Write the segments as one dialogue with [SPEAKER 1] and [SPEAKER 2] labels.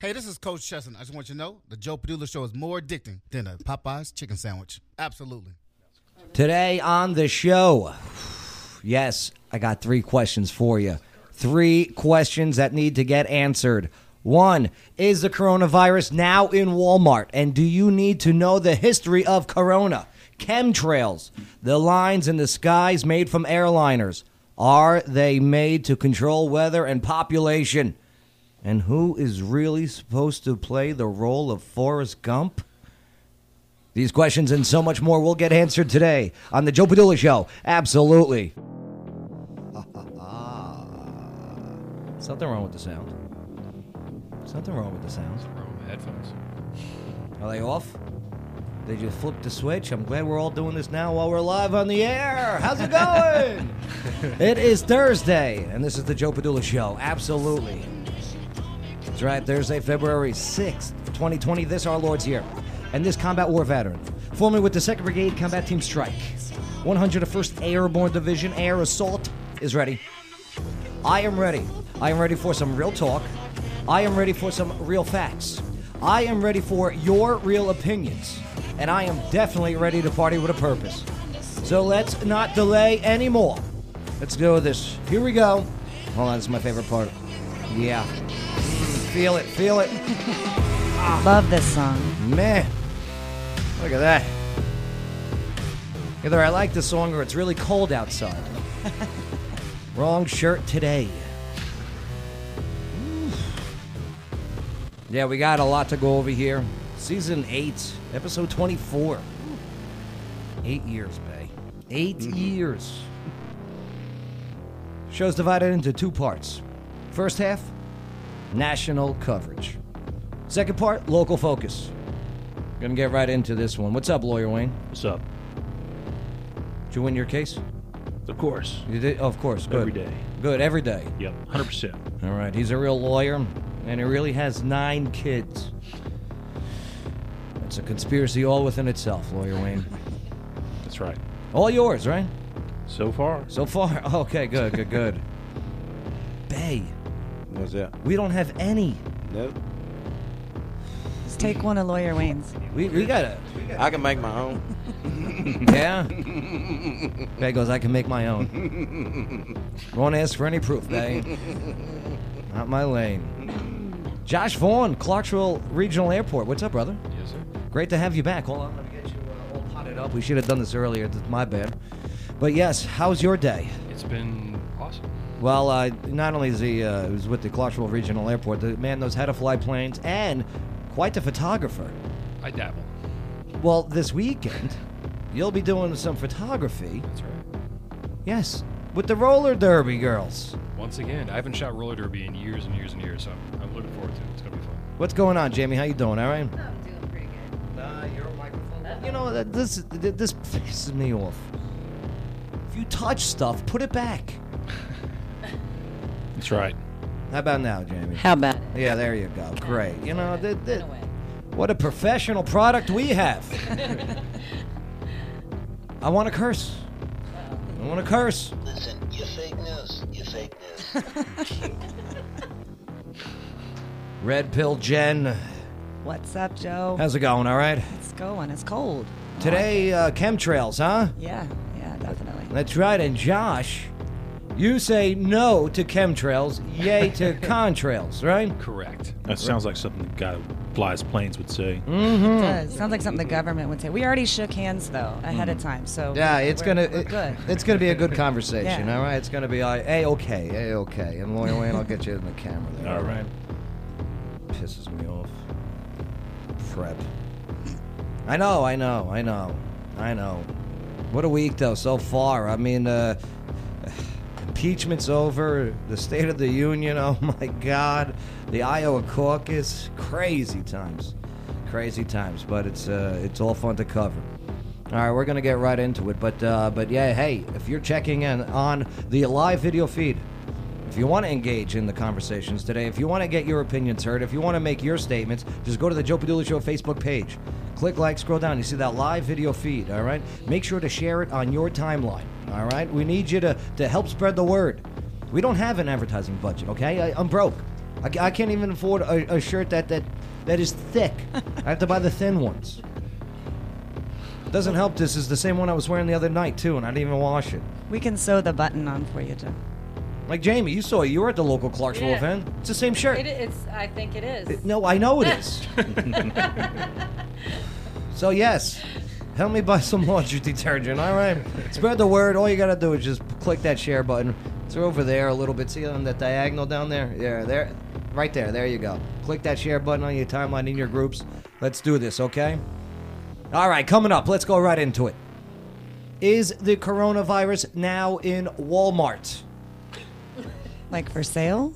[SPEAKER 1] Hey, this is Coach Chesson. I just want you to know the Joe Padula Show is more addicting than a Popeyes chicken sandwich. Absolutely.
[SPEAKER 2] Today on the show, yes, I got three questions for you. Three questions that need to get answered. One, is the coronavirus now in Walmart? And do you need to know the history of corona? Chemtrails, the lines in the skies made from airliners, are they made to control weather and population? And who is really supposed to play the role of Forrest Gump? These questions and so much more will get answered today on the Joe Padula Show. Absolutely. Something wrong with the sound. Something wrong with the sound.
[SPEAKER 3] Wrong with headphones.
[SPEAKER 2] Are they off? They just flipped the switch. I'm glad we're all doing this now while we're live on the air. How's it going? it is Thursday, and this is the Joe Padula Show. Absolutely. That's right, Thursday, February 6th, 2020. This, our Lord's year. And this combat war veteran, formerly with the 2nd Brigade Combat Team Strike, 101st Airborne Division Air Assault, is ready. I am ready. I am ready for some real talk. I am ready for some real facts. I am ready for your real opinions. And I am definitely ready to party with a purpose. So let's not delay anymore. Let's go with this. Here we go. Hold on, this is my favorite part. Yeah. Feel it, feel it.
[SPEAKER 4] Love this song.
[SPEAKER 2] Man, look at that. Either I like the song or it's really cold outside. Wrong shirt today. Yeah, we got a lot to go over here. Season 8, episode 24. Eight years, Bay. 8 years. Show's divided into two parts. First half, national coverage. Second part, local focus. Gonna get right into this one. What's up, Lawyer Wayne?
[SPEAKER 5] What's up?
[SPEAKER 2] Did you win your case?
[SPEAKER 5] Of course.
[SPEAKER 2] You did? Of course. Good.
[SPEAKER 5] Every day.
[SPEAKER 2] Good, every day.
[SPEAKER 5] Yep, 100%.
[SPEAKER 2] All right, he's a real lawyer, and he really has nine kids. That's a conspiracy all within itself, Lawyer Wayne.
[SPEAKER 5] That's right.
[SPEAKER 2] All yours, right?
[SPEAKER 5] So far,
[SPEAKER 2] So far? Okay, good, good, good. Bay,
[SPEAKER 6] What's that?
[SPEAKER 2] we don't have any.
[SPEAKER 6] Nope.
[SPEAKER 4] Let's take one of Lawyer Wayne's.
[SPEAKER 2] We, we gotta.
[SPEAKER 6] I can make my own.
[SPEAKER 2] Yeah? Bay goes, I can make my own. Won't ask for any proof, Bay.
[SPEAKER 6] Mm-hmm.
[SPEAKER 2] Not my lane. Josh Vaughn, Clarksville Regional Airport. What's up, brother?
[SPEAKER 3] Yes, sir.
[SPEAKER 2] Great to have you back. Hold on, let me get you uh, all potted up. We should have done this earlier. That's my bad. But yes, how's your day?
[SPEAKER 3] It's been awesome.
[SPEAKER 2] Well, uh, not only is he uh, was with the Clarksville Regional Airport, the man knows how to fly planes and quite the photographer.
[SPEAKER 3] I dabble.
[SPEAKER 2] Well, this weekend you'll be doing some photography.
[SPEAKER 3] That's right.
[SPEAKER 2] Yes, with the roller derby girls.
[SPEAKER 3] Once again, I haven't shot roller derby in years and years and years, so I'm, I'm looking forward to it. It's gonna be fun.
[SPEAKER 2] What's going on, Jamie? How you doing? All right.
[SPEAKER 7] I'm doing pretty good.
[SPEAKER 2] Uh, your microphone. You know that- this th- this pisses me off. If you touch stuff, put it back.
[SPEAKER 5] that's right.
[SPEAKER 2] How about now, Jamie?
[SPEAKER 4] How about
[SPEAKER 2] Yeah, there you go. Great. You know, th- th-
[SPEAKER 7] In a way.
[SPEAKER 2] what a professional product we have. I want to curse. I want to curse.
[SPEAKER 8] Listen, you're fake news. You're fake news.
[SPEAKER 2] Red Pill Jen,
[SPEAKER 4] What's up, Joe?
[SPEAKER 2] how's it going? All right.
[SPEAKER 4] It's going. It's cold.
[SPEAKER 2] Today, uh, chemtrails, huh?
[SPEAKER 4] Yeah, yeah, definitely.
[SPEAKER 2] That's right. And Josh, you say no to chemtrails, yay to contrails, right?
[SPEAKER 3] Correct.
[SPEAKER 5] That sounds like something the guy who flies planes would say.
[SPEAKER 2] Hmm?
[SPEAKER 4] It
[SPEAKER 2] Mm-hmm.
[SPEAKER 4] does. Sounds like something the government would say. We already shook hands though ahead of time, so
[SPEAKER 2] Mm-hmm. Yeah,
[SPEAKER 4] we're-
[SPEAKER 2] it's gonna
[SPEAKER 4] we're
[SPEAKER 2] it-
[SPEAKER 4] good.
[SPEAKER 2] it's gonna be a good conversation.
[SPEAKER 4] Yeah.
[SPEAKER 2] All right, it's gonna be a okay, a okay. And Lawyer Wayne, I'll get you in the camera there.
[SPEAKER 5] All right.
[SPEAKER 2] pisses me off. Prep. I know, I know, I know, I know. What a week though so far. I mean, uh, impeachment's over. The State of the Union. Oh my God. The Iowa caucus. Crazy times. Crazy times. But it's uh, it's all fun to cover. All right, we're gonna get right into it. But uh, but yeah, hey, if you're checking in on the live video feed. If you want to engage in the conversations today, if you want to get your opinions heard, if you want to make your statements, just go to the Joe Padula Show Facebook page. Click like, scroll down, you see that live video feed, all right? Make sure to share it on your timeline, all right? We need you to, to help spread the word. We don't have an advertising budget, okay? I, I'm broke. I, ca- I can't even afford a, a shirt that, that that is thick. I have to buy the thin ones. Doesn't help. This is the same one I was wearing the other night too, and I didn't even wash it.
[SPEAKER 4] We can sew the button on for you, Joe.
[SPEAKER 2] Like Jamie, you saw it. You were at the local Clarksville
[SPEAKER 7] Yeah.
[SPEAKER 2] event. It's the same shirt.
[SPEAKER 7] It, it's. I think it is.
[SPEAKER 2] It- no, I know it is. so yes, help me buy some laundry detergent. All right, spread the word. All you gotta do is just click that share button. It's over there a little bit. See on that diagonal down there? Yeah, there, right there. There you go. Click that share button on your timeline in your groups. Let's do this, okay? All right, coming up. Let's go right into it. Is the coronavirus now in Walmart?
[SPEAKER 4] Like for sale?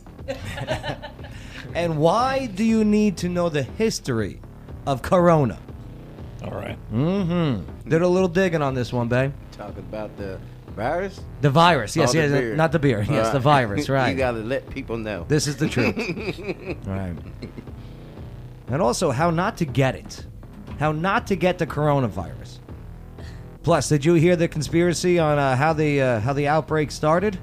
[SPEAKER 2] And why do you need to know the history of Corona? Mm-hmm.
[SPEAKER 5] All right.
[SPEAKER 2] Did a little digging on this one, babe.
[SPEAKER 6] Talking about the virus?
[SPEAKER 2] The virus, yes,
[SPEAKER 6] Oh, the
[SPEAKER 2] yes,
[SPEAKER 6] beer.
[SPEAKER 2] not the beer, yes,
[SPEAKER 6] All
[SPEAKER 2] the
[SPEAKER 6] right.
[SPEAKER 2] virus, right?
[SPEAKER 6] you got to let people know.
[SPEAKER 2] This is the truth, right? And also, how not to get it, how not to get the coronavirus. Plus, did you hear the conspiracy on uh, how the uh, how the outbreak started?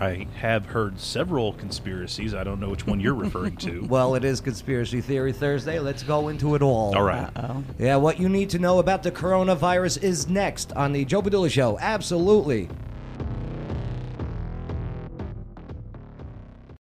[SPEAKER 5] I have heard several conspiracies. I don't know which one you're referring to.
[SPEAKER 2] Well, it is conspiracy theory Thursday. Let's go into it all.
[SPEAKER 5] All right.
[SPEAKER 2] Yeah, what you need to know about the coronavirus is next on the Joe Padula Show. Absolutely.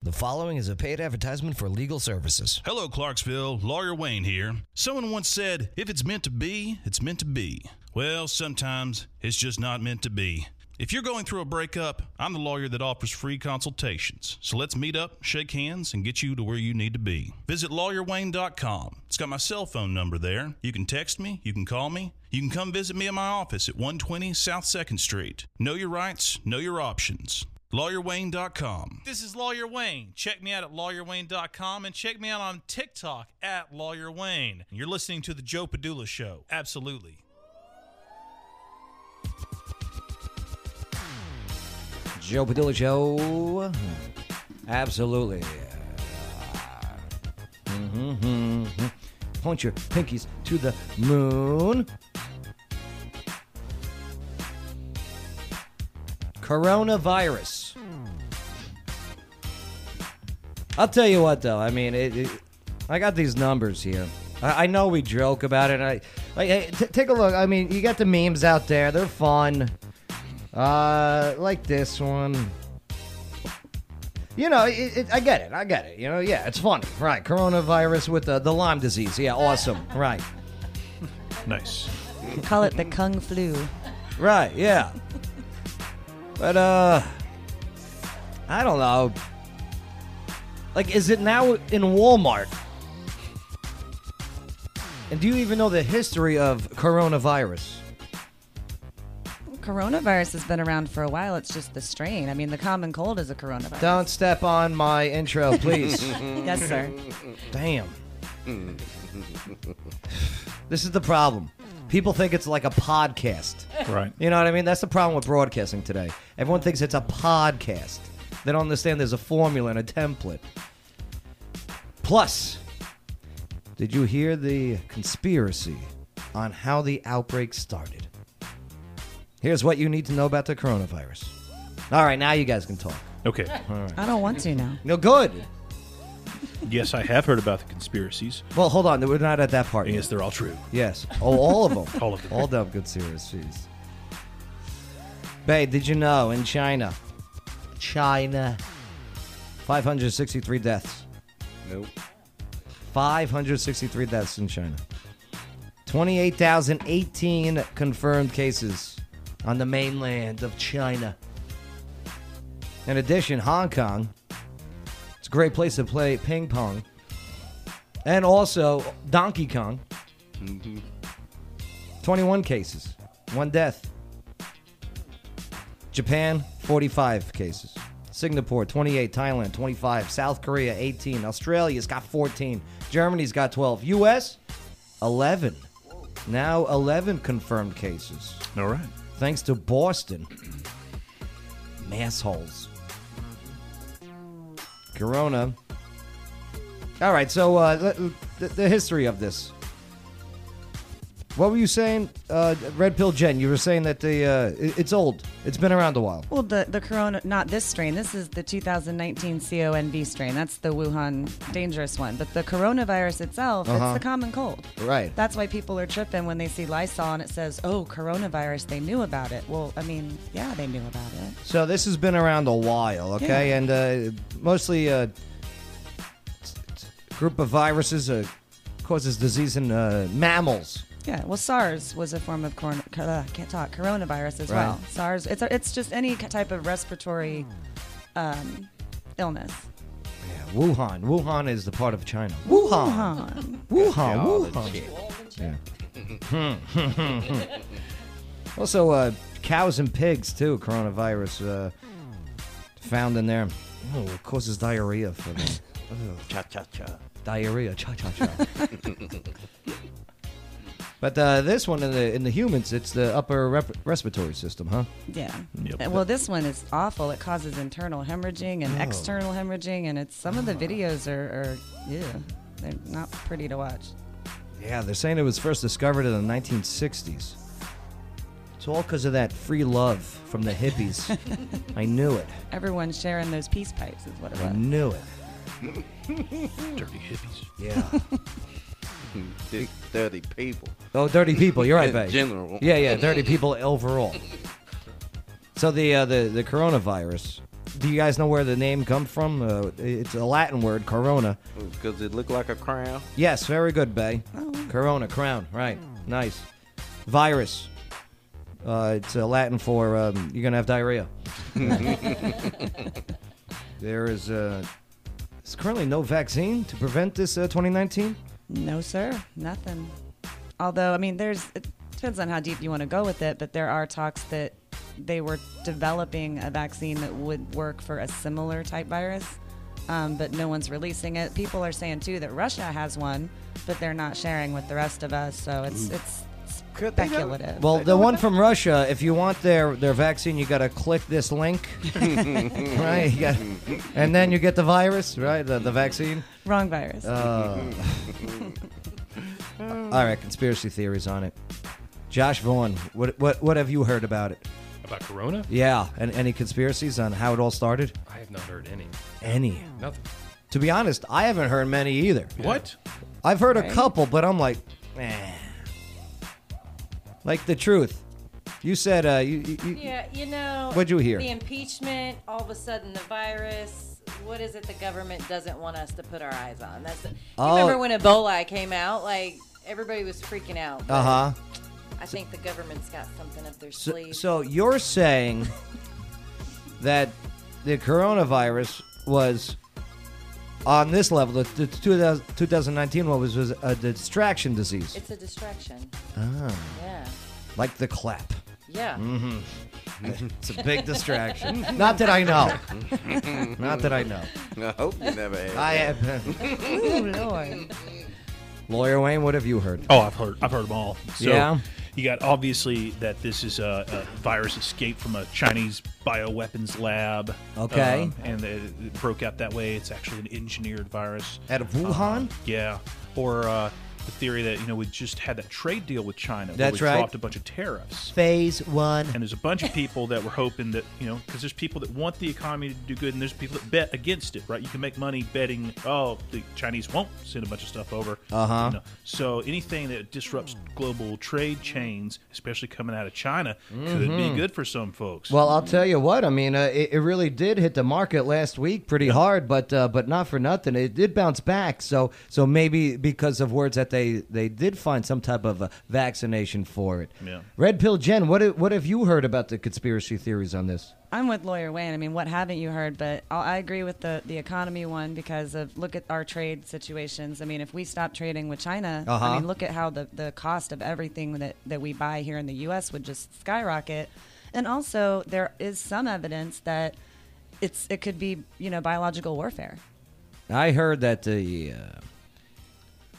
[SPEAKER 2] The following is a paid advertisement for legal services.
[SPEAKER 9] Hello, Clarksville. Lawyer Wayne here. Someone once said, if it's meant to be, it's meant to be. Well, sometimes it's just not meant to be. If you're going through a breakup, I'm the lawyer that offers free consultations. So let's meet up, shake hands, and get you to where you need to be. Visit lawyerwayne.com. It's got my cell phone number there. You can text me, you can call me, you can come visit me at my office at 120 South 2nd Street. Know your rights, know your options. LawyerWayne.com.
[SPEAKER 10] This is Lawyer Wayne. Check me out at lawyerwayne.com and check me out on TikTok at Lawyer Wayne. You're listening to The Joe Padula Show. Absolutely.
[SPEAKER 2] Joe Padilla Show. Absolutely. Mhm, mhm. Point your pinkies to the moon. Coronavirus. I'll tell you what, though. I mean, it, it, I got these numbers here. I, I know we joke about it. and I like hey, t- take a look. I mean, you got the memes out there. They're fun. Uh, like this one. You know, it, it, I get it. I get it. You know, yeah, it's funny, right? Coronavirus with the, the Lyme disease. Yeah, awesome. Right,
[SPEAKER 5] Nice.
[SPEAKER 4] We call it the Kung Flu.
[SPEAKER 2] right. Yeah. But uh, I don't know. Like, is it now in Walmart? And do you even know the history of coronavirus?
[SPEAKER 4] Coronavirus has been around for a while. It's just the strain. I mean, the common cold is a coronavirus.
[SPEAKER 2] Don't step on my intro, please.
[SPEAKER 4] Yes, sir.
[SPEAKER 2] Damn. this is the problem. People think it's like a podcast.
[SPEAKER 5] Right.
[SPEAKER 2] You know what I mean? That's the problem with broadcasting today. Everyone thinks it's a podcast. They don't understand there's a formula and a template. Plus, did you hear the conspiracy on how the outbreak started? Here's what you need to know about the coronavirus. All right, now you guys can talk.
[SPEAKER 5] Okay.
[SPEAKER 4] I don't want to now.
[SPEAKER 2] No good.
[SPEAKER 5] Yes, I have heard about the conspiracies.
[SPEAKER 2] Well, hold on. We're not at that part. yet.
[SPEAKER 5] Yes, they're all true.
[SPEAKER 2] Yes. Oh, all of them.
[SPEAKER 5] All of them.
[SPEAKER 2] All them good series. Jeez. Babe, did you know in China, China, 563 deaths.
[SPEAKER 6] Nope.
[SPEAKER 2] 563 deaths in China. 28,018 confirmed cases on the mainland of China. In addition, Hong Kong. It's a great place to play ping pong. And also Donkey Kong. 21 cases, one death. Japan, 45 cases. Singapore, 28. Thailand, 25. South Korea, 18. Australia's got 14. Germany's got 12. US, 11. Now 11 confirmed cases,
[SPEAKER 5] All right.
[SPEAKER 2] thanks to Boston. Massholes. Corona. All right, so uh, the, the- the history of this. What were you saying, uh, Red Pill Jen? You were saying that the uh, it- it's old. It's been around a while.
[SPEAKER 4] Well, the, the corona, not this strain. This is the 2019 CONV strain. That's the Wuhan dangerous one. But the coronavirus itself,
[SPEAKER 2] Uh-huh.
[SPEAKER 4] it's the common cold.
[SPEAKER 2] Right.
[SPEAKER 4] That's why people are tripping when they see Lysol and it says, oh, coronavirus, they knew about it. Well, I mean, yeah, they knew about it.
[SPEAKER 2] So this has been around a while, okay?
[SPEAKER 4] Yeah.
[SPEAKER 2] And uh, mostly a group of viruses uh, causes disease in uh, mammals.
[SPEAKER 4] Yeah, well, SARS was a form of corona, co- uh, can't talk, coronavirus as
[SPEAKER 2] Right.
[SPEAKER 4] well. SARS, it's, it's just any ki- type of respiratory um, illness.
[SPEAKER 2] Yeah, Wuhan. Wuhan is the part of China. Wuhan.
[SPEAKER 4] Wuhan.
[SPEAKER 2] Wuhan.
[SPEAKER 6] All that
[SPEAKER 2] Wuhan.
[SPEAKER 6] shit.
[SPEAKER 2] Also, uh, cows and pigs too. Coronavirus uh, found in there. Oh, it causes diarrhea for them.
[SPEAKER 6] Cha cha cha.
[SPEAKER 2] diarrhea. Cha cha cha. but uh, this one in the in the humans, it's the upper rep- respiratory system, huh?
[SPEAKER 4] Yeah. Uh, Well, this one is awful. It causes internal hemorrhaging
[SPEAKER 2] Oh.
[SPEAKER 4] and external hemorrhaging, and it's some of
[SPEAKER 2] Ah.
[SPEAKER 4] the videos are, are ew, they're not pretty to watch.
[SPEAKER 2] Yeah, they're saying it was first discovered in the 1960s. It's all because of that free love from the hippies. I knew it.
[SPEAKER 4] Everyone's sharing those peace pipes is what it
[SPEAKER 2] I
[SPEAKER 4] was.
[SPEAKER 2] knew it.
[SPEAKER 5] Dirty hippies.
[SPEAKER 2] Yeah.
[SPEAKER 6] Just dirty people.
[SPEAKER 2] Oh, dirty people. You're right,
[SPEAKER 6] In
[SPEAKER 2] babe.
[SPEAKER 6] general.
[SPEAKER 2] Yeah, yeah, dirty people overall. So the uh, the the coronavirus. Do you guys know where the name come from? Uh, it's a Latin word, corona.
[SPEAKER 6] Because Oh, it looked like a crown.
[SPEAKER 2] Yes, very good, Bay. Corona, crown. Right, nice. Virus. Uh, it's uh, Latin for um, you're gonna have diarrhea. there is uh, there's currently no vaccine to prevent this uh, 2019.
[SPEAKER 4] No, sir, nothing. Although, I mean, there's it depends on how deep you want to go with it, but there are talks that they were developing a vaccine that would work for a similar type virus, um, but no one's releasing it. People are saying too that Russia has one, but they're not sharing with the rest of us, so it's it's
[SPEAKER 6] Could they have-
[SPEAKER 4] speculative.
[SPEAKER 2] Well, the one from Russia, if you want their, their vaccine, you got to click this link, right? You gotta, and then you get the virus, right? The, the vaccine.
[SPEAKER 4] Wrong virus.
[SPEAKER 2] Uh. All right, conspiracy theories on it. Josh Vaughn, what, what, what have you heard about it?
[SPEAKER 3] About Corona?
[SPEAKER 2] Yeah, and any conspiracies on how it all started?
[SPEAKER 3] I have not heard any.
[SPEAKER 2] Any.
[SPEAKER 3] Nothing.
[SPEAKER 2] To be honest, I haven't heard many either.
[SPEAKER 3] What?
[SPEAKER 2] I've heard a couple, but I'm like, eh. Like the truth. You said, uh, you, you, you-
[SPEAKER 7] Yeah, you know.
[SPEAKER 2] What'd you hear?
[SPEAKER 7] The impeachment, all of a sudden the virus. What is it the government doesn't want us to put our eyes on? That's the, you
[SPEAKER 2] Oh.
[SPEAKER 7] remember when Ebola came out? Like everybody was freaking out. but
[SPEAKER 2] uh huh.
[SPEAKER 7] I think the government's got something up their
[SPEAKER 2] So,
[SPEAKER 7] sleeve.
[SPEAKER 2] so you're saying that the coronavirus was on this level, the, the 2000, 2019 one was, was a distraction disease,
[SPEAKER 7] it's a distraction.
[SPEAKER 2] Ah.
[SPEAKER 7] Yeah.
[SPEAKER 2] like the clap.
[SPEAKER 7] Yeah.
[SPEAKER 2] Mm-hmm. It's a big distraction. Not that I know. Not that I know.
[SPEAKER 6] I hope you never had.
[SPEAKER 2] I
[SPEAKER 6] that.
[SPEAKER 2] have.
[SPEAKER 4] Ooh, Lord.
[SPEAKER 2] Lawyer Wayne, what have you heard?
[SPEAKER 5] Oh, I've heard. I've heard them all. So
[SPEAKER 2] Yeah?
[SPEAKER 5] You got obviously that this is a, a virus escaped from a Chinese bioweapons lab.
[SPEAKER 2] Okay.
[SPEAKER 5] um, and it, it broke out that way. It's actually an engineered virus. Um,
[SPEAKER 2] Out of Wuhan?
[SPEAKER 5] Yeah. Or uh, the theory that you know we just had that trade deal with China. where
[SPEAKER 2] That's
[SPEAKER 5] we
[SPEAKER 2] right.
[SPEAKER 5] Dropped a bunch of tariffs.
[SPEAKER 2] Phase one.
[SPEAKER 5] and there's a bunch of people that were hoping that you know because there's people that want the economy to do good and there's people that bet against it right you can make money betting oh the chinese won't send a bunch of stuff over uh-huh so anything that disrupts global trade chains especially coming out of china could be good for some folks
[SPEAKER 2] Mm-hmm. Well, I'll tell you what. I mean, uh, it, it really did hit the market last week pretty hard, but uh, but not for nothing. It did bounce back. So so maybe because of words that they they did find some type of a vaccination for it.
[SPEAKER 5] Yeah.
[SPEAKER 2] Red pill, Jen. What have- what have you heard about the conspiracy theories on this?
[SPEAKER 4] I'm with lawyer Wayne. I mean, what haven't you heard? But I I agree with the the economy one because of look at our trade situations. I mean, if we stop trading with China,
[SPEAKER 2] Uh-huh.
[SPEAKER 4] I mean, look at how the the cost of everything that that we buy here in the U.S. would just skyrocket. And also, there is some evidence that it's it could be you know biological warfare.
[SPEAKER 2] I heard that the uh,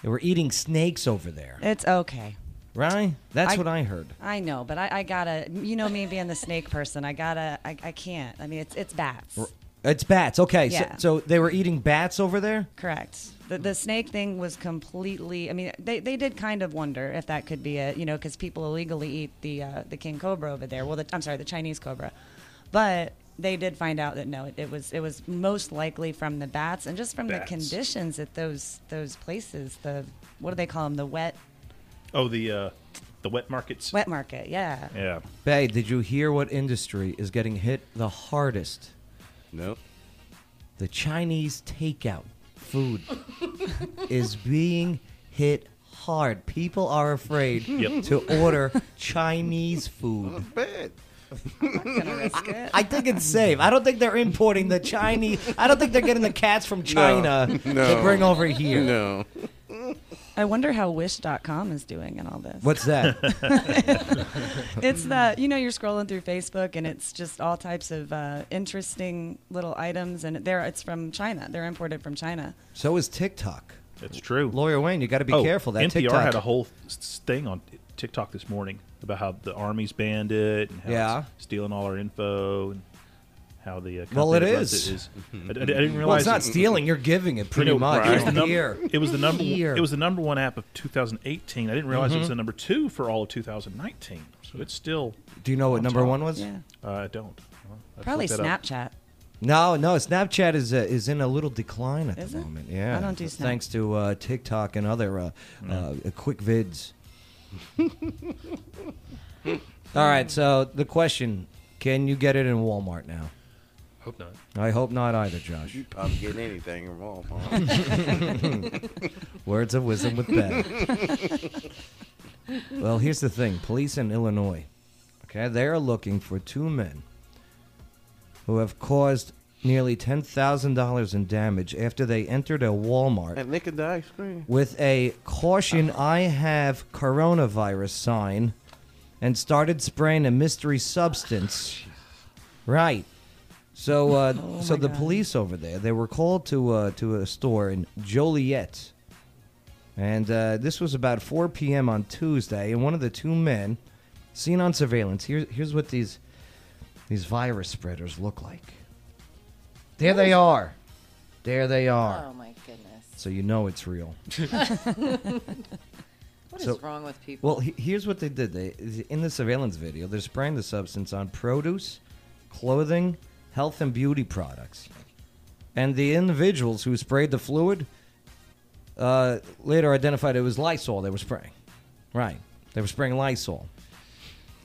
[SPEAKER 2] they were eating snakes over there.
[SPEAKER 4] It's okay.
[SPEAKER 2] Right? That's
[SPEAKER 4] I-
[SPEAKER 2] what I heard.
[SPEAKER 4] I know, but I, I gotta, you know me being the snake person. I gotta, I, I can't. I mean, it's it's bats,
[SPEAKER 2] It's bats. Okay.
[SPEAKER 4] Yeah.
[SPEAKER 2] So, so they were eating bats over there.
[SPEAKER 4] correct? The, the snake thing was completely. I mean, they, they did kind of wonder if that could be it, you know, because people illegally eat the uh, the king cobra over there. Well, the, I'm sorry, the Chinese cobra, but they did find out that no, it, it was it was most likely from the bats and just from
[SPEAKER 5] Bats.
[SPEAKER 4] the conditions at those those places. The what do they call them? The wet
[SPEAKER 5] Oh, the uh, the wet markets.
[SPEAKER 4] wet market. Yeah.
[SPEAKER 5] Yeah.
[SPEAKER 2] Bay, did you hear what industry is getting hit the hardest?
[SPEAKER 6] Nope.
[SPEAKER 2] The Chinese takeout food is being hit hard. People are afraid
[SPEAKER 6] Yep.
[SPEAKER 2] to order Chinese food.
[SPEAKER 6] Bad.
[SPEAKER 2] I think it's safe. I don't think they're importing the Chinese. I don't think they're getting the cats from China to
[SPEAKER 6] No.
[SPEAKER 2] bring over here.
[SPEAKER 6] No.
[SPEAKER 4] I wonder how Wish.com is doing in all this.
[SPEAKER 2] What's that?
[SPEAKER 4] it's that you know you're scrolling through Facebook and it's just all types of uh, interesting little items and there it's from China. They're imported from China.
[SPEAKER 2] So is TikTok.
[SPEAKER 5] That's true.
[SPEAKER 2] Lawyer Wayne, you got to be
[SPEAKER 5] oh,
[SPEAKER 2] careful. That
[SPEAKER 5] NPR
[SPEAKER 2] TikTok
[SPEAKER 5] had a whole s- thing on TikTok this morning about how the army's banned it and how
[SPEAKER 2] Yeah.
[SPEAKER 5] it's stealing all our info and how the uh,
[SPEAKER 2] Well,
[SPEAKER 5] company
[SPEAKER 2] it
[SPEAKER 5] that runs
[SPEAKER 2] is.
[SPEAKER 5] it is. I, I didn't realize
[SPEAKER 2] Well, it's not
[SPEAKER 5] it-
[SPEAKER 2] stealing. You're giving it pretty
[SPEAKER 5] You know,
[SPEAKER 2] much.
[SPEAKER 5] It was
[SPEAKER 2] It's
[SPEAKER 5] the num-
[SPEAKER 2] here.
[SPEAKER 5] It was the number. one-
[SPEAKER 2] Here.
[SPEAKER 5] It was the number one app of 2018. I didn't realize it was
[SPEAKER 2] Mhm.
[SPEAKER 5] the number two for all of 2019. So it's still.
[SPEAKER 2] Do you know what
[SPEAKER 5] on
[SPEAKER 2] number
[SPEAKER 5] top.
[SPEAKER 2] one was?
[SPEAKER 4] Yeah.
[SPEAKER 5] Uh, I don't. Well, I
[SPEAKER 4] Probably
[SPEAKER 5] looked that up.
[SPEAKER 4] Snapchat.
[SPEAKER 2] No, no. Snapchat is uh, is in a little decline at
[SPEAKER 4] Is
[SPEAKER 2] the
[SPEAKER 4] it?
[SPEAKER 2] moment. Yeah,
[SPEAKER 4] I don't do Snap. Mm.
[SPEAKER 2] Thanks to uh, TikTok and other uh, uh, quick vids. All right. So the question: Can you get it in Walmart now?
[SPEAKER 3] Hope not.
[SPEAKER 2] I hope not either, Josh.
[SPEAKER 6] You probably getting anything from Walmart.
[SPEAKER 2] Words of wisdom with Ben. well, here's the thing police in Illinois, okay, they are looking for two men who have caused nearly $10,000 in damage after they entered a Walmart
[SPEAKER 6] and licking the ice cream.
[SPEAKER 2] with a caution I have coronavirus sign and started spraying a mystery substance. Right. So, uh,
[SPEAKER 4] Oh
[SPEAKER 2] so
[SPEAKER 4] my
[SPEAKER 2] the
[SPEAKER 4] God.
[SPEAKER 2] police over there, they were called to uh, to a store in Joliet, and uh, this was about 4 p.m. on Tuesday. And one of the two men seen on surveillance. Here's here's what these these virus spreaders look like. There they are. There they are.
[SPEAKER 7] Oh my goodness.
[SPEAKER 2] So you know it's real.
[SPEAKER 7] What is
[SPEAKER 2] So-
[SPEAKER 7] wrong with people?
[SPEAKER 2] Well, he- here's what they did. They in the surveillance video, they're spraying the substance on produce, clothing, health and beauty products, and the individuals who sprayed the fluid uh, later identified it was Lysol they were spraying. Right, they were spraying Lysol.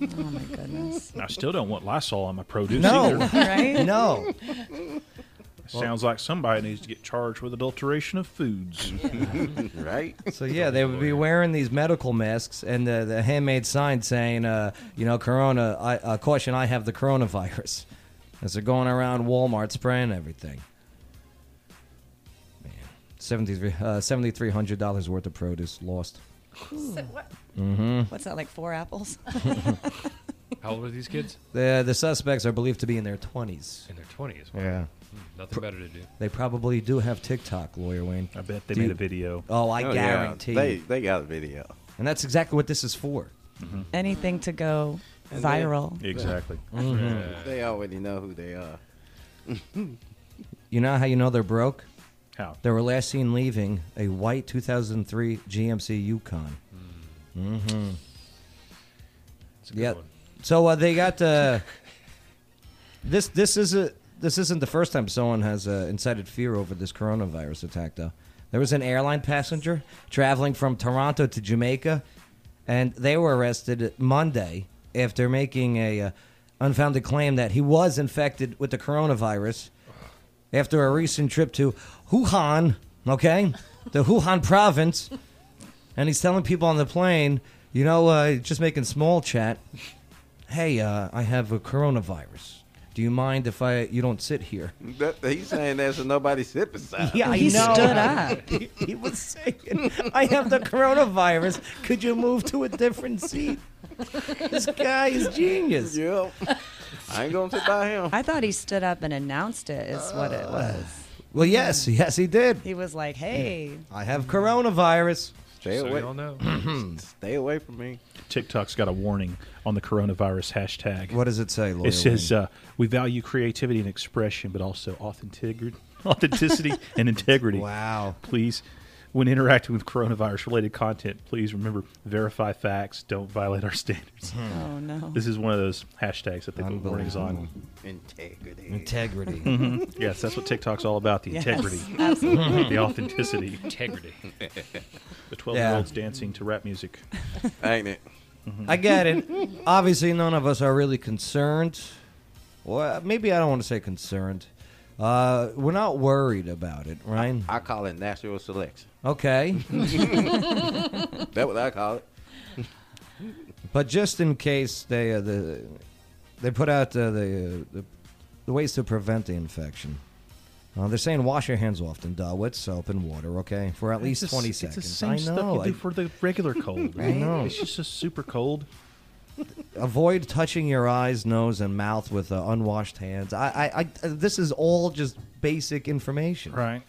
[SPEAKER 4] Oh my goodness.
[SPEAKER 5] I still don't want Lysol on my produce.
[SPEAKER 2] No,
[SPEAKER 5] either.
[SPEAKER 4] Right?
[SPEAKER 2] no.
[SPEAKER 5] Sounds like somebody needs to get charged with adulteration of foods.
[SPEAKER 6] right?
[SPEAKER 2] So yeah, they would be wearing these medical masks and the, the handmade sign saying, uh, you know, Corona. I, uh, caution, I have the coronavirus. As they're going around Walmart spraying everything. Man, seventy three uh, seventy three hundred dollars worth of produce lost.
[SPEAKER 7] So what-
[SPEAKER 2] Mm-hmm.
[SPEAKER 4] What's that like four apples?
[SPEAKER 3] How old are these kids?
[SPEAKER 2] The the suspects are believed to be in their twenties.
[SPEAKER 3] In their twenties. Hmm,
[SPEAKER 2] Yeah.
[SPEAKER 3] Nothing better to do.
[SPEAKER 2] They probably do have TikTok, lawyer Wayne.
[SPEAKER 5] I bet they
[SPEAKER 2] Do
[SPEAKER 5] made
[SPEAKER 2] you-
[SPEAKER 5] a video.
[SPEAKER 2] Oh, I
[SPEAKER 6] Oh, yeah.
[SPEAKER 2] guarantee.
[SPEAKER 6] They they got a video.
[SPEAKER 2] And that's exactly what this is for.
[SPEAKER 5] Mm-hmm.
[SPEAKER 4] Anything to go
[SPEAKER 6] And then-
[SPEAKER 4] viral.
[SPEAKER 5] Exactly.
[SPEAKER 2] Mm-hmm.
[SPEAKER 6] They already know who they are.
[SPEAKER 2] You know how you know they're broke?
[SPEAKER 5] How?
[SPEAKER 2] They were last seen leaving a white 2003 GMC Yukon. Mm-hmm.
[SPEAKER 3] It's Hmm. a good
[SPEAKER 2] Yeah.
[SPEAKER 3] one.
[SPEAKER 2] So uh, they got uh, this. This is a. This isn't the first time someone has uh, incited fear over this coronavirus attack, though. There was an airline passenger traveling from Toronto to Jamaica, and they were arrested Monday after making a uh, unfounded claim that he was infected with the coronavirus after a recent trip to Wuhan, okay? The Wuhan province. And he's telling people on the plane, you know, uh, just making small chat. Hey, uh, I have a coronavirus. Do you mind if I you don't sit here?
[SPEAKER 6] That, he's saying that so nobody sit beside.
[SPEAKER 2] Yeah,
[SPEAKER 6] him.
[SPEAKER 2] I
[SPEAKER 4] He
[SPEAKER 2] know.
[SPEAKER 4] stood up.
[SPEAKER 2] he, he was saying, "I have the coronavirus. Could you move to a different seat?" This guy is genius.
[SPEAKER 6] Yep. I ain't gonna sit by him.
[SPEAKER 4] I thought he stood up and announced it. Is what it
[SPEAKER 2] Uh.
[SPEAKER 4] was.
[SPEAKER 2] Well, yes, yes, he did.
[SPEAKER 4] He was like, "Hey,
[SPEAKER 2] I have coronavirus.
[SPEAKER 6] Stay
[SPEAKER 3] so
[SPEAKER 6] away.
[SPEAKER 3] y'all know.
[SPEAKER 6] Stay away from me.
[SPEAKER 5] TikTok's got a warning on the coronavirus hashtag.
[SPEAKER 2] What does it say, Lloyd?
[SPEAKER 5] It says uh, we value creativity and expression, but also authentic- authenticity and integrity.
[SPEAKER 2] Wow.
[SPEAKER 5] Please, when interacting with coronavirus related content, please remember verify facts, don't violate our standards.
[SPEAKER 2] Hmm.
[SPEAKER 4] Oh, no.
[SPEAKER 5] This is one of those hashtags that they put warnings on.
[SPEAKER 6] Integrity.
[SPEAKER 2] Integrity.
[SPEAKER 5] Mhm. Yes, that's what TikTok's all about the
[SPEAKER 2] Yes,
[SPEAKER 5] integrity,
[SPEAKER 2] absolutely.
[SPEAKER 5] the authenticity,
[SPEAKER 3] Integrity.
[SPEAKER 5] The 12 year olds dancing to rap music.
[SPEAKER 6] Ain't it?
[SPEAKER 2] I get it. Obviously, none of us are really concerned. Well, maybe I don't want to say concerned. Uh, we're not worried about it, right?
[SPEAKER 6] I call it natural selection.
[SPEAKER 2] Okay.
[SPEAKER 6] That what I call it.
[SPEAKER 2] But just in case they uh, the they put out uh, the, uh, the the ways to prevent the infection. Uh, they're saying wash your hands often, duh, with soap and water, okay, for at least
[SPEAKER 5] It's the-
[SPEAKER 2] twenty
[SPEAKER 5] it's the
[SPEAKER 2] seconds.
[SPEAKER 5] same
[SPEAKER 2] I know.
[SPEAKER 5] stuff you do
[SPEAKER 2] I-
[SPEAKER 5] for the regular cold.
[SPEAKER 2] I know.
[SPEAKER 5] It's just a super cold.
[SPEAKER 2] Avoid touching your eyes, nose, and mouth with uh, unwashed hands. I, I, I, this is all just basic information.
[SPEAKER 5] Right.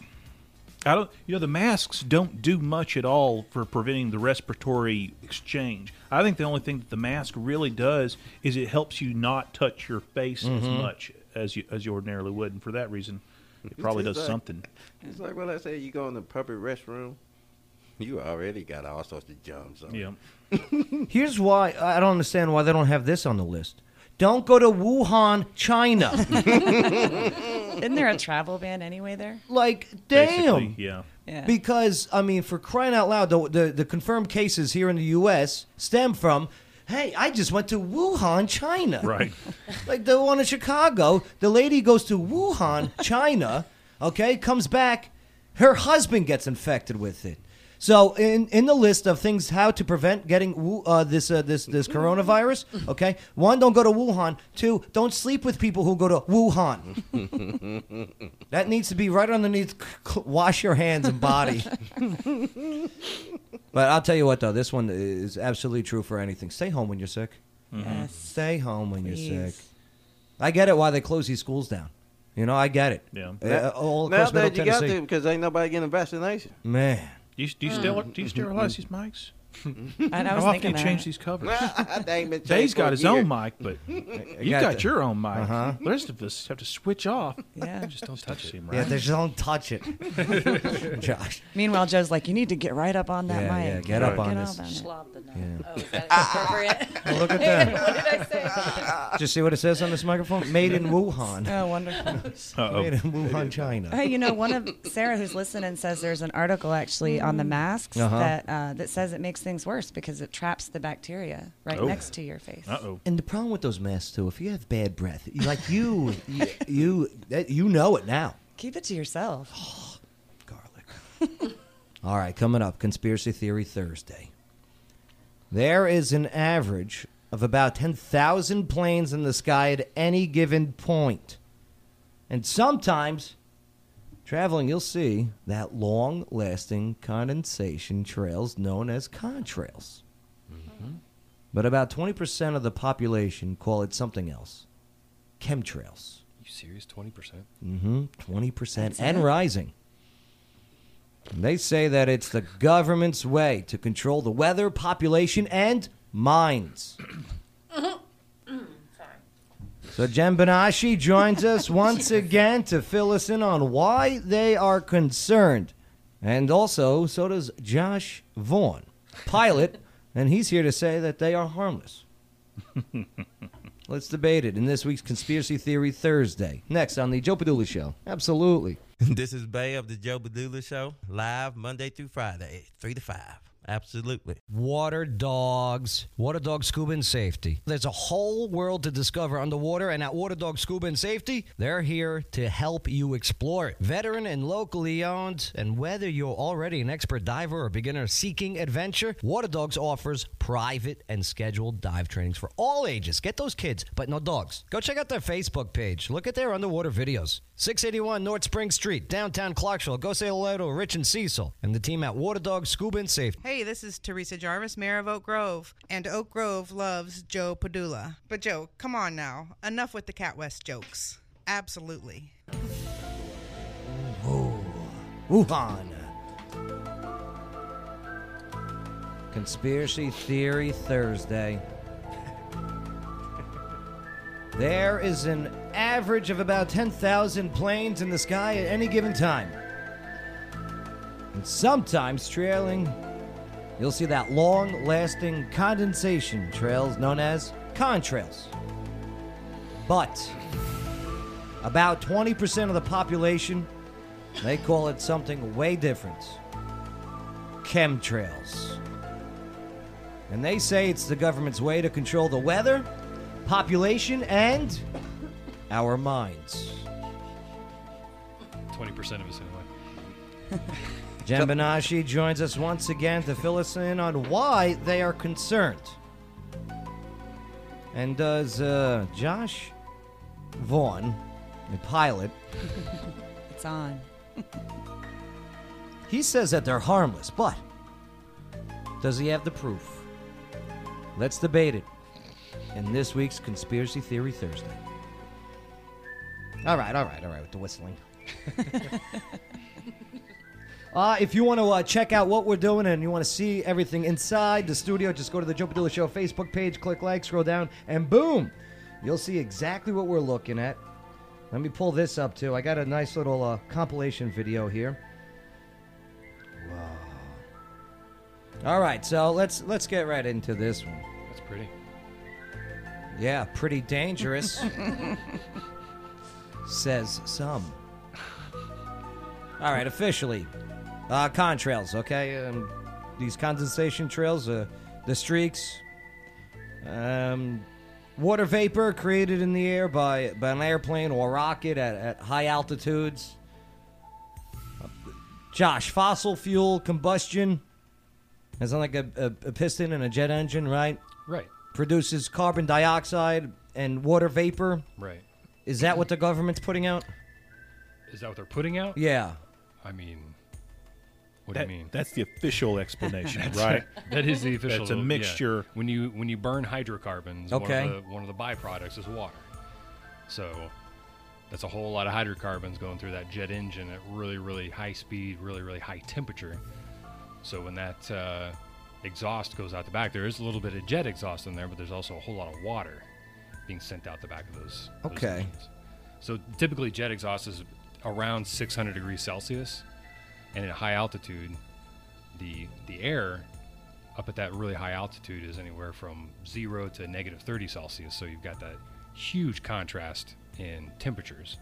[SPEAKER 5] I don't. You know, the masks don't do much at all for preventing the respiratory exchange. I think the only thing that the mask really does is it helps you not touch your face as
[SPEAKER 6] Mhm.
[SPEAKER 5] much as you as you ordinarily would, and for that reason, it probably
[SPEAKER 6] It's
[SPEAKER 5] does
[SPEAKER 6] like-
[SPEAKER 5] something.
[SPEAKER 6] It's like when I say you go in the public restroom, you already got all sorts of germs on.
[SPEAKER 5] Yeah.
[SPEAKER 2] Here's why I don't understand why they don't have this on the list. Don't go to Wuhan, China.
[SPEAKER 4] Isn't there a travel ban anyway there?
[SPEAKER 2] Like, damn.
[SPEAKER 5] Basically, yeah.
[SPEAKER 4] Yeah.
[SPEAKER 2] Because I mean, for crying out loud, the, the the confirmed cases here in the U.S. stem from, hey, I just went to Wuhan, China.
[SPEAKER 5] Right.
[SPEAKER 2] like the one in Chicago, the lady goes to Wuhan, China. Okay, comes back, her husband gets infected with it. So in, in the list of things how to prevent getting Wu- uh, this uh, this this coronavirus, okay, one don't go to Wuhan. Two, don't sleep with people who go to Wuhan. That needs to be right underneath. c- c- Wash your hands and body. but I'll tell you what, though, this one is absolutely true for anything. Stay home when you're sick.
[SPEAKER 5] Mm-hmm.
[SPEAKER 4] Yes.
[SPEAKER 2] Stay home when you're
[SPEAKER 4] Please.
[SPEAKER 2] sick. I get it why they close these schools down. You know, I get it.
[SPEAKER 5] Yeah.
[SPEAKER 2] Uh, all
[SPEAKER 6] now
[SPEAKER 2] across
[SPEAKER 6] that
[SPEAKER 2] Middle
[SPEAKER 6] you got
[SPEAKER 2] Tennessee.
[SPEAKER 6] to, because ain't nobody getting a vaccination.
[SPEAKER 2] Man.
[SPEAKER 5] Do you, do you still do you sterilize these mics?
[SPEAKER 4] I, I was
[SPEAKER 5] How often
[SPEAKER 4] thinking
[SPEAKER 5] you change
[SPEAKER 4] that.
[SPEAKER 5] these covers?
[SPEAKER 6] they ain't been
[SPEAKER 5] Dave's
[SPEAKER 6] changed for
[SPEAKER 5] got
[SPEAKER 6] a
[SPEAKER 5] his
[SPEAKER 6] year.
[SPEAKER 5] own mic, but you
[SPEAKER 2] got
[SPEAKER 5] got,
[SPEAKER 2] the-
[SPEAKER 5] your own mic.
[SPEAKER 2] Uh-huh.
[SPEAKER 5] The rest of us have to switch off.
[SPEAKER 4] Yeah.
[SPEAKER 5] Just don't touch him, right?
[SPEAKER 2] Yeah, they just don't touch it. Josh.
[SPEAKER 4] Meanwhile, Joe's like, you need to get right up on that
[SPEAKER 2] Yeah, yeah,
[SPEAKER 4] mic.
[SPEAKER 2] get up
[SPEAKER 4] Get
[SPEAKER 2] on
[SPEAKER 4] up
[SPEAKER 2] this.
[SPEAKER 4] on it.
[SPEAKER 7] Schlop the nut.
[SPEAKER 2] Yeah.
[SPEAKER 7] Oh, is that appropriate?
[SPEAKER 2] Well, look at that.
[SPEAKER 7] what did I say?
[SPEAKER 2] Did you see what it says on this microphone? Made in Wuhan.
[SPEAKER 4] Oh, wonderful.
[SPEAKER 2] Made in Wuhan, China.
[SPEAKER 4] Hey, you know, one of Sarah who's listening says there's an article actually on the masks
[SPEAKER 2] Uh-huh.
[SPEAKER 4] that uh, that says it makes things worse because it traps the bacteria right
[SPEAKER 5] Oh.
[SPEAKER 4] next to your face.
[SPEAKER 5] Uh oh.
[SPEAKER 2] And the problem with those masks too, if you have bad breath, you- like you, you, you, that- you know it now.
[SPEAKER 4] Keep it to yourself.
[SPEAKER 2] garlic. All right, coming up, Conspiracy Theory Thursday. There is an average of about 10,000 planes in the sky at any given point. And sometimes, traveling, you'll see that long lasting condensation trails known as contrails.
[SPEAKER 7] Mm-hmm.
[SPEAKER 2] But about 20% of the population call it something else chemtrails.
[SPEAKER 3] You serious? Twenty percent?
[SPEAKER 2] Mm-hmm. Twenty percent and rising. And they say that it's the government's way to control the weather, population, and minds. So Jen Benashi joins us once again to fill us in on why they are concerned. And also, so does Josh Vaughn, pilot, and he's here to say that they are harmless. Let's debate it in this week's Conspiracy Theory Thursday. Next on the Joe Padula Show. Absolutely.
[SPEAKER 11] this is Bay of the Joe Badula Show, live Monday through Friday, 3 to 5. Absolutely.
[SPEAKER 2] Water dogs, water dog scuba and safety. There's a whole world to discover underwater, and at Water Dog Scuba and Safety, they're here to help you explore it. Veteran and locally owned, and whether you're already an expert diver or beginner seeking adventure, Water Dogs offers private and scheduled dive trainings for all ages. Get those kids, but no dogs. Go check out their Facebook page. Look at their underwater videos. 681 North Spring Street, downtown Clarksville. Go say hello to Rich and Cecil and the team at Water Dog Scuba and Safety.
[SPEAKER 12] Hey, this is Teresa Jarvis, mayor of Oak Grove, and Oak Grove loves Joe Padula. But Joe, come on now, enough with the Cat West jokes. Absolutely.
[SPEAKER 2] Wuhan. Conspiracy Theory Thursday. There is an average of about 10,000 planes in the sky at any given time. And sometimes trailing, you'll see that long lasting condensation trails known as contrails. But about 20% of the population, they call it something way different chemtrails. And they say it's the government's way to control the weather, population, and our minds.
[SPEAKER 3] Twenty percent of us anyway.
[SPEAKER 2] Jen Benashi joins us once again to fill us in on why they are concerned. And does uh, Josh Vaughn, the pilot,
[SPEAKER 4] It's on.
[SPEAKER 2] He says that they're harmless, but does he have the proof? Let's debate it in this week's Conspiracy Theory Thursday. All right, all right, all right, with the whistling. Uh, if you want to uh, check out what we're doing and you want to see everything inside the studio, just go to the Joe Padula Show Facebook page, click like, scroll down, and boom, you'll see exactly what we're looking at. Let me pull this up too. I got a nice little uh, compilation video here. Wow. All right, so let's let's get right into this one.
[SPEAKER 3] That's pretty.
[SPEAKER 2] Yeah, pretty dangerous, says some. All right, officially, uh, contrails. Okay, um, these condensation trails, uh, the streaks, um, water vapor created in the air by by an airplane or rocket at, at high altitudes. Josh, fossil fuel combustion. It's like a, a, a piston and a jet engine, right?
[SPEAKER 3] Right.
[SPEAKER 2] Produces carbon dioxide and water vapor.
[SPEAKER 3] Right.
[SPEAKER 2] Is that what the government's putting out?
[SPEAKER 3] Is that what they're putting out?
[SPEAKER 2] Yeah.
[SPEAKER 3] I mean, what
[SPEAKER 5] That-
[SPEAKER 3] do you mean?
[SPEAKER 5] That's the official explanation, right?
[SPEAKER 3] That is the official.
[SPEAKER 5] That's a
[SPEAKER 3] yeah.
[SPEAKER 5] mixture.
[SPEAKER 3] When you when you burn hydrocarbons,
[SPEAKER 5] Okay.
[SPEAKER 3] one, of the, one of the byproducts is water. So that's a whole lot of hydrocarbons going through that jet engine at really really high speed, really really high temperature. So when that uh, exhaust goes out the back, there is a little bit of jet exhaust in there, but there's also a whole lot of water being sent out the back of those. those
[SPEAKER 2] Okay.
[SPEAKER 3] engines. So typically jet exhaust is around 600 degrees Celsius, and at high altitude, the the air up at that really high altitude is anywhere from zero to negative 30 Celsius. So you've got that huge contrast in temperatures.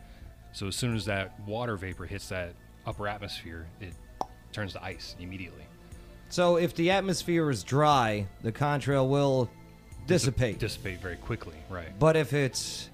[SPEAKER 3] So as soon as that water vapor hits that upper atmosphere, it turns to ice immediately.
[SPEAKER 2] So if the atmosphere is dry, the contrail will dissipate.
[SPEAKER 3] Dissipate very quickly, right?
[SPEAKER 2] But if it's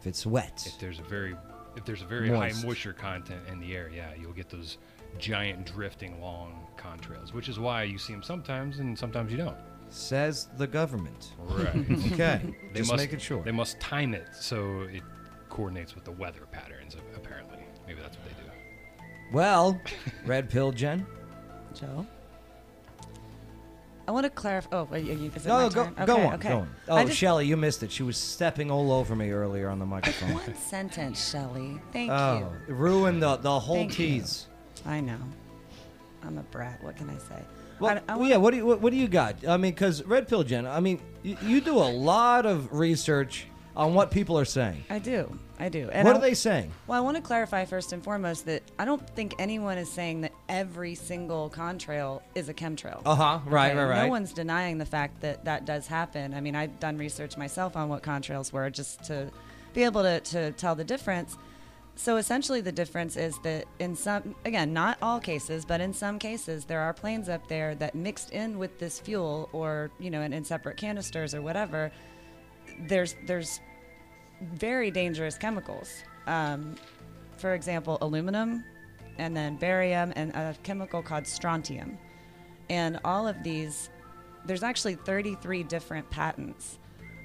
[SPEAKER 2] if it's wet,
[SPEAKER 3] If there's a very if there's a very
[SPEAKER 2] Moist.
[SPEAKER 3] high moisture content in the air, yeah, you'll get those giant drifting long contrails, which is why you see them sometimes and sometimes you don't.
[SPEAKER 2] says the government.
[SPEAKER 3] Right.
[SPEAKER 2] okay.
[SPEAKER 3] They
[SPEAKER 2] Just
[SPEAKER 3] must,
[SPEAKER 2] making sure.
[SPEAKER 3] They must time it so it coordinates with the weather patterns, a- apparently. Maybe that's what they do.
[SPEAKER 2] Well, red pill, Jen.
[SPEAKER 4] Joe. I want to clarify. Oh, are you, is it
[SPEAKER 2] No,
[SPEAKER 4] my
[SPEAKER 2] go,
[SPEAKER 4] turn?
[SPEAKER 2] go
[SPEAKER 4] Okay,
[SPEAKER 2] on,
[SPEAKER 4] okay.
[SPEAKER 2] go on.
[SPEAKER 4] I
[SPEAKER 2] Oh,
[SPEAKER 4] just-
[SPEAKER 2] Shelly, you missed it. She was stepping all over me earlier on the microphone.
[SPEAKER 4] One sentence, Shelley. Thank
[SPEAKER 2] oh,
[SPEAKER 4] you.
[SPEAKER 2] it ruined the, the whole
[SPEAKER 4] Thank you.
[SPEAKER 2] tease.
[SPEAKER 4] I know. I'm a brat. What can I say?
[SPEAKER 2] Well, yeah. What do you what, what do you got? I mean, because red pill, Jen. I mean, you, you do a lot of research on what people are saying.
[SPEAKER 4] I do. I do.
[SPEAKER 2] what
[SPEAKER 4] I-
[SPEAKER 2] are they saying?
[SPEAKER 4] Well, I want to clarify first and foremost that I don't think anyone is saying that every single contrail is a chemtrail.
[SPEAKER 2] Uh-huh. Right, right, right.
[SPEAKER 4] No one's denying the fact that that does happen. I mean, I've done research myself on what contrails were just to be able to, to tell the difference. So essentially, the difference is that in some, again, not all cases, but in some cases, there are planes up there that mixed in with this fuel or, you know, in, in separate canisters or whatever, there's, there's very dangerous chemicals. Um, for example, aluminum and then barium and a chemical called strontium. And all of these, there's actually 33 different patents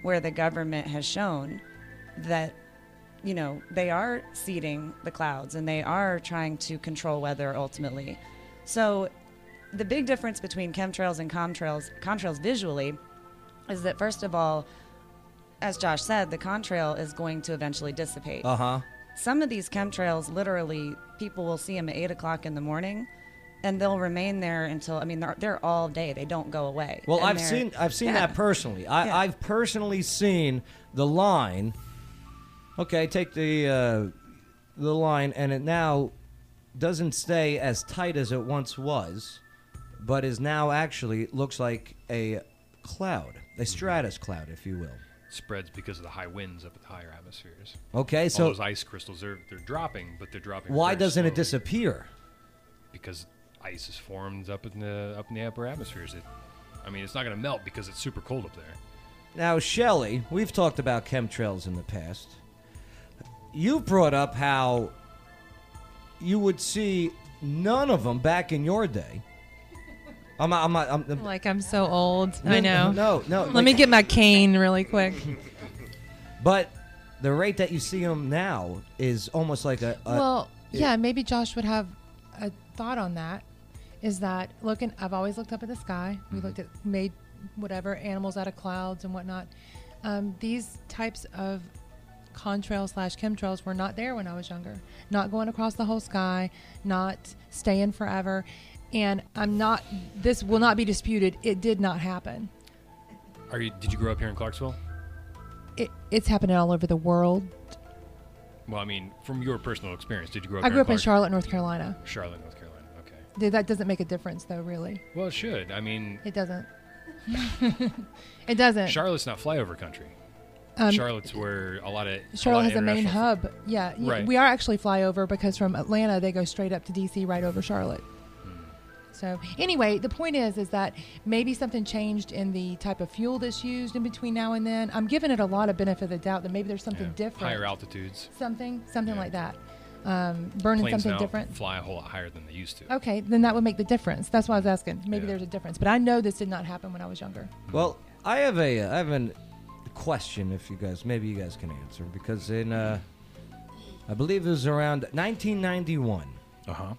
[SPEAKER 4] where the government has shown that, you know, they are seeding the clouds and they are trying to control weather ultimately. So the big difference between chemtrails and comtrails, contrails visually, is that first of all, as Josh said, the contrail is going to eventually dissipate.
[SPEAKER 9] Uh-huh.
[SPEAKER 2] Uh huh.
[SPEAKER 4] Some of these chemtrails, literally, people will see them at eight o'clock in the morning, and they'll remain there until I mean, they're, they're all day. They don't go away.
[SPEAKER 2] Well,
[SPEAKER 4] And
[SPEAKER 2] I've
[SPEAKER 4] they're-
[SPEAKER 2] seen I've seen
[SPEAKER 4] Yeah.
[SPEAKER 2] that personally. I, I've personally seen the line Okay, take the uh, the line, and it now doesn't stay as tight as it once was, but is now actually looks like a cloud, a stratus cloud, if you will.
[SPEAKER 3] Spreads because of the high winds up at the higher atmospheres.
[SPEAKER 2] Okay,
[SPEAKER 3] All
[SPEAKER 2] so-
[SPEAKER 3] those ice crystals are they're dropping, but they're dropping.
[SPEAKER 2] Why
[SPEAKER 3] very
[SPEAKER 2] doesn't it
[SPEAKER 3] slowly
[SPEAKER 2] disappear?
[SPEAKER 3] Because ice is formed up in the up in the upper atmospheres. It, I mean, it's not going to melt because it's super cold up there.
[SPEAKER 2] Now, Shelley, we've talked about chemtrails in the past. You brought up how you would see none of them back in your day. I'm not, I'm not, I'm, I'm-
[SPEAKER 13] Like I'm so old.
[SPEAKER 2] No,
[SPEAKER 13] I know.
[SPEAKER 2] no, no,
[SPEAKER 13] Let
[SPEAKER 2] like-
[SPEAKER 13] me get my cane really quick.
[SPEAKER 2] but the rate that you see them now is almost like a. a
[SPEAKER 13] well, yeah, maybe Josh would have a thought on that. Is that looking? I've always looked up at the sky. We
[SPEAKER 2] Mm-hmm.
[SPEAKER 13] looked at made whatever animals out of clouds and whatnot. Um, these types of contrails slash chemtrails were not there when I was younger. Not going across the whole sky. Not staying forever. And I'm not. This will not be disputed. It did not happen.
[SPEAKER 3] Are you? Did you grow up here in Clarksville?
[SPEAKER 13] It, it's happening all over the world.
[SPEAKER 3] Well, I mean, from your personal experience, did you grow up?
[SPEAKER 13] I
[SPEAKER 3] here
[SPEAKER 13] grew up in
[SPEAKER 3] Clark-
[SPEAKER 13] Charlotte, North Carolina.
[SPEAKER 3] Charlotte, North Carolina. Okay.
[SPEAKER 13] Th- That doesn't make a difference, though, really.
[SPEAKER 3] Well, it should. I mean,
[SPEAKER 13] It doesn't. it doesn't.
[SPEAKER 3] Charlotte's not flyover country.
[SPEAKER 13] Um,
[SPEAKER 3] Charlotte's where a lot of
[SPEAKER 13] Charlotte
[SPEAKER 3] lot of
[SPEAKER 13] has a main
[SPEAKER 3] international-
[SPEAKER 13] hub. Yeah, y-
[SPEAKER 3] Right.
[SPEAKER 13] we are actually flyover because from Atlanta they go straight up to DC, right over Charlotte.
[SPEAKER 3] Hmm.
[SPEAKER 13] So anyway, the point is, is that maybe something changed in the type of fuel that's used in between now and then. I'm giving it a lot of benefit of the doubt that maybe there's something different,
[SPEAKER 3] higher altitudes.
[SPEAKER 13] something, something like that, um, burning
[SPEAKER 3] Planes
[SPEAKER 13] something
[SPEAKER 3] now
[SPEAKER 13] different.
[SPEAKER 3] fly a whole lot higher than they used to.
[SPEAKER 13] Okay, then that would make the difference. That's why I was asking. Maybe
[SPEAKER 3] Yeah.
[SPEAKER 13] there's a difference, but I know this did not happen when I was younger.
[SPEAKER 2] Well, I have a I have an question if you guys maybe you guys can answer because in uh, I believe it was around 1991. Uh huh.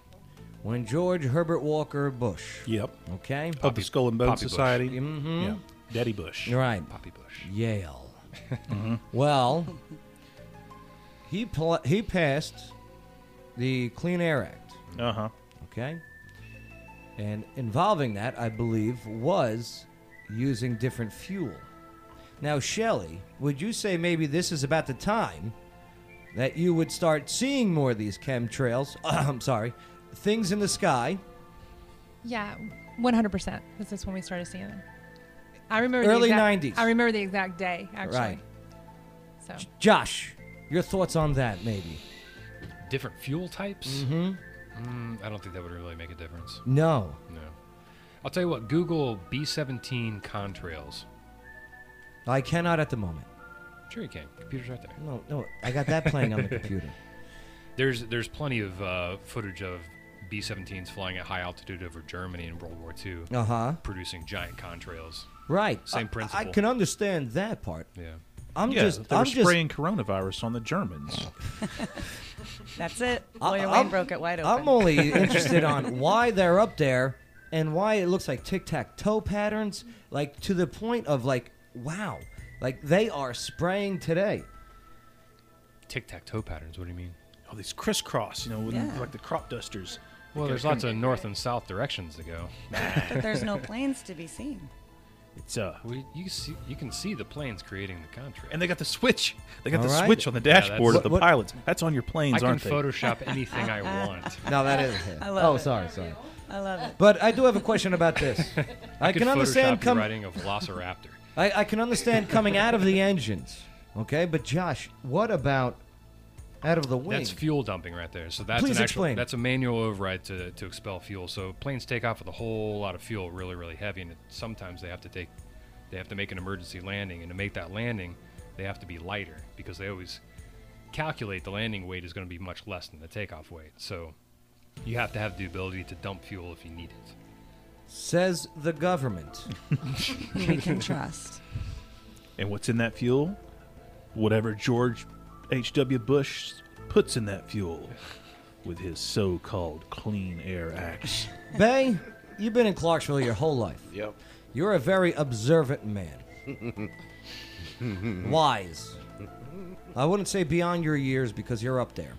[SPEAKER 2] When George Herbert Walker Bush.
[SPEAKER 5] Uh-huh. Yep.
[SPEAKER 2] Okay.
[SPEAKER 5] Of the Skull and Bone
[SPEAKER 2] Poppy Bush.
[SPEAKER 5] Society.
[SPEAKER 2] Mhm.
[SPEAKER 5] Yeah. Daddy Bush. Mm-hmm.
[SPEAKER 2] Right.
[SPEAKER 3] Poppy Bush.
[SPEAKER 2] Yale. Well, he pl- he passed the Clean Air Act.
[SPEAKER 5] Uh huh.
[SPEAKER 2] Okay. And involving that, I believe, was using different fuel. Now, Shelley, would you say maybe this is about the time that you would start seeing more of these chemtrails? I'm sorry, things in the sky.
[SPEAKER 13] Yeah, 100%. This is when we started seeing them. I remember
[SPEAKER 2] Early
[SPEAKER 13] the exact,
[SPEAKER 2] 90s.
[SPEAKER 13] I remember the exact day, actually.
[SPEAKER 2] Right.
[SPEAKER 13] So
[SPEAKER 2] Josh, your thoughts on that, maybe?
[SPEAKER 3] Different fuel types.
[SPEAKER 2] Mhm.
[SPEAKER 3] Mm, I don't think that would really make a difference.
[SPEAKER 2] No.
[SPEAKER 3] No. I'll tell you what. Google B-17 contrails.
[SPEAKER 2] I cannot at the moment.
[SPEAKER 3] Sure, you can. Computer's right there.
[SPEAKER 2] No, no, I got that playing on the computer.
[SPEAKER 3] There's there's plenty of uh, footage of B-17s flying at high altitude over Germany in World War II,
[SPEAKER 2] Uh-huh.
[SPEAKER 3] producing giant contrails.
[SPEAKER 2] Right.
[SPEAKER 3] Same
[SPEAKER 2] I-
[SPEAKER 3] principle.
[SPEAKER 2] I, can understand that part.
[SPEAKER 3] Yeah.
[SPEAKER 2] I'm
[SPEAKER 5] Yeah,
[SPEAKER 2] just.
[SPEAKER 5] they were
[SPEAKER 2] I'm just.
[SPEAKER 5] spraying coronavirus on the Germans.
[SPEAKER 4] That's it.
[SPEAKER 2] I-
[SPEAKER 4] Lawyer
[SPEAKER 2] I'm-
[SPEAKER 4] Wayne broke it wide open.
[SPEAKER 2] I'm only interested on why they're up there and why it looks like tic tac toe patterns, like to the point of like, wow, like they are spraying today.
[SPEAKER 3] Tic tac toe patterns. What do you mean?
[SPEAKER 5] Oh, these crisscross, you know, with
[SPEAKER 4] Yeah.
[SPEAKER 5] like the crop dusters.
[SPEAKER 3] Well, there's lots of north and south directions to go.
[SPEAKER 4] but there's no planes to be seen.
[SPEAKER 5] It's uh,
[SPEAKER 3] well, you see, you can see the planes creating the contrail,
[SPEAKER 5] and they got the switch. They got
[SPEAKER 2] All
[SPEAKER 5] the
[SPEAKER 2] right.
[SPEAKER 5] switch on the
[SPEAKER 3] Yeah,
[SPEAKER 5] dashboard
[SPEAKER 3] that's-
[SPEAKER 5] of the
[SPEAKER 3] What- what-
[SPEAKER 5] pilots. That's on your planes,
[SPEAKER 3] I can
[SPEAKER 5] aren't they?
[SPEAKER 3] Photoshop anything I want.
[SPEAKER 2] No, that is.
[SPEAKER 4] I love
[SPEAKER 2] oh,
[SPEAKER 4] it.
[SPEAKER 2] sorry, sorry.
[SPEAKER 4] I love it.
[SPEAKER 2] But I do have a question about this. I,
[SPEAKER 3] could
[SPEAKER 2] can understand
[SPEAKER 3] Photoshop you
[SPEAKER 2] coming.
[SPEAKER 3] riding a velociraptor.
[SPEAKER 2] I, I can understand coming out of the engines, okay. But Josh, what about out of the wing?
[SPEAKER 3] That's fuel dumping right there. So that's
[SPEAKER 2] Please
[SPEAKER 3] an actual,
[SPEAKER 2] explain.
[SPEAKER 3] that's a manual override to, to expel fuel. So planes take off with a whole lot of fuel, really really heavy, and it, sometimes they have to take they have to make an emergency landing, and to make that landing, they have to be lighter because they always calculate the landing weight is going to be much less than the takeoff weight. So you have to have the ability to dump fuel if you need it.
[SPEAKER 2] Says the government.
[SPEAKER 4] we can trust.
[SPEAKER 5] And what's in that fuel? Whatever George H.W. Bush puts in that fuel with his so called Clean Air Act.
[SPEAKER 2] Bay, you've been in Clarksville your whole life.
[SPEAKER 6] Yep.
[SPEAKER 2] You're a very observant man. wise. I wouldn't say beyond your years because you're up there.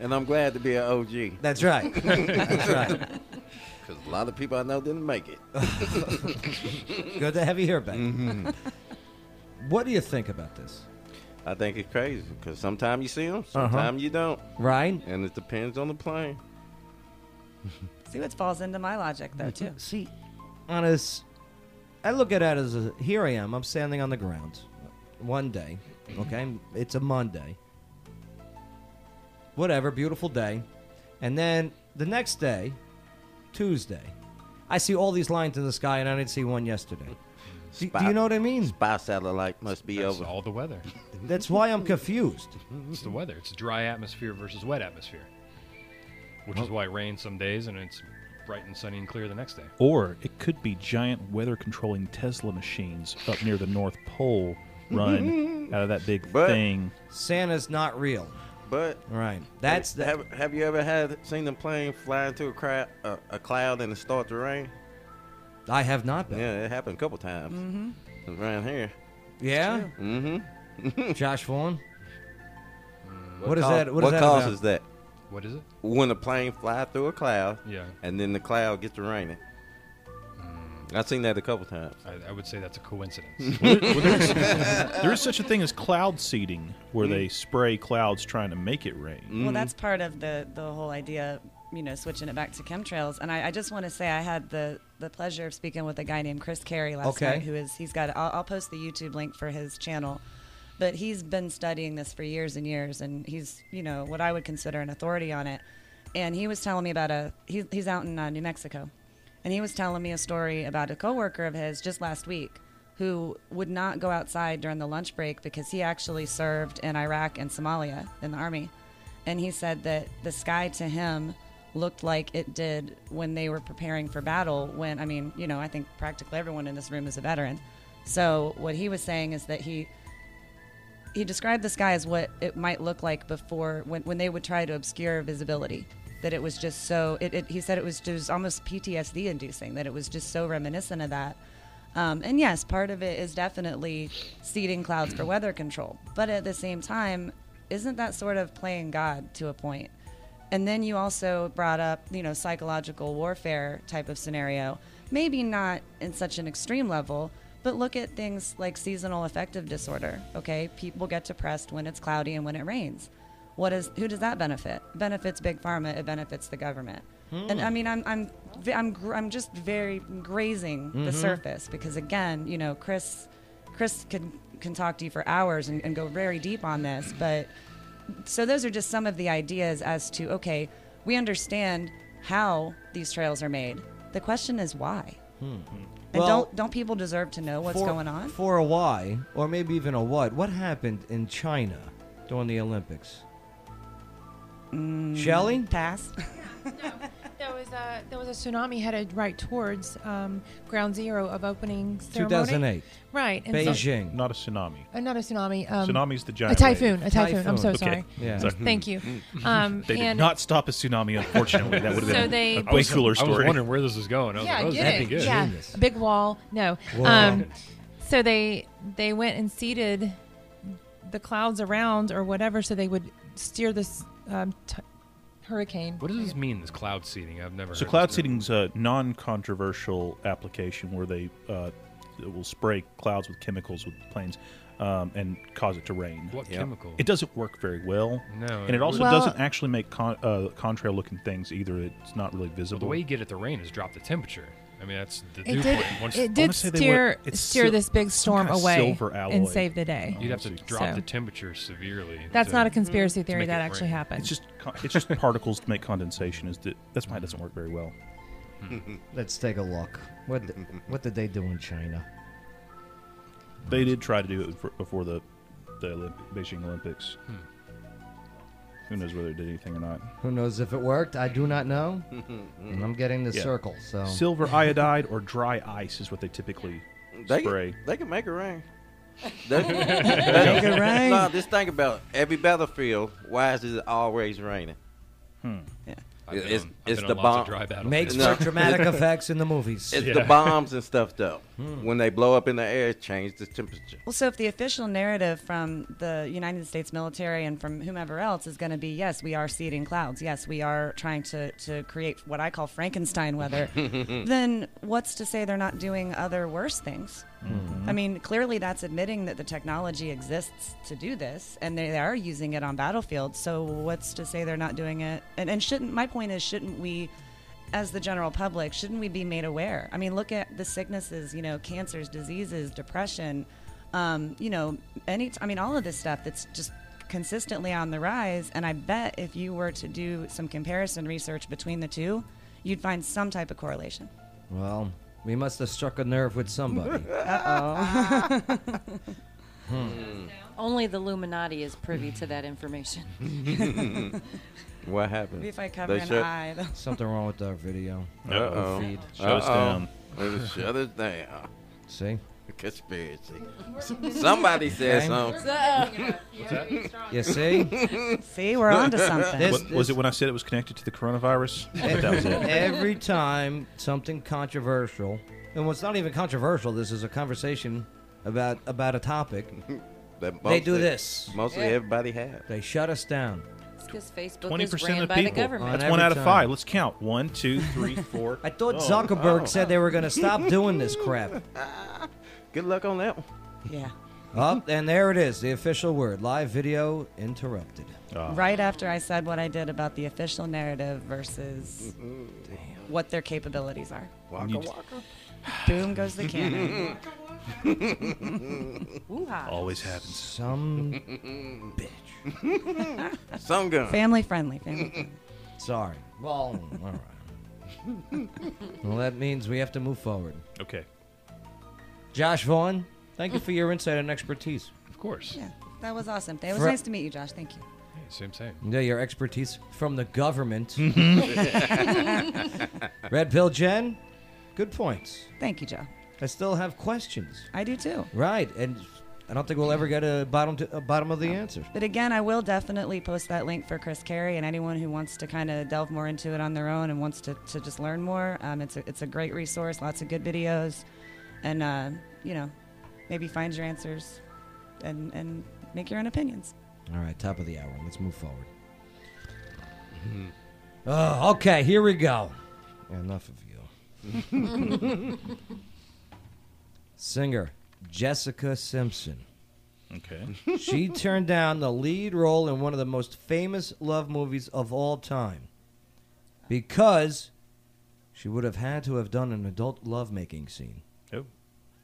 [SPEAKER 6] And I'm glad to be an OG.
[SPEAKER 2] That's right. That's right.
[SPEAKER 6] Because a lot of people I know didn't make it. Mm-hmm.
[SPEAKER 2] Good to have you here, Ben. What do you think about this?
[SPEAKER 6] I think it's crazy because sometimes you see them,
[SPEAKER 2] Uh-huh.
[SPEAKER 6] sometimes you don't.
[SPEAKER 2] Right.
[SPEAKER 6] And it depends on the plane.
[SPEAKER 4] See what falls into my logic though too.
[SPEAKER 2] See, honest, I look at it as a, here I am. I'm standing on the ground. One day, okay, it's a Monday. Whatever, beautiful day, and then the next day, Tuesday, I see all these lines in the sky, and I didn't see one yesterday. Do, do you know what I mean?
[SPEAKER 6] Spy satellite must be over.
[SPEAKER 3] All the weather.
[SPEAKER 2] That's why I'm confused.
[SPEAKER 3] It's the weather. It's dry atmosphere versus wet atmosphere, which is why it rains some days and it's bright and sunny and clear the next day.
[SPEAKER 5] Or it could be giant weather controlling Tesla machines up near the North Pole run out of that big
[SPEAKER 6] But-
[SPEAKER 5] thing.
[SPEAKER 2] Santa's not real.
[SPEAKER 6] But
[SPEAKER 2] right, that's the,
[SPEAKER 6] have, have you ever had seen the plane fly into a, cra- a, a cloud and it start to rain?
[SPEAKER 2] I have not been.
[SPEAKER 6] Yeah, it happened a couple times mm-hmm. around here.
[SPEAKER 2] Yeah.
[SPEAKER 6] Mm-hmm.
[SPEAKER 2] Josh Vaughn.
[SPEAKER 6] What,
[SPEAKER 2] What is
[SPEAKER 6] cau-
[SPEAKER 2] that- what is
[SPEAKER 6] What
[SPEAKER 2] that
[SPEAKER 6] causes
[SPEAKER 2] about?
[SPEAKER 6] that?
[SPEAKER 3] Mm. What is it?
[SPEAKER 6] When a plane fly through a cloud.
[SPEAKER 3] Yeah.
[SPEAKER 6] And then the cloud gets to raining.
[SPEAKER 3] Mm.
[SPEAKER 6] I've seen that a couple times.
[SPEAKER 3] I, I would say that's a coincidence.
[SPEAKER 5] Well, there- well, there's- there is such a thing as cloud seeding, where
[SPEAKER 13] Mm.
[SPEAKER 5] they spray clouds trying to make it rain.
[SPEAKER 4] Well, that's part of the the whole idea, you know, switching it back to chemtrails. And I, I just want to say I had the the pleasure of speaking with a guy named Chris Carey last
[SPEAKER 2] Okay.
[SPEAKER 4] night, who is he's got. I'll, I'll post the YouTube link for his channel, but he's been studying this for years and years, and he's you know what I would consider an authority on it. And he was telling me about a he's he's out in uh, New Mexico, and he was telling me a story about a coworker of his just last week who would not go outside during the lunch break because he actually served in Iraq and Somalia in the army. And he said that the sky to him looked like it did when they were preparing for battle. When, I mean, you know, I think practically everyone in this room is a veteran. So what he was saying is that he. He described the sky as what it might look like before when, when they would try to obscure visibility. That it was just so, it, it, he said it was just almost PTSD inducing, that it was just so reminiscent of that. Um, and yes, part of it is definitely seeding clouds for weather control. But at the same time, isn't that sort of playing God to a point? And then you also brought up, you know, psychological warfare type of scenario. Maybe not in such an extreme level, but look at things like seasonal affective disorder. Okay, people get depressed when it's cloudy and when it rains. What is who does that benefit? It benefits big pharma. It benefits the government. And I mean, I'm I'm v- I'm gr- I'm just very grazing
[SPEAKER 2] Mm-hmm.
[SPEAKER 4] the
[SPEAKER 14] Mhm.
[SPEAKER 4] surface because again, you know, Chris Chris can can talk to you for hours and, and go very deep on this, but so those are just some of the ideas as to okay, we understand how these trails are made. The question is why.
[SPEAKER 2] Hmm.
[SPEAKER 4] And
[SPEAKER 2] Well-
[SPEAKER 4] don't don't people deserve to know what's
[SPEAKER 2] for,
[SPEAKER 4] going on?
[SPEAKER 2] For a why, or maybe even a what. What happened in China during the Olympics?
[SPEAKER 7] Mm,
[SPEAKER 2] Shelley?
[SPEAKER 4] Pass.
[SPEAKER 13] There was a there was a tsunami headed right towards um, ground zero of opening ceremony.
[SPEAKER 5] 2008.
[SPEAKER 13] Right. and so-
[SPEAKER 5] Beijing. Not a tsunami.
[SPEAKER 13] Uh, not a tsunami. Um,
[SPEAKER 5] Tsunami's the giant
[SPEAKER 13] A typhoon.
[SPEAKER 5] wave.
[SPEAKER 13] A typhoon. I'm so
[SPEAKER 5] Okay.
[SPEAKER 13] sorry.
[SPEAKER 5] Yeah. Mm-hmm.
[SPEAKER 13] So-
[SPEAKER 5] Sorry. Mm.
[SPEAKER 13] Thank you. Um,
[SPEAKER 5] they did
[SPEAKER 13] and
[SPEAKER 5] not stop a tsunami, unfortunately. That would have
[SPEAKER 13] So
[SPEAKER 5] been
[SPEAKER 13] they-
[SPEAKER 5] a
[SPEAKER 13] I
[SPEAKER 5] way
[SPEAKER 13] was-
[SPEAKER 5] cooler
[SPEAKER 3] I
[SPEAKER 5] story.
[SPEAKER 3] was wondering where this was going. I was
[SPEAKER 13] yeah,
[SPEAKER 3] like, oh,
[SPEAKER 13] get
[SPEAKER 3] that'd be
[SPEAKER 13] it.
[SPEAKER 3] good.
[SPEAKER 13] Yeah, a big wall. No.
[SPEAKER 3] Whoa.
[SPEAKER 13] Um, so they they went and seeded the clouds around or whatever, so they would steer this um, t- hurricane.
[SPEAKER 3] What does this mean? This cloud seeding? I've never.
[SPEAKER 5] So
[SPEAKER 3] heard
[SPEAKER 5] cloud
[SPEAKER 3] this term.
[SPEAKER 5] seeding's a non-controversial application where they uh, will spray clouds with chemicals with planes um, and cause it to rain.
[SPEAKER 3] What Yep. chemical?
[SPEAKER 5] It doesn't work very well.
[SPEAKER 3] No,
[SPEAKER 5] and
[SPEAKER 3] it
[SPEAKER 5] it also
[SPEAKER 3] wouldn't.
[SPEAKER 5] doesn't actually make con- uh, contrail-looking things either. It's not really
[SPEAKER 3] Well, the
[SPEAKER 5] visible.
[SPEAKER 3] way you get at the rain is drop the temperature. I mean, that's the
[SPEAKER 13] It
[SPEAKER 3] dew
[SPEAKER 13] did.
[SPEAKER 3] point. Once-
[SPEAKER 13] It did steer steer this big storm away and save the day.
[SPEAKER 3] You'd have to drop
[SPEAKER 13] So-
[SPEAKER 3] the temperature severely.
[SPEAKER 13] That's
[SPEAKER 3] to-
[SPEAKER 13] not a conspiracy
[SPEAKER 3] Mm-hmm. to
[SPEAKER 13] theory.
[SPEAKER 3] make
[SPEAKER 13] That
[SPEAKER 3] it
[SPEAKER 13] actually
[SPEAKER 3] rain.
[SPEAKER 13] happened.
[SPEAKER 5] It's just con- it's just particles to make condensation. Is that that's why it doesn't work very well.
[SPEAKER 2] Let's take a look. What th- what did they do in China?
[SPEAKER 5] They did try to do it for- before the the Olymp- Beijing Olympics. Who knows whether it did anything or not.
[SPEAKER 2] Who knows if it worked? I do not know. and I'm getting the
[SPEAKER 5] Yeah.
[SPEAKER 2] circle. So
[SPEAKER 5] silver iodide or dry ice is what they typically
[SPEAKER 6] They
[SPEAKER 5] spray.
[SPEAKER 6] can, they can make it rain.
[SPEAKER 5] Make it rain.
[SPEAKER 6] No, just think about it. every battlefield. Why is it always raining?
[SPEAKER 5] Hmm.
[SPEAKER 4] Yeah.
[SPEAKER 6] Because
[SPEAKER 3] I've been
[SPEAKER 6] it's
[SPEAKER 3] on- I've
[SPEAKER 6] it's
[SPEAKER 3] been
[SPEAKER 6] the
[SPEAKER 3] on lots of
[SPEAKER 6] bomb.
[SPEAKER 3] dry
[SPEAKER 2] Makes
[SPEAKER 3] battlefields.
[SPEAKER 2] for dramatic effects in the movies.
[SPEAKER 6] It's
[SPEAKER 2] Yeah.
[SPEAKER 6] the bombs and stuff, though.
[SPEAKER 2] Hmm.
[SPEAKER 6] When they blow up in the air, it changes the temperature.
[SPEAKER 4] Well, so if the official narrative from the United States military and from whomever else is going to be, yes, we are seeding clouds, yes, we are trying to, to create what I call Frankenstein weather,
[SPEAKER 10] Mm.
[SPEAKER 4] then what's to say they're not doing other worse things?
[SPEAKER 15] Mm-hmm.
[SPEAKER 14] Mhm.
[SPEAKER 4] I mean, clearly that's admitting that the technology exists to do this and they are using it on battlefields. So what's to say they're not doing it? And, and shouldn't, my point is, shouldn't we as the general public, shouldn't we be made aware? I mean, look at the sicknesses, you know, cancers, diseases, depression, um, you know, any, t- I mean, all of this stuff that's just consistently on the rise. And I bet if you were to do some comparison research between the two, you'd find some type of correlation.
[SPEAKER 2] Well, we must have struck a nerve with somebody.
[SPEAKER 4] Uh oh.
[SPEAKER 2] Hmm.
[SPEAKER 7] Only the Illuminati is privy to that information.
[SPEAKER 6] What happened?
[SPEAKER 7] If I cover
[SPEAKER 6] They
[SPEAKER 7] an
[SPEAKER 6] shut-
[SPEAKER 7] eye, though.
[SPEAKER 2] Something wrong with our video.
[SPEAKER 6] Uh oh.
[SPEAKER 2] Feed.
[SPEAKER 6] Uh-oh. It was shut us down.
[SPEAKER 2] See?
[SPEAKER 6] Conspiracy. Somebody said
[SPEAKER 2] Okay.
[SPEAKER 6] something.
[SPEAKER 2] You see?
[SPEAKER 4] See, we're onto something.
[SPEAKER 2] This-
[SPEAKER 5] What- was it when I said it was connected to the coronavirus? that was it.
[SPEAKER 2] Every time something controversial, and what's not even controversial, this is a conversation about about a topic.
[SPEAKER 6] That
[SPEAKER 2] they do
[SPEAKER 6] mostly-
[SPEAKER 2] this.
[SPEAKER 6] Mostly Oh,
[SPEAKER 7] Yeah.
[SPEAKER 6] everybody have.
[SPEAKER 2] They shut us down.
[SPEAKER 7] Because Facebook
[SPEAKER 5] Twenty
[SPEAKER 7] is
[SPEAKER 5] percent
[SPEAKER 7] ran
[SPEAKER 5] of
[SPEAKER 7] by the
[SPEAKER 5] people.
[SPEAKER 7] government.
[SPEAKER 5] That's
[SPEAKER 2] On
[SPEAKER 5] one
[SPEAKER 2] every
[SPEAKER 5] out of
[SPEAKER 2] time.
[SPEAKER 5] five. Let's count. One, two, three, four.
[SPEAKER 2] I thought
[SPEAKER 5] Oh.
[SPEAKER 2] Zuckerberg
[SPEAKER 5] Oh.
[SPEAKER 2] said they were going to stop doing this crap.
[SPEAKER 6] Good luck on that one.
[SPEAKER 4] Yeah.
[SPEAKER 2] Up and there it is, the official word. Live video interrupted.
[SPEAKER 6] Oh.
[SPEAKER 4] Right after I said what I did about the official narrative versus what their capabilities are.
[SPEAKER 6] Waka waka.
[SPEAKER 4] Boom goes the cannon.
[SPEAKER 5] Always happens.
[SPEAKER 2] Some
[SPEAKER 6] bitch. Some gun.
[SPEAKER 4] Family friendly, family friendly.
[SPEAKER 2] Sorry. Well, all right. well, that means we have to move forward.
[SPEAKER 5] Okay.
[SPEAKER 2] Josh Vaughn, thank you for your insight and expertise.
[SPEAKER 3] Of course.
[SPEAKER 4] Yeah, that was awesome. It was
[SPEAKER 2] Fra-
[SPEAKER 4] nice to meet you, Josh. Thank you.
[SPEAKER 3] Same, same.
[SPEAKER 2] Yeah, your expertise from the government. Red Pill Jen, good points.
[SPEAKER 4] Thank you, Joe.
[SPEAKER 2] I still have questions.
[SPEAKER 4] I do too.
[SPEAKER 2] Right, and I don't think we'll ever get a bottom to, a bottom of the answer.
[SPEAKER 4] But again, I will definitely post that link for Chris Carey and anyone who wants to kind of delve more into it on their own and wants to, to just learn more. Um, it's, a, it's a great resource, lots of good videos. And, uh, you know, maybe find your answers and, and make your own opinions.
[SPEAKER 2] All right, top of the hour. Let's move forward. Oh, okay, here we go. Enough of you. Singer Jessica Simpson.
[SPEAKER 5] Okay.
[SPEAKER 2] she turned down the lead role in one of the most famous love movies of all time because she would have had to have done an adult lovemaking scene.
[SPEAKER 5] Oh.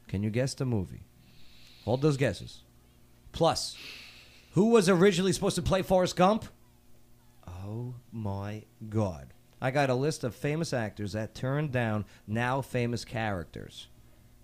[SPEAKER 2] Can you guess the movie? Hold those guesses. Plus, who was originally supposed to play Forrest Gump? Oh my God. I got a list of famous actors that turned down now famous characters.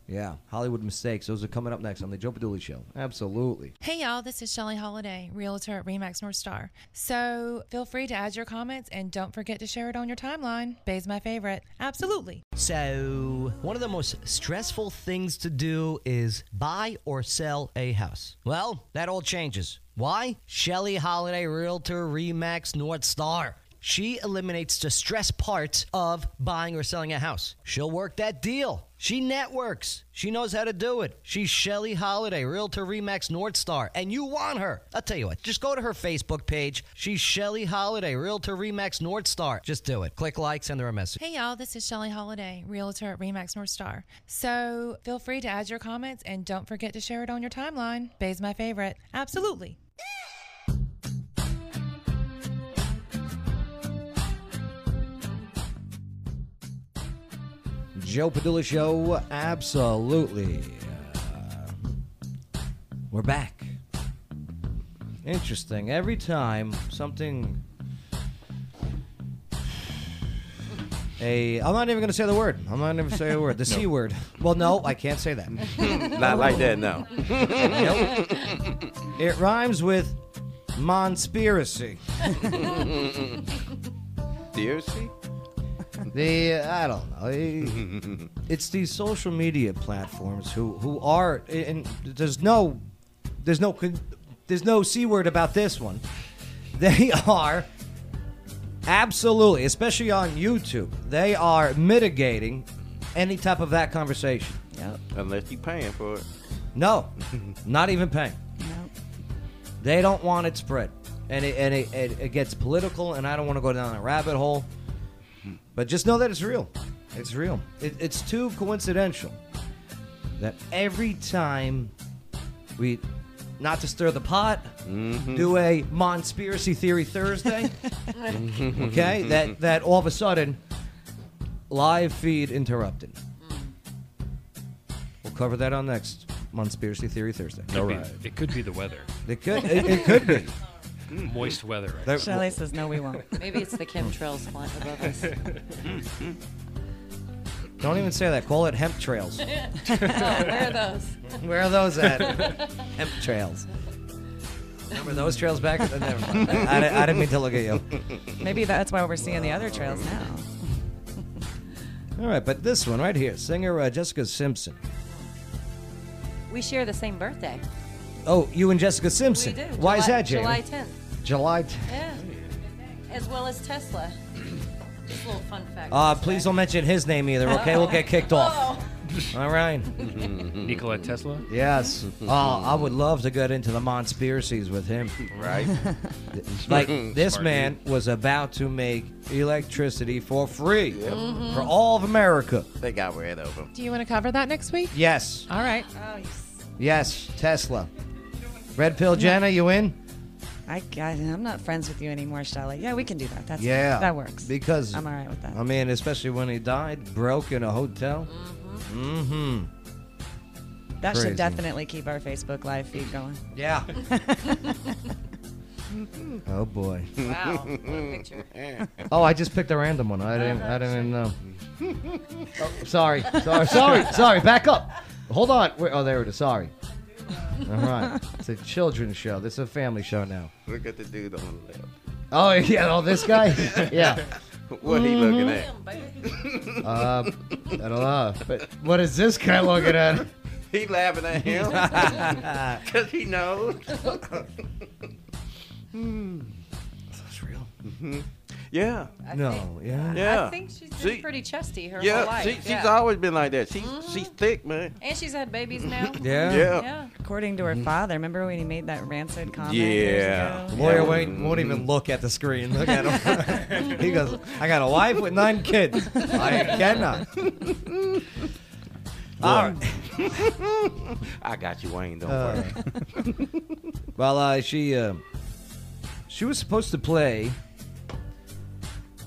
[SPEAKER 2] Yeah, Hollywood mistakes. Those are coming up next on the Joe Padula Show. Absolutely.
[SPEAKER 13] Hey y'all, this is Shelly Holiday, realtor at Remax North Star. So feel free to add your comments and don't forget to share it on your timeline. Bay's my favorite. Absolutely.
[SPEAKER 15] So, one of the most stressful things to do is buy or sell a house. Well, that all changes. Why? Shelly Holiday Realtor Remax North Star. She eliminates the stress parts of buying or selling a house. She'll work that deal. She networks. She knows how to do it. She's Shelly Holiday, Realtor Remax North Star, and you want her. I'll tell you what, just go to her Facebook page. She's Shelly Holiday, Realtor Remax North Star. Just do it. Click like, send her a message.
[SPEAKER 13] Hey y'all, this is Shelly Holiday, realtor at Remax North Star. So feel free to add your comments and don't forget to share it on your timeline. Bay's my favorite. Absolutely.
[SPEAKER 2] Joe Padula Show, absolutely. Uh, we're back. Interesting. Every time something. A, I'm not even going to say the word. I'm not going to say a word. The C word. Well, no, I can't say that.
[SPEAKER 6] Not like that, no.
[SPEAKER 2] Nope. It rhymes with Monspiracy.
[SPEAKER 6] Seriously?
[SPEAKER 2] the I don't know. It's these social media platforms who who are and there's no there's no con- there's no c word about this one. They are Absolutely, especially on YouTube. They are mitigating any type of that conversation.
[SPEAKER 6] Yeah. Unless you paying for it.
[SPEAKER 2] No, not even paying. They don't want it spread, and it, and it, it, it gets political. And I don't want to go down that rabbit hole. But just know that it's real. It's real. It, it's too coincidental that every time we, not to stir the pot,
[SPEAKER 9] Mm-hmm.
[SPEAKER 2] do a Monspiracy Theory Thursday. okay, that that all of a sudden, live feed interrupted. We'll cover that on next Monspiracy Theory Thursday.
[SPEAKER 3] Could be- It could be the weather. Mm,
[SPEAKER 2] It could. It, it could be.
[SPEAKER 3] Moist weather. Right?
[SPEAKER 2] There-
[SPEAKER 4] Shelley says, no, we won't.
[SPEAKER 7] Maybe it's the chemtrails flying above us.
[SPEAKER 2] Don't even say that. Call it hemp trails.
[SPEAKER 7] oh, where are those?
[SPEAKER 2] Where are those at? hemp trails. Remember those trails back? uh, Never mind. I, di- I didn't mean to look at you.
[SPEAKER 4] Maybe that's why we're seeing the other trails now.
[SPEAKER 2] All right, but this one right here, singer uh, Jessica Simpson.
[SPEAKER 7] We share the same birthday.
[SPEAKER 2] Oh, you and Jessica Simpson.
[SPEAKER 7] We do.
[SPEAKER 2] Why is
[SPEAKER 7] July-
[SPEAKER 2] that, Jay?
[SPEAKER 7] July 10th.
[SPEAKER 2] July. T-
[SPEAKER 7] Yeah. As well as Tesla. Just a little fun fact.
[SPEAKER 2] uh, please don't mention his name either. Okay, we'll get kicked off.
[SPEAKER 7] Oh.
[SPEAKER 2] All right.
[SPEAKER 3] Nikola Tesla.
[SPEAKER 2] Yes. Oh, I would love to get into the conspiracies with him.
[SPEAKER 3] Right.
[SPEAKER 2] like
[SPEAKER 3] Smart
[SPEAKER 2] this
[SPEAKER 3] dude.
[SPEAKER 2] man was about to make electricity for free
[SPEAKER 4] Mm-hmm.
[SPEAKER 13] Mhm.
[SPEAKER 2] for all of America.
[SPEAKER 6] They got rid of him.
[SPEAKER 13] Do you want to cover that next week?
[SPEAKER 2] Yes.
[SPEAKER 13] All right.
[SPEAKER 2] Yes, Tesla. Red pill, Jenna. You in?
[SPEAKER 4] I, I, am not friends with you anymore, Shelley. Yeah, we can do that. That's
[SPEAKER 2] yeah,
[SPEAKER 4] That works.
[SPEAKER 2] Because
[SPEAKER 4] I'm all right with that.
[SPEAKER 2] I mean, especially when he died broke in a hotel. Mm-hmm.
[SPEAKER 4] That
[SPEAKER 2] Crazy.
[SPEAKER 4] should definitely keep our Facebook live feed going.
[SPEAKER 2] Yeah. Oh boy.
[SPEAKER 7] Mm-hmm. Wow. What a picture.
[SPEAKER 2] Oh, I just picked a random one. I didn't. I didn't even know. Oh, sorry. Sorry. Sorry. Sorry. Back up. Hold on. Wait, oh, there it is. Sorry. All right. It's a children's show. This is a family show now.
[SPEAKER 6] Look at the dude on the left.
[SPEAKER 2] Oh yeah. Oh, this guy. Yeah.
[SPEAKER 6] What he looking at?
[SPEAKER 14] Mm-hmm.
[SPEAKER 2] Mhm. Uh, I don't know. But what is this guy looking at?
[SPEAKER 6] He laughing at him because he knows.
[SPEAKER 8] Hmm.
[SPEAKER 2] That's real.
[SPEAKER 6] Mhm. Yeah.
[SPEAKER 2] no. yeah.
[SPEAKER 6] Yeah.
[SPEAKER 7] I think she's been
[SPEAKER 6] See-
[SPEAKER 7] pretty chesty her
[SPEAKER 6] yeah,
[SPEAKER 7] whole life.
[SPEAKER 6] she- she's
[SPEAKER 7] yeah. Mm-hmm.
[SPEAKER 6] always been like that. She's she's thick, man.
[SPEAKER 7] And she's had babies now.
[SPEAKER 6] Yeah. Yeah.
[SPEAKER 4] According to her father, remember when he made that rancid comment?
[SPEAKER 6] Yeah.
[SPEAKER 2] Lawyer Wayne won't even look at the screen. Look at him. he goes, "I got a wife with nine kids. I cannot." All right.
[SPEAKER 6] I got you, Wayne. Don't
[SPEAKER 2] Uh,
[SPEAKER 6] worry.
[SPEAKER 2] Well, uh, she uh, she was supposed to play.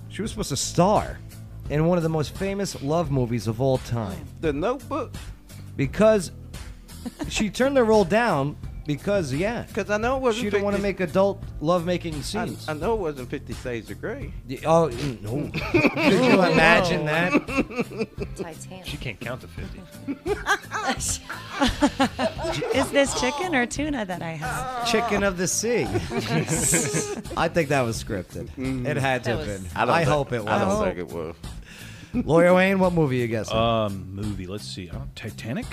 [SPEAKER 2] She was supposed to star in one of the most famous love movies of all time,
[SPEAKER 6] The Notebook.
[SPEAKER 2] because she turned the role down because yeah,
[SPEAKER 6] because I know it wasn't
[SPEAKER 2] she didn't want to
[SPEAKER 6] 50
[SPEAKER 2] make adult love making
[SPEAKER 6] I,
[SPEAKER 2] scenes.
[SPEAKER 6] I know it wasn't 50 Shades of Grey.
[SPEAKER 2] Y- Oh no! Could you imagine that?
[SPEAKER 7] Titanic.
[SPEAKER 3] She can't count to fifty.
[SPEAKER 4] Is this chicken or tuna that I have?
[SPEAKER 2] Chicken of the Sea. I think that was scripted. It had to have
[SPEAKER 4] That was-
[SPEAKER 2] been.
[SPEAKER 4] I
[SPEAKER 2] I,
[SPEAKER 6] don't think-
[SPEAKER 2] hope it was.
[SPEAKER 6] Mm-hmm. I don't think it was.
[SPEAKER 2] Lawyer Wayne, what movie you guessing?
[SPEAKER 5] Um, movie. Let's see. I don't, Titanic.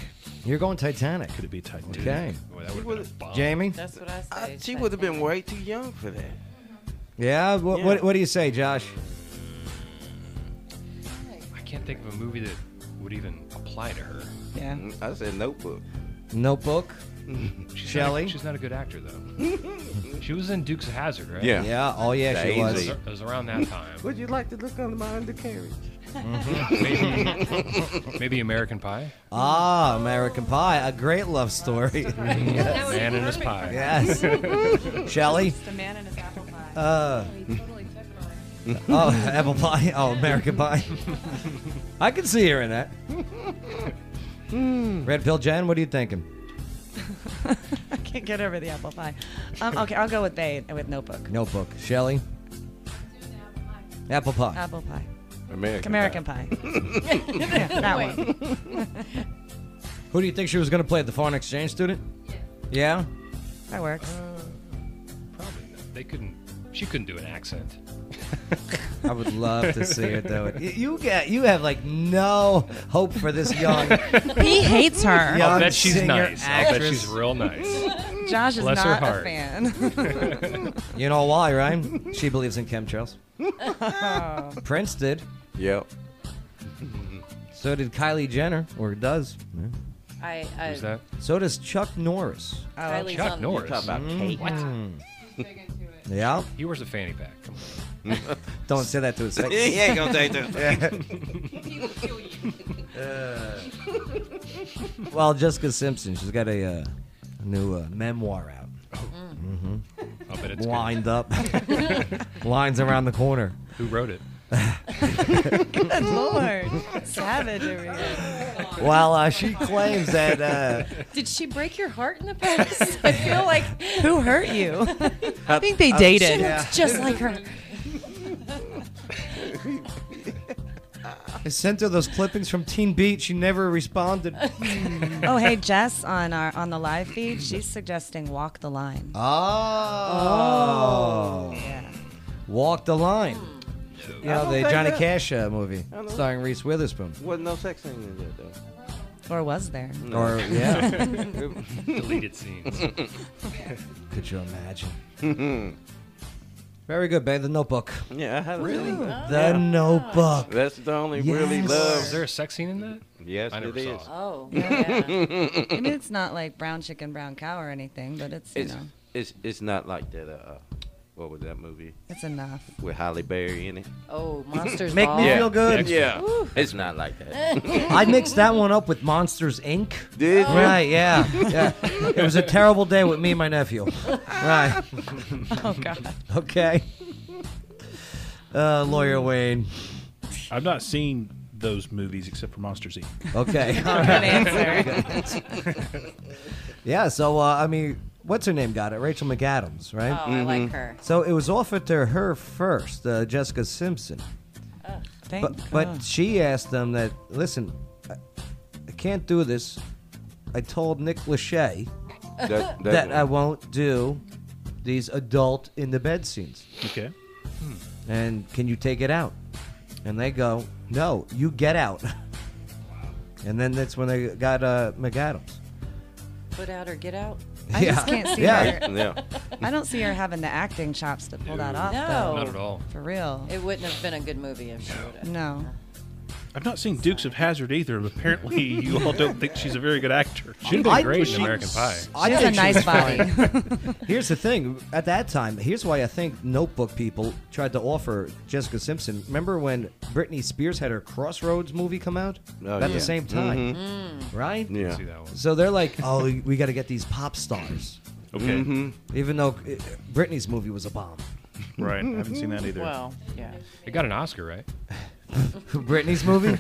[SPEAKER 2] You're going Titanic.
[SPEAKER 5] Could it be Titanic?
[SPEAKER 2] Okay.
[SPEAKER 5] Boy,
[SPEAKER 6] that would've been a bomb.
[SPEAKER 2] Jamie?
[SPEAKER 7] That's what I say.
[SPEAKER 6] She would have been way too young for that.
[SPEAKER 2] Yeah? What,
[SPEAKER 6] Yeah.
[SPEAKER 2] What, what do you say, Josh?
[SPEAKER 3] I can't think of a movie that would even apply to her.
[SPEAKER 4] Yeah.
[SPEAKER 6] Mm, I said Notebook.
[SPEAKER 2] Notebook?
[SPEAKER 3] She's
[SPEAKER 2] Shelley?
[SPEAKER 3] Not a, she's not a good actor though. she was in Dukes of Hazard, right?
[SPEAKER 2] Yeah. Yeah, oh, yeah, she was.
[SPEAKER 3] It was around that time.
[SPEAKER 6] Would you like to look under my undercarriage? Mm-hmm.
[SPEAKER 3] maybe, maybe American Pie.
[SPEAKER 2] Ah, American Pie. A great love story.
[SPEAKER 3] That would be Man and his perfect. pie.
[SPEAKER 2] Yes. Shelley?
[SPEAKER 4] Just a man and his apple pie.
[SPEAKER 2] Uh, oh, apple pie. Oh, American pie. I can see her in that. Red Pill Jen, what are you thinking?
[SPEAKER 4] I can't get over the apple pie. Um, okay, I'll go with Babe with Notebook.
[SPEAKER 2] Notebook. Shelly? Apple pie.
[SPEAKER 4] Apple pie.
[SPEAKER 6] American
[SPEAKER 4] American pie. Yeah, that one.
[SPEAKER 2] Who do you think she was going to play? The foreign exchange student? Yeah.
[SPEAKER 4] that works.
[SPEAKER 3] Uh, They couldn't. She couldn't do an accent.
[SPEAKER 2] I would love to see her do it. Y- You get, you have like no hope for this young.
[SPEAKER 4] He hates her.
[SPEAKER 3] I'll
[SPEAKER 2] young
[SPEAKER 3] bet she's
[SPEAKER 2] singer,
[SPEAKER 3] nice. I'll bet
[SPEAKER 2] actress.
[SPEAKER 3] she's real nice.
[SPEAKER 4] Josh is
[SPEAKER 2] Bless her
[SPEAKER 4] not a
[SPEAKER 2] heart.
[SPEAKER 4] fan.
[SPEAKER 2] You know why, right? She believes in chemtrails.
[SPEAKER 4] Oh.
[SPEAKER 2] Prince did.
[SPEAKER 6] Yep.
[SPEAKER 2] So did Kylie Jenner, or does. Yeah.
[SPEAKER 7] I, I
[SPEAKER 2] So does Chuck Norris.
[SPEAKER 7] Oh, Kylie's Chuck on-
[SPEAKER 3] Norris? You're talking about cake? What?
[SPEAKER 2] Mm. Yeah.
[SPEAKER 3] He wears a fanny pack. Come on.
[SPEAKER 2] Don't say that to his face.
[SPEAKER 3] He ain't gonna say that.
[SPEAKER 7] He will kill you.
[SPEAKER 2] Uh, well, Jessica Simpson, she's got a, uh, new uh, memoir out. Mm-hmm.
[SPEAKER 3] I bet it's good.
[SPEAKER 2] Lined up. Lines around the corner.
[SPEAKER 3] Who wrote it?
[SPEAKER 4] Good lord. Savage over here.
[SPEAKER 2] Well, uh, she claims that uh,
[SPEAKER 14] Did she break your heart in the past? I feel like
[SPEAKER 4] Who hurt you?
[SPEAKER 2] I think they Uh, dated.
[SPEAKER 14] She
[SPEAKER 2] yeah.
[SPEAKER 14] looked just like her.
[SPEAKER 2] I sent her those clippings from Teen Beat. She never responded.
[SPEAKER 4] oh, hey, Jess on our on the live feed, she's suggesting walk the line.
[SPEAKER 2] Oh.
[SPEAKER 4] Yeah.
[SPEAKER 2] Walk the line. You know,
[SPEAKER 6] I don't
[SPEAKER 2] the
[SPEAKER 6] think
[SPEAKER 2] Johnny
[SPEAKER 6] that-
[SPEAKER 2] Cash uh, movie
[SPEAKER 6] I don't-
[SPEAKER 2] starring Reese Witherspoon.
[SPEAKER 6] Wasn't no sex scene in there though.
[SPEAKER 4] Or was there?
[SPEAKER 6] No.
[SPEAKER 2] Mm. Or, yeah.
[SPEAKER 3] Deleted scenes.
[SPEAKER 2] Could you imagine? Very good, babe. The Notebook.
[SPEAKER 6] Yeah, I have
[SPEAKER 2] Really?
[SPEAKER 6] Seen
[SPEAKER 2] The
[SPEAKER 6] that.
[SPEAKER 2] Notebook.
[SPEAKER 6] That's the only really
[SPEAKER 2] Yes.
[SPEAKER 6] love.
[SPEAKER 3] Is there a sex scene in that?
[SPEAKER 6] Yes,
[SPEAKER 3] I never
[SPEAKER 6] it
[SPEAKER 3] saw
[SPEAKER 6] is.
[SPEAKER 3] it.
[SPEAKER 4] Oh, yeah. I mean, it's not like brown chicken, brown cow or anything, but it's, you
[SPEAKER 6] It's,
[SPEAKER 4] know,
[SPEAKER 6] it's it's not like that. Uh, what was that movie?
[SPEAKER 4] it's enough.
[SPEAKER 6] With Halle Berry in it.
[SPEAKER 7] Oh, Monsters
[SPEAKER 2] Make me
[SPEAKER 6] Yeah.
[SPEAKER 2] feel good.
[SPEAKER 6] Yeah, it's not like that.
[SPEAKER 2] I mixed that one up with Monsters Inc.
[SPEAKER 6] Did you?
[SPEAKER 2] Right, yeah. yeah. It was a terrible day with me and my nephew. Right.
[SPEAKER 4] Oh, God.
[SPEAKER 2] Okay. Uh, lawyer Wayne.
[SPEAKER 5] I've not seen those movies except for Monsters Inc.
[SPEAKER 2] Okay. All right. Good answer. Yeah, so, uh, I mean, what's her name got it? Rachel McAdams, right?
[SPEAKER 7] Oh, I
[SPEAKER 6] Mm-hmm.
[SPEAKER 7] like Mhm. her.
[SPEAKER 2] So it was offered to her first, uh, Jessica Simpson.
[SPEAKER 4] Thank
[SPEAKER 2] but, but she asked them that, listen, I, I can't do this. I told Nick Lachey
[SPEAKER 6] That-
[SPEAKER 2] that,
[SPEAKER 6] that
[SPEAKER 2] I
[SPEAKER 6] one.
[SPEAKER 2] won't do these adult in the bed scenes. Hmm.
[SPEAKER 5] Okay.
[SPEAKER 2] And can you take it out? And they go, no, you get out. And then that's when they got uh, McAdams.
[SPEAKER 7] Put out or get out.
[SPEAKER 4] I just can't see
[SPEAKER 2] Yeah.
[SPEAKER 4] her.
[SPEAKER 2] Yeah.
[SPEAKER 4] I don't see her having the acting chops to pull that off,
[SPEAKER 7] No.
[SPEAKER 4] though.
[SPEAKER 7] Not at all.
[SPEAKER 4] For real.
[SPEAKER 7] It wouldn't have been a good movie if she would have.
[SPEAKER 4] No.
[SPEAKER 5] I've not seen Dukes of Hazard either. But apparently, you all don't think she's a very good actor.
[SPEAKER 2] She'd been I- great in
[SPEAKER 5] She-
[SPEAKER 2] American
[SPEAKER 3] Pie.
[SPEAKER 2] I
[SPEAKER 4] She has
[SPEAKER 2] think
[SPEAKER 4] a nice
[SPEAKER 2] she's
[SPEAKER 4] body.
[SPEAKER 2] fine. here's the thing. At that time, here's why I think Notebook people tried to offer Jessica Simpson. Remember when Britney Spears had her Crossroads movie come out?
[SPEAKER 6] Oh,
[SPEAKER 2] About
[SPEAKER 6] yeah.
[SPEAKER 2] the same time.
[SPEAKER 6] Mhm. Mm.
[SPEAKER 2] Right?
[SPEAKER 6] Yeah. See that one.
[SPEAKER 2] So they're like, oh, we got to get these pop stars.
[SPEAKER 5] Okay.
[SPEAKER 6] Mhm.
[SPEAKER 2] Even though uh, Britney's movie was a bomb.
[SPEAKER 5] Right. I haven't seen that either.
[SPEAKER 7] Well, yeah.
[SPEAKER 3] It got an Oscar, right?
[SPEAKER 2] Britney's movie?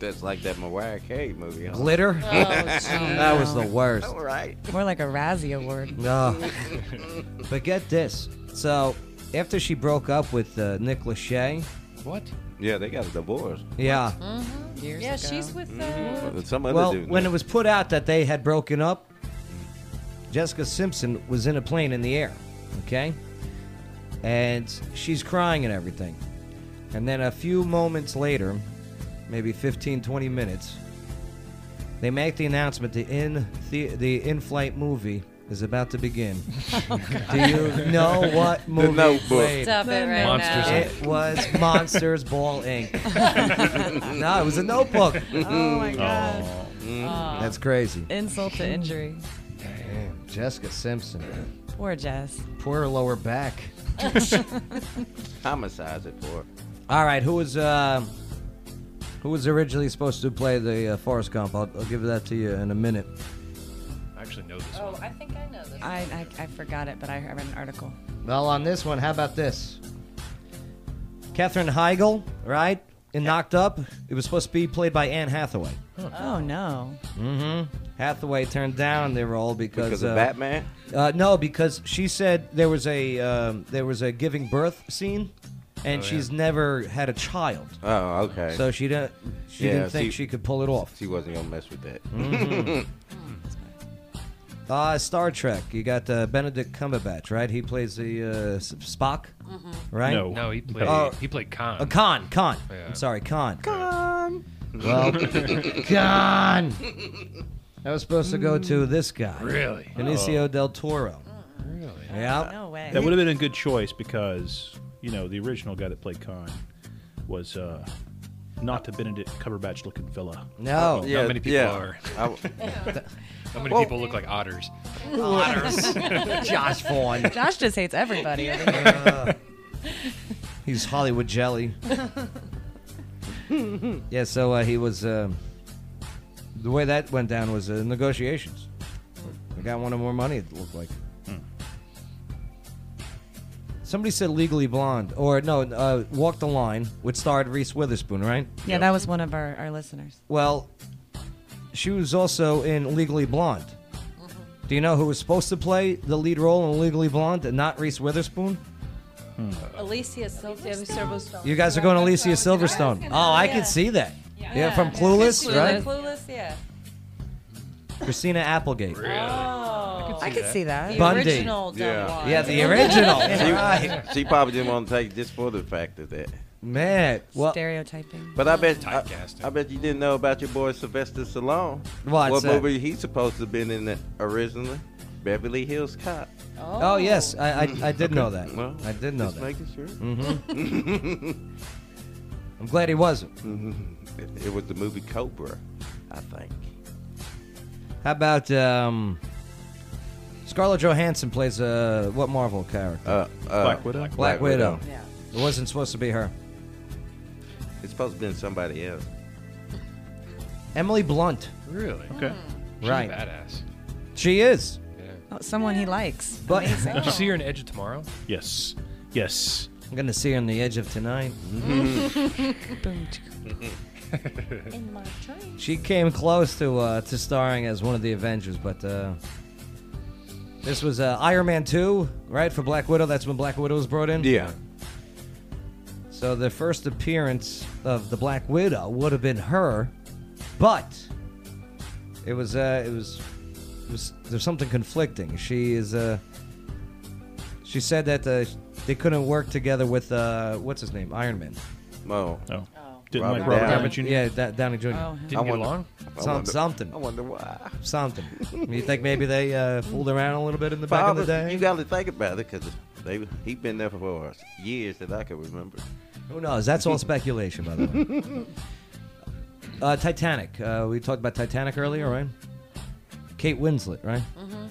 [SPEAKER 6] That's like that Mariah Carey movie. huh?
[SPEAKER 2] Glitter? Oh, geez. That was the worst.
[SPEAKER 6] All right.
[SPEAKER 4] More like a Razzie Award.
[SPEAKER 2] No. Ah. but get this. So after she broke up with uh, Nick Lachey,
[SPEAKER 3] What?
[SPEAKER 6] Yeah, they got a divorce.
[SPEAKER 2] yeah.
[SPEAKER 4] Mm-hmm.
[SPEAKER 7] Years yeah, she's with uh,
[SPEAKER 6] Some other
[SPEAKER 2] well,
[SPEAKER 6] dude.
[SPEAKER 2] when it was put out that they had broken up, Jessica Simpson was in a plane in the air, okay? And she's crying and everything. And then a few moments later, maybe 15, 20 minutes, they make the announcement the in the, the in-flight movie is about to begin.
[SPEAKER 7] Oh,
[SPEAKER 2] Do you know what
[SPEAKER 6] The
[SPEAKER 2] movie
[SPEAKER 6] Notebook.
[SPEAKER 2] played?
[SPEAKER 7] Stop it right Monsters, now.
[SPEAKER 2] It was Monsters Ball Inc. no, it was a Notebook.
[SPEAKER 4] Oh, my God.
[SPEAKER 2] Mm. That's crazy.
[SPEAKER 4] Uh, Insult to injury.
[SPEAKER 2] Damn, Jessica Simpson.
[SPEAKER 4] Poor Jess.
[SPEAKER 2] Poor lower back.
[SPEAKER 6] Homicides it for.
[SPEAKER 2] All right, who was uh, who was originally supposed to play the uh, Forrest Gump? I'll, I'll give that to you in a minute.
[SPEAKER 3] I actually know this
[SPEAKER 7] Oh, I think I know this.
[SPEAKER 4] I, I, I forgot it, but I read an article.
[SPEAKER 2] Well, on this one, how about this? Katherine Heigl, right? In Knocked Up, it was supposed to be played by Anne Hathaway.
[SPEAKER 4] Oh, no.
[SPEAKER 2] Mm-hmm. Hathaway turned down the role because
[SPEAKER 6] Because of
[SPEAKER 2] uh,
[SPEAKER 6] Batman?
[SPEAKER 2] Uh, no, because she said there was a um, there was a giving birth scene, and
[SPEAKER 6] Oh, yeah.
[SPEAKER 2] she's never had a child.
[SPEAKER 6] Oh, okay.
[SPEAKER 2] So she didn't she
[SPEAKER 6] Yeah,
[SPEAKER 2] didn't think she, could pull it off.
[SPEAKER 6] She wasn't gonna mess with that.
[SPEAKER 2] Mhm. Uh, Star Trek. You got uh, Benedict Cumberbatch, right? He plays the uh, S- Spock, Mm-hmm.
[SPEAKER 9] Mm-hmm.
[SPEAKER 2] right?
[SPEAKER 3] No. No, he played- he played Khan.
[SPEAKER 2] Uh, Khan, Khan.
[SPEAKER 3] Yeah.
[SPEAKER 2] I'm sorry, Khan.
[SPEAKER 6] Khan.
[SPEAKER 2] Well, Khan. That was supposed to go to this guy.
[SPEAKER 5] Really?
[SPEAKER 2] Benicio del Toro.
[SPEAKER 4] Oh,
[SPEAKER 5] Really?
[SPEAKER 2] Yeah. No way.
[SPEAKER 5] That would have been a good choice because you know the original guy that played Khan was uh, not the Benedict Cumberbatch looking fella.
[SPEAKER 2] No.
[SPEAKER 3] Not many people are.
[SPEAKER 5] I
[SPEAKER 3] How many
[SPEAKER 5] Well-
[SPEAKER 3] people look like otters?
[SPEAKER 2] Josh Vaughn.
[SPEAKER 4] Josh just hates everybody. over here.
[SPEAKER 2] Uh, he's Hollywood jelly. Yeah, so uh, he was. um the way that went down was uh, negotiations. The guy wanted more money, it looked like. Somebody said Legally Blonde, or no, uh, Walk the Line, which starred Reese Witherspoon, right?
[SPEAKER 4] yeah, that was one of our, our listeners.
[SPEAKER 2] Well, she was also in Legally Blonde. Do you know who was supposed to play the lead role in Legally Blonde and not Reese Witherspoon? Mm-hmm.
[SPEAKER 7] Alicia Silverstone.
[SPEAKER 2] You guys are going to Alicia Silverstone. Oh, I
[SPEAKER 7] Yeah.
[SPEAKER 2] can see that. Yeah, from
[SPEAKER 7] Yeah.
[SPEAKER 2] Clueless, right?
[SPEAKER 7] Clueless, yeah.
[SPEAKER 2] Christina Applegate.
[SPEAKER 7] Oh.
[SPEAKER 4] I could see that.
[SPEAKER 7] The
[SPEAKER 2] Bundy.
[SPEAKER 7] original Don
[SPEAKER 2] Yeah.
[SPEAKER 7] Juan.
[SPEAKER 2] Yeah, the original.
[SPEAKER 6] she, she probably didn't want to take just for the fact of that.
[SPEAKER 2] Man, well,
[SPEAKER 4] Stereotyping.
[SPEAKER 6] But I bet I, I bet you didn't know about your boy Sylvester Stallone.
[SPEAKER 2] What's
[SPEAKER 6] what
[SPEAKER 2] that?
[SPEAKER 6] movie he's supposed to have been in originally? Beverly Hills Cop.
[SPEAKER 2] oh yes, I I, I did
[SPEAKER 6] Okay.
[SPEAKER 2] know that.
[SPEAKER 6] Well,
[SPEAKER 2] I did know
[SPEAKER 6] just
[SPEAKER 2] that.
[SPEAKER 6] making sure.
[SPEAKER 2] Mhm. I'm glad he wasn't.
[SPEAKER 6] It, it was the movie Cobra, I think.
[SPEAKER 2] How about um, Scarlett Johansson plays uh, what Marvel character?
[SPEAKER 6] Uh, uh, Black Widow?
[SPEAKER 2] Black,
[SPEAKER 6] Black
[SPEAKER 2] Widow.
[SPEAKER 6] Widow. Yeah.
[SPEAKER 2] It wasn't supposed to be her.
[SPEAKER 6] It's supposed to be in somebody else.
[SPEAKER 2] Emily Blunt.
[SPEAKER 3] Really?
[SPEAKER 5] Okay.
[SPEAKER 3] She's
[SPEAKER 2] Right.
[SPEAKER 3] Badass.
[SPEAKER 2] She is.
[SPEAKER 4] Oh, someone he likes.
[SPEAKER 2] But-
[SPEAKER 4] Amazing.
[SPEAKER 3] Did you see her in Edge of Tomorrow?
[SPEAKER 5] Yes. Yes. Mm-hmm.
[SPEAKER 2] I'm gonna see her on the edge of tonight.
[SPEAKER 4] Boom.
[SPEAKER 7] In my dream.
[SPEAKER 2] She came close to uh, to starring as one of the Avengers, but uh, this was uh, Iron Man two, right? For Black Widow, that's when Black Widow was brought in.
[SPEAKER 6] Yeah.
[SPEAKER 2] So the first appearance of the Black Widow would have been her, but it was uh, it was, it was there's something conflicting. She is uh, she said that uh, they couldn't work together with uh, what's his name, Iron Man.
[SPEAKER 6] Mo.
[SPEAKER 5] Oh.
[SPEAKER 6] Didn't like Robert Downey Jr.?
[SPEAKER 2] Yeah, Da- Downey Jr.
[SPEAKER 6] Oh, Didn't I get wonder- along? I
[SPEAKER 2] Some-
[SPEAKER 6] wonder-
[SPEAKER 2] something. I
[SPEAKER 6] wonder why.
[SPEAKER 2] Something. you think maybe they uh, fooled around a little bit in the back of the
[SPEAKER 6] Father,
[SPEAKER 2] day?
[SPEAKER 6] You got to think about it because they he been there for years that I can remember.
[SPEAKER 2] Who knows? That's all speculation, by the way. Uh, Titanic. Uh, we talked about Titanic earlier, right? Kate Winslet, right?
[SPEAKER 6] Mm-hmm.
[SPEAKER 7] Mhm.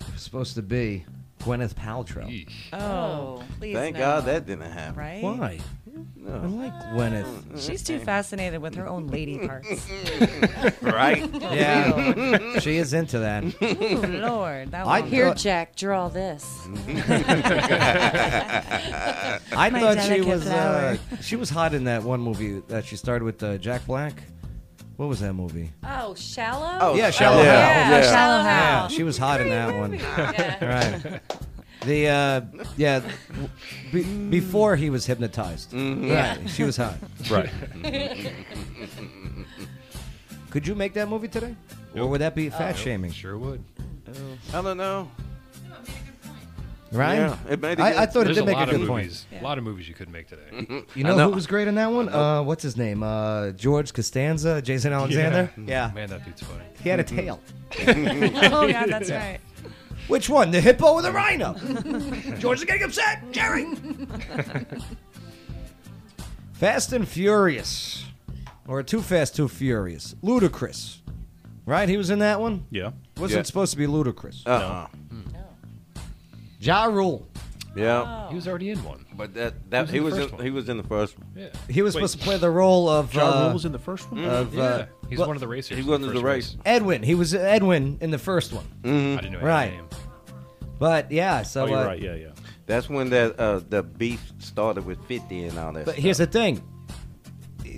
[SPEAKER 2] It was supposed to be Gwyneth Paltrow.
[SPEAKER 4] Oh, please.
[SPEAKER 6] Thank
[SPEAKER 4] no.
[SPEAKER 6] God that didn't happen.
[SPEAKER 4] Right?
[SPEAKER 2] Why?
[SPEAKER 6] No. Mm-hmm.
[SPEAKER 2] I like Gwyneth.
[SPEAKER 4] She's too fascinated with her own lady parts.
[SPEAKER 6] Right?
[SPEAKER 2] Yeah, she is into that.
[SPEAKER 4] Ooh, Lord, that
[SPEAKER 2] I
[SPEAKER 4] one.
[SPEAKER 2] Here,
[SPEAKER 7] Here,
[SPEAKER 2] thought-
[SPEAKER 7] Jack, draw this. Mm-hmm.
[SPEAKER 2] I
[SPEAKER 7] My
[SPEAKER 2] thought she
[SPEAKER 7] delicate
[SPEAKER 2] was uh,
[SPEAKER 7] flower.
[SPEAKER 2] she was hot in that one movie that she started with uh, Jack Black. What was that movie?
[SPEAKER 7] Oh, shallow.
[SPEAKER 2] yeah, Shallow
[SPEAKER 7] yeah.
[SPEAKER 2] Hal.
[SPEAKER 7] Yeah, Shallow
[SPEAKER 2] Yeah,
[SPEAKER 7] Hal.
[SPEAKER 2] she was hot in that one.
[SPEAKER 7] Yeah.
[SPEAKER 2] Right. The uh, yeah, be, before he was hypnotized.
[SPEAKER 7] Mm-hmm.
[SPEAKER 6] Yeah.
[SPEAKER 2] Right, she was hot.
[SPEAKER 6] Right.
[SPEAKER 2] Could you make that movie today, or would that be
[SPEAKER 7] Oh.
[SPEAKER 2] fat shaming?
[SPEAKER 3] Sure would.
[SPEAKER 6] I don't know.
[SPEAKER 2] Right?
[SPEAKER 6] Yeah, it made a
[SPEAKER 2] I,
[SPEAKER 6] good-
[SPEAKER 2] I thought
[SPEAKER 6] There's
[SPEAKER 2] it
[SPEAKER 6] a
[SPEAKER 2] did make a
[SPEAKER 6] lot of
[SPEAKER 2] good point.
[SPEAKER 3] Movies. A lot of movies you could make today.
[SPEAKER 2] You
[SPEAKER 6] I
[SPEAKER 2] know,
[SPEAKER 6] know.
[SPEAKER 2] who was great in that one? Uh, what's his name? Uh, George Costanza, Jason Alexander.
[SPEAKER 6] Mm-hmm.
[SPEAKER 3] Mm-hmm. Man, that dude's funny.
[SPEAKER 2] He had a tail.
[SPEAKER 3] Oh, yeah, that's Yeah.
[SPEAKER 4] right.
[SPEAKER 2] Which one? The hippo or the rhino? George is getting upset. Jerry. Fast and Furious, or Too Fast, Too Furious. Ludacris, right? He was in that one.
[SPEAKER 5] Yeah.
[SPEAKER 2] Wasn't
[SPEAKER 5] Yeah.
[SPEAKER 2] supposed to be Ludacris.
[SPEAKER 6] Uh-uh.
[SPEAKER 2] Ja Rule.
[SPEAKER 6] Yeah.
[SPEAKER 3] He was already in one.
[SPEAKER 6] But that that he
[SPEAKER 3] He was
[SPEAKER 6] was
[SPEAKER 3] in the
[SPEAKER 6] in,
[SPEAKER 3] first
[SPEAKER 6] he was in the first. one.
[SPEAKER 3] Yeah.
[SPEAKER 2] He was supposed to play the role of.
[SPEAKER 5] Ja
[SPEAKER 2] uh,
[SPEAKER 5] Rule was in the first one?
[SPEAKER 2] Of,
[SPEAKER 5] Yeah.
[SPEAKER 2] uh,
[SPEAKER 3] He's
[SPEAKER 2] well,
[SPEAKER 3] one of the racers.
[SPEAKER 6] He
[SPEAKER 3] in
[SPEAKER 6] wasn't the
[SPEAKER 3] first
[SPEAKER 6] race.
[SPEAKER 2] Edwin. He was Edwin in the first one.
[SPEAKER 6] Mm-hmm.
[SPEAKER 3] I didn't know he had a
[SPEAKER 2] Right.
[SPEAKER 3] name.
[SPEAKER 2] But yeah, so. uh,
[SPEAKER 5] Oh, Yeah, yeah.
[SPEAKER 6] That's when that uh, the beef started with Fifty and all that.
[SPEAKER 2] But here's the thing: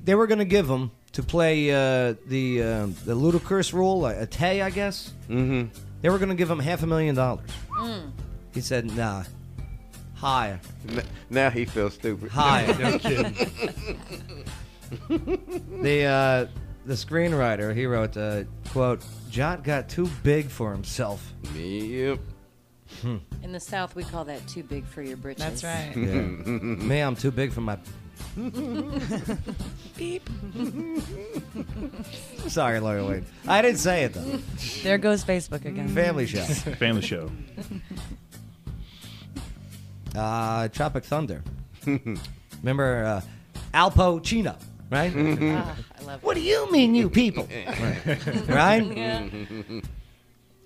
[SPEAKER 2] they were going to give him to play uh, the uh, the ludicrous rule, a, a Tay, I guess. Mm-hmm. They were going to give him half a million dollars.
[SPEAKER 7] Mm.
[SPEAKER 2] He said, "Nah, higher,
[SPEAKER 6] stuff. N- now he feels stupid.
[SPEAKER 2] higher." the uh, the screenwriter he wrote, uh, "quote Jot got too big for himself."
[SPEAKER 6] Yep.
[SPEAKER 7] In the South, we call that too big for your britches.
[SPEAKER 4] That's right.
[SPEAKER 2] Yeah. Me, I'm too big for my
[SPEAKER 4] Beep.
[SPEAKER 2] Sorry, Lawyer Wayne. I didn't say it though.
[SPEAKER 4] there goes Facebook again.
[SPEAKER 2] Family show.
[SPEAKER 5] Family show.
[SPEAKER 2] Uh, Tropic Thunder. Remember uh, Alpo Chino, right?
[SPEAKER 8] Ah, I love
[SPEAKER 2] what do
[SPEAKER 8] him.
[SPEAKER 2] you mean, you people?
[SPEAKER 8] Right.
[SPEAKER 2] right?
[SPEAKER 8] Yeah.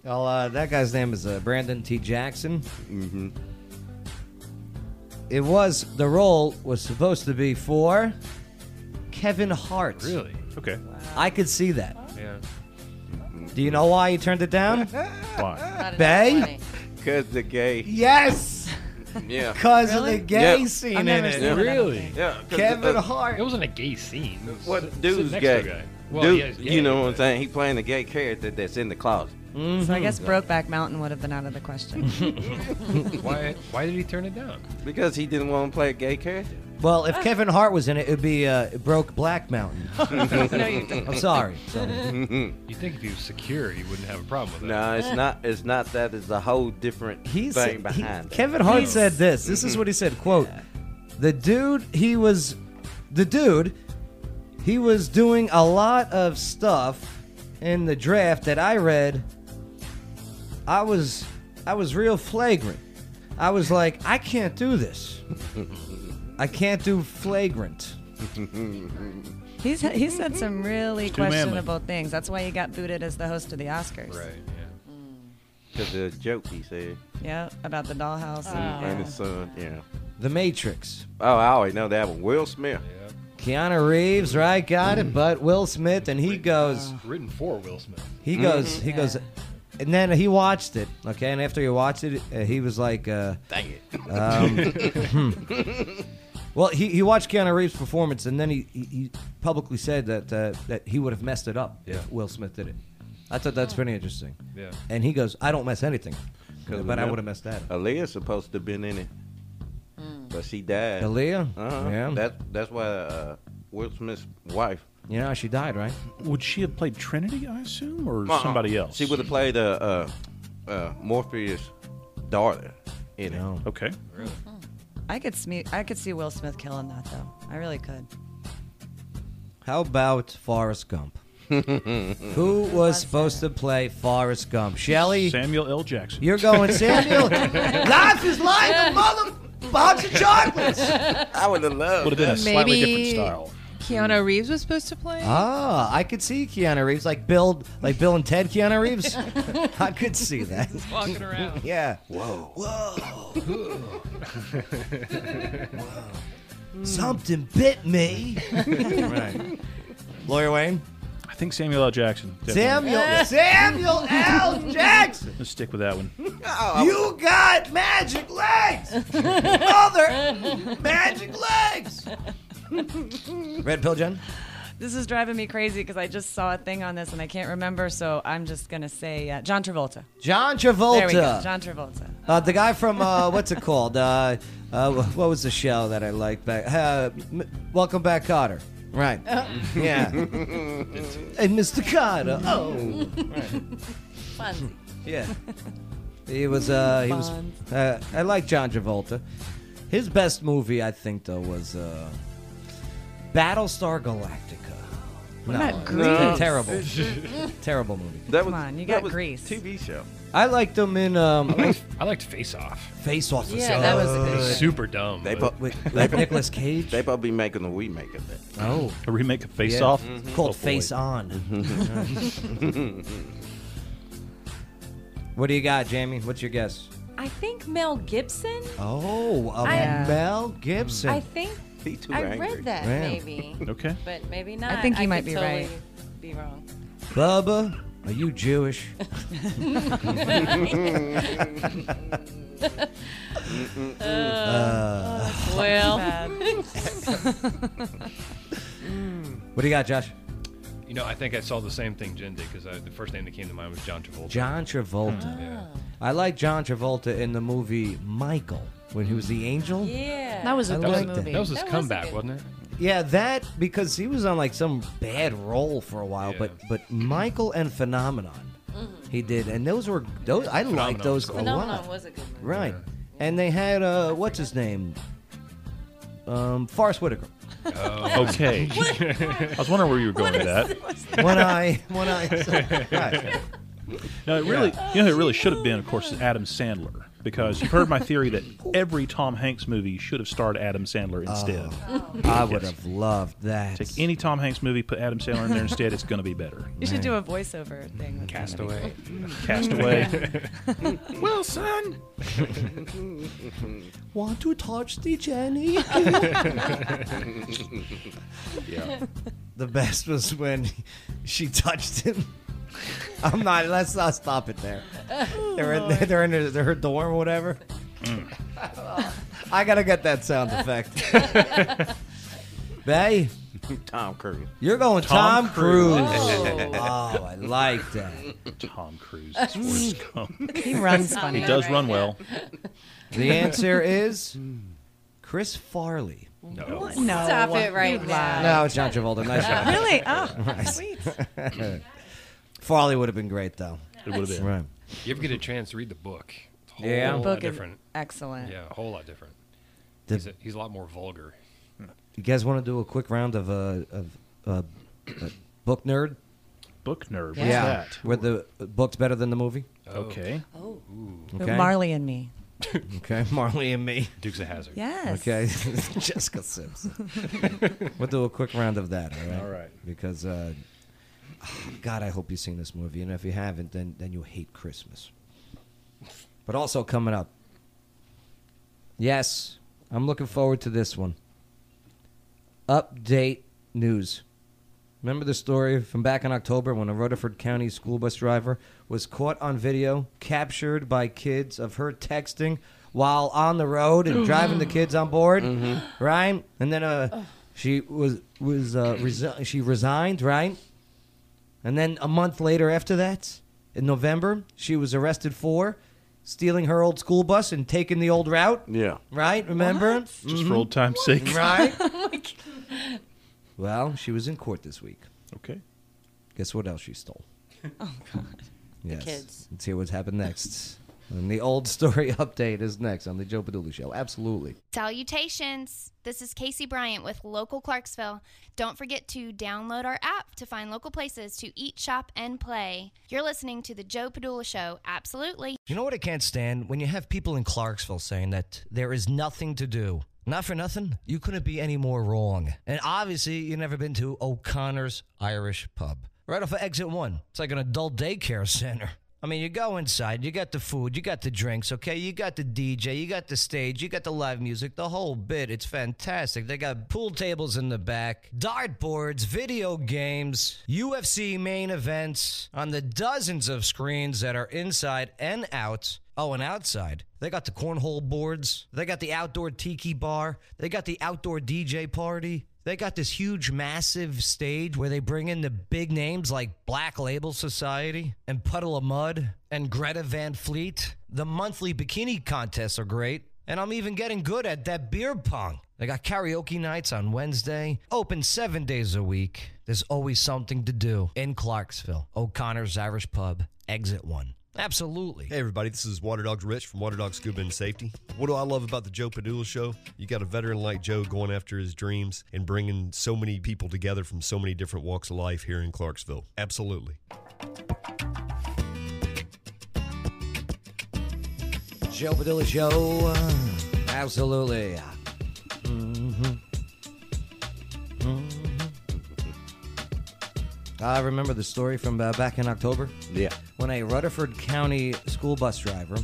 [SPEAKER 2] Well, uh, that guy's name is uh, Brandon T. Jackson. Mm-hmm. It was the role was supposed to be for Kevin Hart.
[SPEAKER 3] Really?
[SPEAKER 5] Okay.
[SPEAKER 2] I could see that.
[SPEAKER 3] Yeah.
[SPEAKER 2] Do you know why he turned it down?
[SPEAKER 5] Why?
[SPEAKER 2] Bay?
[SPEAKER 6] Because the gay.
[SPEAKER 2] Yes.
[SPEAKER 6] Yeah.
[SPEAKER 2] Because of the gay
[SPEAKER 6] Yep.
[SPEAKER 2] scene in it.
[SPEAKER 3] Really?
[SPEAKER 6] Yeah. 'cause,
[SPEAKER 2] Kevin
[SPEAKER 6] uh,
[SPEAKER 2] Hart.
[SPEAKER 3] It wasn't a gay scene. It was
[SPEAKER 6] What
[SPEAKER 3] sit-
[SPEAKER 6] dude's
[SPEAKER 3] sit next to
[SPEAKER 6] gay?
[SPEAKER 3] a guy. Well,
[SPEAKER 6] Dude,
[SPEAKER 3] yeah, he's gay,
[SPEAKER 6] you know what I'm saying? He playing the gay character that's in the closet.
[SPEAKER 2] Mm-hmm.
[SPEAKER 4] So I guess Brokeback Mountain would have been out of the question.
[SPEAKER 3] why? Why did he turn it down?
[SPEAKER 6] Because he didn't want to play a gay character.
[SPEAKER 2] Well,
[SPEAKER 6] Oh.
[SPEAKER 2] if Kevin Hart was in it, it'd be uh, it broke Black Mountain.
[SPEAKER 6] No, you don't.
[SPEAKER 2] I'm sorry. sorry.
[SPEAKER 3] you think if he was secure, he wouldn't have a problem with it.
[SPEAKER 6] No, it's not. It's not that. It's a whole different
[SPEAKER 2] He said-
[SPEAKER 6] thing behind. it.
[SPEAKER 2] Kevin Hart said this. This is what he said. Quote: The dude, he was, the dude, he was doing a lot of stuff in the draft that I read. I was, I was real flagrant. I was like, I can't do this. I can't do flagrant.
[SPEAKER 4] He's he said some really
[SPEAKER 2] too manly.
[SPEAKER 4] questionable things. That's why he got booted as the host of the Oscars.
[SPEAKER 6] Right. Because the joke he said.
[SPEAKER 4] Yeah, about the dollhouse.
[SPEAKER 6] And
[SPEAKER 3] Mm-hmm.
[SPEAKER 4] and
[SPEAKER 6] his son. Yeah.
[SPEAKER 2] The Matrix.
[SPEAKER 6] Oh, I already know that one. Will Smith.
[SPEAKER 2] Keanu Reeves, right? Got it. But Will Smith, and he goes,
[SPEAKER 3] Written for Will Smith.
[SPEAKER 2] he goes, he goes, and then he watched it. Okay, and after he watched it, uh, he was like, uh,
[SPEAKER 6] "Dang it."
[SPEAKER 2] Um, hmm. Well, he, he watched Keanu Reeves' performance, and then he, he, he publicly said that uh, that he would have messed it up
[SPEAKER 3] Yeah.
[SPEAKER 2] if Will Smith did it. I thought that's pretty interesting.
[SPEAKER 3] Yeah.
[SPEAKER 2] And he goes, I don't mess anything, but I would have messed that. up.
[SPEAKER 6] Aaliyah's supposed to have been in it, but she died.
[SPEAKER 2] Aaliyah?
[SPEAKER 6] Uh-huh.
[SPEAKER 2] Yeah.
[SPEAKER 6] That that's why uh, Will Smith's wife.
[SPEAKER 2] You know, how she died, right?
[SPEAKER 5] Would she have played Trinity? I assume, or
[SPEAKER 6] Uh-uh.
[SPEAKER 5] somebody else?
[SPEAKER 6] She would have played uh, uh, uh, Morpheus' daughter in it.
[SPEAKER 5] Oh, Okay.
[SPEAKER 4] I could see I could see Will Smith killing that though. I really could.
[SPEAKER 2] How about Forrest Gump? Who was supposed to play Forrest Gump? Shelley?
[SPEAKER 5] Samuel L. Jackson.
[SPEAKER 2] You're going Samuel?
[SPEAKER 8] life is life,
[SPEAKER 2] Yeah.
[SPEAKER 8] mother.
[SPEAKER 2] Box of chocolates.
[SPEAKER 6] I would have loved.
[SPEAKER 5] Would have been a slightly different style.
[SPEAKER 13] Keanu Reeves was supposed to play.
[SPEAKER 2] Ah, I could see Keanu Reeves like Bill, like Bill and Ted Keanu Reeves. I could see that.
[SPEAKER 8] walking around.
[SPEAKER 2] Yeah.
[SPEAKER 8] Whoa.
[SPEAKER 2] Whoa. Something bit me.
[SPEAKER 5] Right.
[SPEAKER 2] Lawyer Wayne.
[SPEAKER 5] I think Samuel L. Jackson. definitely.
[SPEAKER 2] Samuel
[SPEAKER 5] Yeah.
[SPEAKER 2] Samuel L. Jackson.
[SPEAKER 5] Let's stick with that one.
[SPEAKER 2] You got magic legs, mother. Magic legs. Red pill, Jen.
[SPEAKER 4] This is driving me crazy because I just saw a thing on this and I can't remember, so I'm just gonna say uh, John Travolta.
[SPEAKER 2] John Travolta.
[SPEAKER 4] There we go, John Travolta.
[SPEAKER 2] Uh, the guy from uh, what's it called? Uh, uh, what was the show that I liked back? Uh, M- Welcome back, Cotter. Right.
[SPEAKER 4] Oh.
[SPEAKER 2] Yeah. and Mr. Cotter. Oh.
[SPEAKER 7] Funsies.
[SPEAKER 2] Yeah. He was. Uh, he was. Uh, I like John Travolta. His best movie, I think, though, was uh, Battlestar Galactica.
[SPEAKER 4] What
[SPEAKER 2] No,
[SPEAKER 4] about
[SPEAKER 2] it's
[SPEAKER 4] Grease?
[SPEAKER 2] Terrible, terrible movie.
[SPEAKER 6] That
[SPEAKER 4] Come
[SPEAKER 6] was,
[SPEAKER 4] on, you
[SPEAKER 6] that
[SPEAKER 4] got
[SPEAKER 6] was
[SPEAKER 4] Grease.
[SPEAKER 6] TV show.
[SPEAKER 2] I liked him in. Um, I liked-
[SPEAKER 3] I liked Face Off.
[SPEAKER 2] Face Off. was
[SPEAKER 6] Yeah, that was a
[SPEAKER 2] good
[SPEAKER 6] good
[SPEAKER 2] one.
[SPEAKER 3] Super dumb.
[SPEAKER 6] They
[SPEAKER 3] but-
[SPEAKER 6] put
[SPEAKER 2] like Nicolas Cage.
[SPEAKER 6] They probably making a remake of that. Mm-hmm.
[SPEAKER 2] Oh.
[SPEAKER 5] A remake of Face
[SPEAKER 2] Yeah.
[SPEAKER 5] Off. Oh,
[SPEAKER 2] Mhm.
[SPEAKER 6] Oh,
[SPEAKER 2] Called Face On. What do you got, Jamie? What's your guess?
[SPEAKER 7] I think Mel Gibson.
[SPEAKER 2] Oh, a
[SPEAKER 7] I-
[SPEAKER 2] Mel Gibson.
[SPEAKER 7] I think
[SPEAKER 6] He too
[SPEAKER 7] I
[SPEAKER 6] angry.
[SPEAKER 7] read that
[SPEAKER 2] Man.
[SPEAKER 7] maybe.
[SPEAKER 2] Okay.
[SPEAKER 7] But maybe not.
[SPEAKER 4] think he might
[SPEAKER 7] could
[SPEAKER 4] be
[SPEAKER 7] totally
[SPEAKER 4] right.
[SPEAKER 7] Be wrong.
[SPEAKER 2] Bubba, are you Jewish? Uh, Oh,
[SPEAKER 7] Uh,
[SPEAKER 2] Uh,
[SPEAKER 7] oh, well.
[SPEAKER 2] what do you got, Josh?
[SPEAKER 3] you know, I think I saw the same thing Jen did because the first name that came to mind was John Travolta.
[SPEAKER 2] John
[SPEAKER 5] Oh.
[SPEAKER 2] Travolta. I like John Travolta in the movie Michael when he was the angel.
[SPEAKER 7] Yeah.
[SPEAKER 14] That was a
[SPEAKER 2] I
[SPEAKER 14] good
[SPEAKER 2] liked
[SPEAKER 14] movie.
[SPEAKER 3] That was his
[SPEAKER 14] That was a
[SPEAKER 3] comeback,
[SPEAKER 14] good-
[SPEAKER 3] wasn't it?
[SPEAKER 2] Yeah, that because he was on like some bad role for a while, but but Michael and Phenomenon, he did, and those were those. I liked
[SPEAKER 3] Phenomenon
[SPEAKER 2] those
[SPEAKER 3] was
[SPEAKER 2] a
[SPEAKER 3] cool.
[SPEAKER 2] lot.
[SPEAKER 7] Mm-hmm. Phenomenon was a good movie.
[SPEAKER 2] Right, and they had uh, what's his name, um, Forrest Whitaker.
[SPEAKER 5] Oh. Okay. I was wondering where you were going with that.
[SPEAKER 2] One eye, one eye. Right.
[SPEAKER 5] No, it really, you know, who it really should have been, of course, is Adam Sandler. Because you've heard my theory that every Tom Hanks movie should have starred Adam Sandler instead.
[SPEAKER 2] Oh, I would have loved that.
[SPEAKER 5] Take any Tom Hanks movie, put Adam Sandler in there instead. It's going to be better.
[SPEAKER 4] You should do a voiceover thing. with that. That'd be
[SPEAKER 3] Castaway.
[SPEAKER 4] cool.
[SPEAKER 5] Castaway.
[SPEAKER 8] Wilson.
[SPEAKER 15] Want to touch the Jenny?
[SPEAKER 6] yeah.
[SPEAKER 2] The best was when she touched him. I'm not. Let's not stop it there. They're
[SPEAKER 15] Oh,
[SPEAKER 2] in, they're in her, her dorm or whatever.
[SPEAKER 15] Mm.
[SPEAKER 2] I gotta get that sound effect. Bay,
[SPEAKER 6] Tom Cruise.
[SPEAKER 2] you're going Tom,
[SPEAKER 6] Tom
[SPEAKER 2] Cruise.
[SPEAKER 6] Cruise.
[SPEAKER 2] Oh.
[SPEAKER 6] Oh.
[SPEAKER 2] I like that.
[SPEAKER 5] Tom Cruise. is worst come.
[SPEAKER 2] He runs funny.
[SPEAKER 5] He does run well.
[SPEAKER 2] The answer is Chris Farley.
[SPEAKER 5] No.
[SPEAKER 4] No.
[SPEAKER 7] Stop it right
[SPEAKER 4] You
[SPEAKER 7] now.
[SPEAKER 4] lie.
[SPEAKER 2] No, it's John Travolta. Nice job.
[SPEAKER 4] Really? Oh,
[SPEAKER 2] Right.
[SPEAKER 4] sweet.
[SPEAKER 2] Farley would have been great, though.
[SPEAKER 5] It would have been.
[SPEAKER 2] Right.
[SPEAKER 3] You ever get a chance to read the book? It's a whole
[SPEAKER 2] Yeah.
[SPEAKER 3] lot
[SPEAKER 4] Book is
[SPEAKER 3] different.
[SPEAKER 4] excellent.
[SPEAKER 3] Yeah, a whole lot different.
[SPEAKER 2] The-
[SPEAKER 3] he's, a, he's a lot more vulgar.
[SPEAKER 2] You guys want to do a quick round of uh, of uh, uh, book nerd?
[SPEAKER 5] Book nerd. What's
[SPEAKER 2] yeah,
[SPEAKER 5] that?
[SPEAKER 2] where the book's better than the movie.
[SPEAKER 5] Okay.
[SPEAKER 7] Oh.
[SPEAKER 2] Okay.
[SPEAKER 4] Marley and me.
[SPEAKER 2] Okay, Marley and me.
[SPEAKER 3] Dukes of Hazard.
[SPEAKER 4] Yes.
[SPEAKER 2] Okay, Jessica Simpson. we'll do a quick round of that. All right.
[SPEAKER 5] All right.
[SPEAKER 2] Because, uh, God, I hope you've seen this movie, and if you haven't, then then you hate Christmas. But also coming up. Yes, I'm looking forward to this one. Update news. Remember the story from back in October when a Rutherford County school bus driver was caught on video, captured by kids of her texting while on the road and driving the kids on board, right? And then uh, she was was uh, resi- she resigned, right? And then a month later, after that, in November, she was arrested for stealing her old school bus and taking the old route.
[SPEAKER 6] Yeah.
[SPEAKER 2] Right? Remember? Mm-hmm.
[SPEAKER 5] Just for old time's sake. Oh
[SPEAKER 2] Right? Well, she was in court this week.
[SPEAKER 5] Okay.
[SPEAKER 2] Guess what else she stole?
[SPEAKER 4] Oh God.
[SPEAKER 2] Yes.
[SPEAKER 4] kids.
[SPEAKER 2] Let's hear what's happened next. And the old story update is next on the Joe Padula Show. Absolutely.
[SPEAKER 16] Salutations! This is Casey Bryant with Local Clarksville. Don't forget to download our app to find local places to eat, shop, and play. You're listening to The Joe Padula Show, absolutely.
[SPEAKER 15] You know what I can't stand? When you have people in Clarksville saying that there is nothing to do. Not for nothing, you couldn't be any more wrong. And obviously, you've never been to O'Connor's Irish Pub. Right off of exit one, it's like an adult daycare center. I mean, you go inside, you got the food, you got the drinks, okay? You got the DJ, you got the stage, you got the live music, the whole bit. It's fantastic. They got pool tables in the back, dartboards, video games, UFC main events on the dozens of screens that are inside and out. Oh, and outside, they got the cornhole boards, they got the outdoor tiki bar, they got the outdoor DJ party. They got this huge, massive stage where they bring in the big names like Black Label Society and Puddle of Mud and Greta Van Fleet. The monthly bikini contests are great. And I'm even getting good at that beer pong. They got karaoke nights on Wednesday, open seven days a week. There's always something to do in Clarksville, O'Connor's Irish Pub, exit one. Absolutely.
[SPEAKER 17] Hey, everybody, this is Water Dogs Rich from Water Dogs Scuba and Safety. What do I love about the Joe Padula Show? You got a veteran like Joe going after his dreams and bringing so many people together from so many different walks of life here in Clarksville. Absolutely.
[SPEAKER 2] Joe Padilla Show. Absolutely. Mhm. Mhm. I remember the story from uh, back in October.
[SPEAKER 6] Yeah.
[SPEAKER 2] When a Rutherford County school bus driver,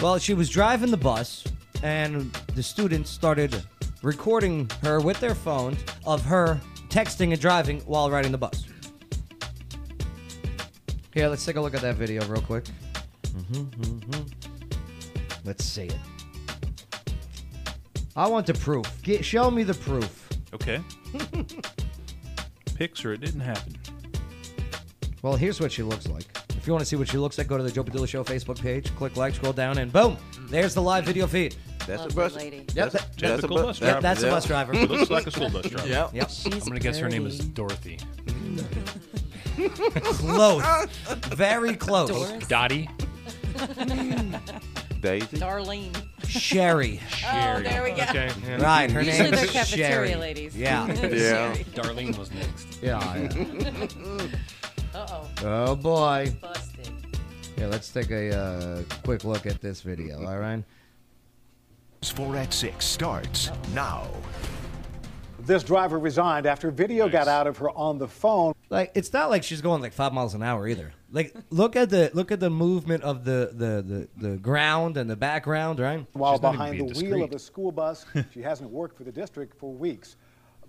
[SPEAKER 2] well, she was driving the bus, and the students started recording her with their phones of her texting and driving while riding the bus. Here, let's take a look at that video real quick. Mm-hmm, Let's see it. I want the proof. Get, show me the proof.
[SPEAKER 5] Okay. Pics or it didn't happen.
[SPEAKER 2] Well, here's what she looks like. If you want to see what she looks like, go to the Joe Padilla Show Facebook page, click like, scroll down, and boom, there's the live video feed.
[SPEAKER 6] That's a bus. Lady.
[SPEAKER 2] Yep,
[SPEAKER 6] That's,
[SPEAKER 2] that-
[SPEAKER 6] that's a
[SPEAKER 2] typical
[SPEAKER 6] bus
[SPEAKER 2] bus
[SPEAKER 6] driver.
[SPEAKER 2] driver. That's a bus driver.
[SPEAKER 5] Looks like a school bus driver.
[SPEAKER 6] Yep.
[SPEAKER 2] Yep.
[SPEAKER 3] I'm going to guess her name is
[SPEAKER 2] pretty.
[SPEAKER 3] Dorothy.
[SPEAKER 2] Close. Very close.
[SPEAKER 3] Dottie.
[SPEAKER 6] Daisy.
[SPEAKER 7] Darlene.
[SPEAKER 2] Sherry.
[SPEAKER 7] Oh, there we go.
[SPEAKER 3] Okay, yeah.
[SPEAKER 2] Right, her
[SPEAKER 7] Usually
[SPEAKER 2] name
[SPEAKER 7] they're
[SPEAKER 2] is
[SPEAKER 7] cafeteria
[SPEAKER 2] Sherry.
[SPEAKER 7] ladies.
[SPEAKER 2] Yeah.
[SPEAKER 7] Yeah.
[SPEAKER 3] Darlene was next.
[SPEAKER 2] Yeah, yeah.
[SPEAKER 7] Uh oh.
[SPEAKER 2] Oh boy.
[SPEAKER 7] Busted.
[SPEAKER 2] Yeah, let's take a uh, quick look at this video. All right.
[SPEAKER 18] Four at six starts now.
[SPEAKER 19] This driver resigned after video got out of her on the phone.
[SPEAKER 2] Like it's not like she's going like five miles an hour either. Like look at the look at the movement of the the the, the ground and the background, right?
[SPEAKER 19] While behind the wheel of a school bus, she hasn't worked for the district for weeks.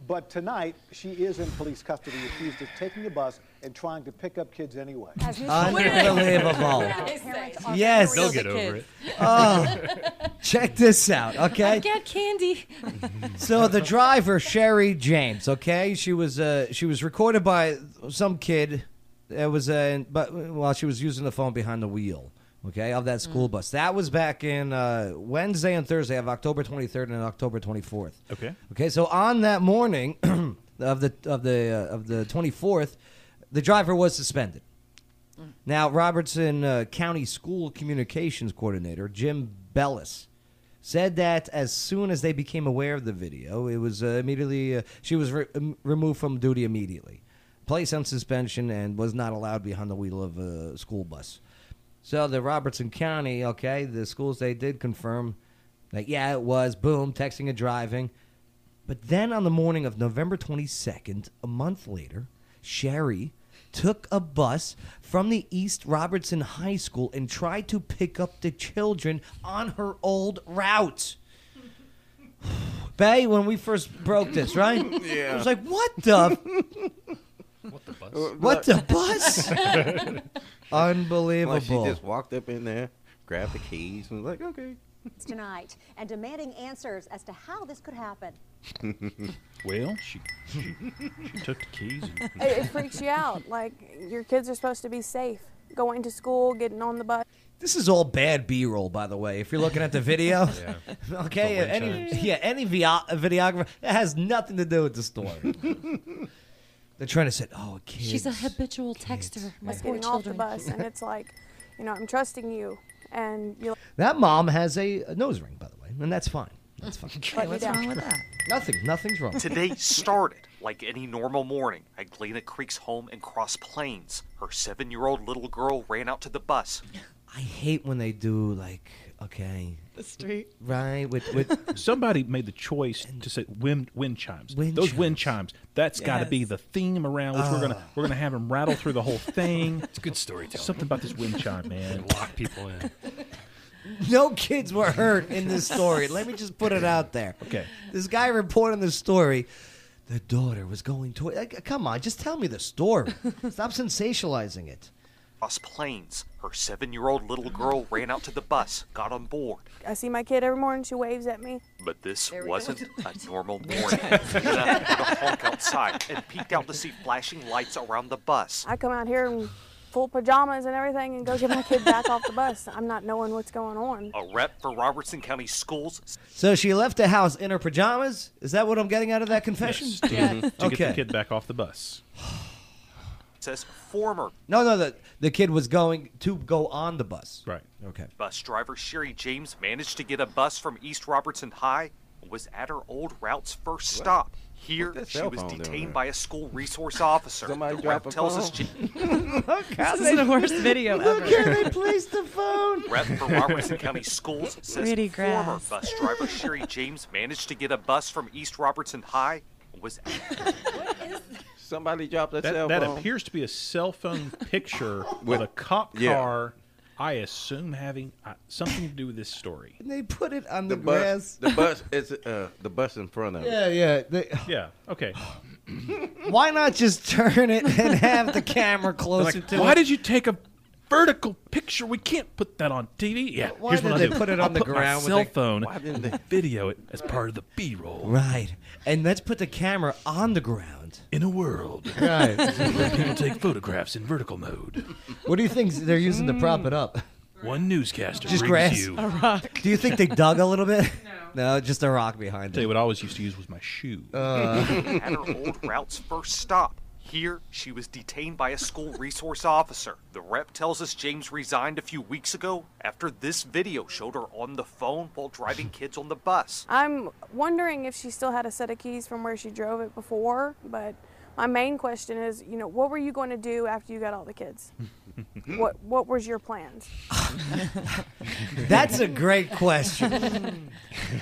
[SPEAKER 19] But tonight, she is in police custody, accused of taking a bus and trying to pick up kids anyway.
[SPEAKER 2] Unbelievable. Yes.
[SPEAKER 19] They'll get over
[SPEAKER 7] it.
[SPEAKER 2] Oh, check this out,
[SPEAKER 14] I
[SPEAKER 2] okay?
[SPEAKER 14] got candy.
[SPEAKER 2] So the driver, Sherry James, okay, she was uh, she was recorded by some kid that was uh, but while she was using the phone behind the wheel, okay, of that school bus. That was back in uh, Wednesday and Thursday of October 23rd and October 24th.
[SPEAKER 5] Okay.
[SPEAKER 2] Okay, so on that morning of the of the uh, of the 24th, the driver was suspended. Now, Robertson uh, County School Communications Coordinator Jim Bellis said that as soon as they became aware of the video, it was uh, immediately uh, she was re- um, removed from duty immediately, placed on suspension, and was not allowed behind the wheel of a school bus. So the Robertson County, okay, the schools they did confirm that yeah, it was boom texting and driving. But then on the morning of November 22nd, a month later, Sherry took a bus from the East Robertson High School and tried to pick up the children on her old route. Bay, when we first broke this, right?
[SPEAKER 6] Yeah.
[SPEAKER 2] I was like, what the?
[SPEAKER 3] What the bus?
[SPEAKER 2] What the bus? Unbelievable.
[SPEAKER 6] Like she just walked up in there, grabbed the keys, and was like, "Oh, okay.
[SPEAKER 20] tonight and demanding answers as to how this could happen.
[SPEAKER 5] Well, she, she, she took the keys. And
[SPEAKER 21] it, it freaks you out. Like your kids are supposed to be safe, going to school, getting on the bus.
[SPEAKER 2] This is all bad B-roll, by the way. If you're looking at the video, okay,
[SPEAKER 21] But wait
[SPEAKER 2] any yeah, any video- videographer that has nothing to do with the story. They're trying to say, "Oh, kids."
[SPEAKER 14] She's a habitual texter. My
[SPEAKER 21] Us
[SPEAKER 14] poor
[SPEAKER 21] getting off the
[SPEAKER 14] children.
[SPEAKER 21] bus, and it's like, you know, I'm trusting you, and you.
[SPEAKER 2] that mom has a, a nose ring, by the way, and that's fine. That's fine.
[SPEAKER 21] Let me what's down. wrong with
[SPEAKER 2] that? Nothing. Nothing's wrong.
[SPEAKER 22] Today started like any normal morning at Glena Creek's home in Cross Plains. Her seven year old little girl ran out to the bus.
[SPEAKER 2] I hate when they do like, okay,
[SPEAKER 5] the street.
[SPEAKER 2] right? With with
[SPEAKER 5] somebody made the choice to say wind wind chimes. Those wind chimes. That's got to be
[SPEAKER 2] Yes.
[SPEAKER 5] the theme around which we're gonna
[SPEAKER 2] Ah.
[SPEAKER 5] we're gonna have them rattle through the whole thing. It's
[SPEAKER 3] good storytelling.
[SPEAKER 5] Something about this wind chime, man.
[SPEAKER 3] Lock people in.
[SPEAKER 2] no kids were hurt in this story. Let me just put it out there.
[SPEAKER 5] Okay.
[SPEAKER 2] This guy reporting the story. The daughter was going to. Like, come on, just tell me the story. Stop sensationalizing it.
[SPEAKER 22] Cross Plains. Her seven year old little girl ran out to the bus, got on board.
[SPEAKER 21] I see my kid every morning. She waves at me.
[SPEAKER 22] But this wasn't a normal morning. Glena heard a honk outside and peeked out to see flashing lights around the bus.
[SPEAKER 21] I come out here in full pajamas and everything, and go get my kid back off the bus. I'm not knowing what's going on.
[SPEAKER 22] A rep for Robertson County Schools
[SPEAKER 2] So she left the house in her pajamas. Is that what I'm getting out of that confession?
[SPEAKER 5] Yes, to, to get the
[SPEAKER 2] Okay.
[SPEAKER 5] kid back off the bus.
[SPEAKER 22] says former
[SPEAKER 2] No, no, the the kid was going to go on the bus.
[SPEAKER 5] Right.
[SPEAKER 2] Okay.
[SPEAKER 22] Bus driver Sherry James managed to get a bus from East Robertson High and was at her old route's first stop. Here,
[SPEAKER 6] that
[SPEAKER 22] she
[SPEAKER 6] cell
[SPEAKER 22] was
[SPEAKER 6] phone doing
[SPEAKER 22] detained
[SPEAKER 6] there?
[SPEAKER 22] by a school resource officer.
[SPEAKER 6] Somebody
[SPEAKER 22] the
[SPEAKER 6] drop
[SPEAKER 22] rep
[SPEAKER 6] a
[SPEAKER 22] tells us
[SPEAKER 6] phone.
[SPEAKER 22] she-
[SPEAKER 2] How
[SPEAKER 4] This is the worst video ever.
[SPEAKER 2] placed the phone.
[SPEAKER 22] rep for Robertson County Schools says
[SPEAKER 4] Pretty
[SPEAKER 22] former
[SPEAKER 4] grass.
[SPEAKER 22] bus driver Sherry James managed to get a bus from East Robertson High and was
[SPEAKER 6] Somebody dropped a
[SPEAKER 5] That,
[SPEAKER 6] cell
[SPEAKER 5] that
[SPEAKER 6] phone.
[SPEAKER 5] appears to be a cell phone picture with
[SPEAKER 6] With-
[SPEAKER 5] a cop
[SPEAKER 6] yeah.
[SPEAKER 5] car. I assume having uh, something to do with this story.
[SPEAKER 2] And they put it on
[SPEAKER 6] the
[SPEAKER 2] the,
[SPEAKER 6] bus.
[SPEAKER 2] grass.
[SPEAKER 6] The bus is uh, the bus in front of. it.
[SPEAKER 2] Yeah, yeah. They,
[SPEAKER 5] Yeah. Okay.
[SPEAKER 2] why not just turn it and have the camera closer
[SPEAKER 5] They're like,
[SPEAKER 2] to
[SPEAKER 5] Why
[SPEAKER 2] it?
[SPEAKER 5] did you take a vertical picture? We can't put that on TV. Yeah,
[SPEAKER 2] Why
[SPEAKER 5] here's
[SPEAKER 2] did
[SPEAKER 5] what
[SPEAKER 2] they
[SPEAKER 5] I'll do.
[SPEAKER 2] put it on
[SPEAKER 5] I'll
[SPEAKER 2] the
[SPEAKER 5] put
[SPEAKER 2] ground
[SPEAKER 5] My
[SPEAKER 2] with
[SPEAKER 5] cell
[SPEAKER 2] the-
[SPEAKER 5] phone.
[SPEAKER 2] Why
[SPEAKER 5] didn't they video it as part of the B-roll?
[SPEAKER 2] Right. And let's put the camera on the ground.
[SPEAKER 5] In a world
[SPEAKER 2] Right.
[SPEAKER 5] where people take photographs in vertical mode, Hmm.
[SPEAKER 2] What do you think they're using to prop it up?
[SPEAKER 5] one newscaster
[SPEAKER 2] Just
[SPEAKER 5] brings
[SPEAKER 2] grass?
[SPEAKER 5] you.
[SPEAKER 2] Do you think they dug a little bit? No. just a rock
[SPEAKER 5] I'll
[SPEAKER 2] behind
[SPEAKER 5] tell
[SPEAKER 2] it.
[SPEAKER 5] you what I always used to use was my shoe.
[SPEAKER 2] Uh.
[SPEAKER 22] at her old route's first stop. Here, she was detained by a school resource officer. The rep tells us James resigned a few weeks ago after this video showed her on the phone while driving kids on the bus.
[SPEAKER 21] I'm wondering if she still had a set of keys from where she drove it before, but my main question is, you know, what were you going to do after you got all the kids? what what was your plans?
[SPEAKER 2] That's a great question.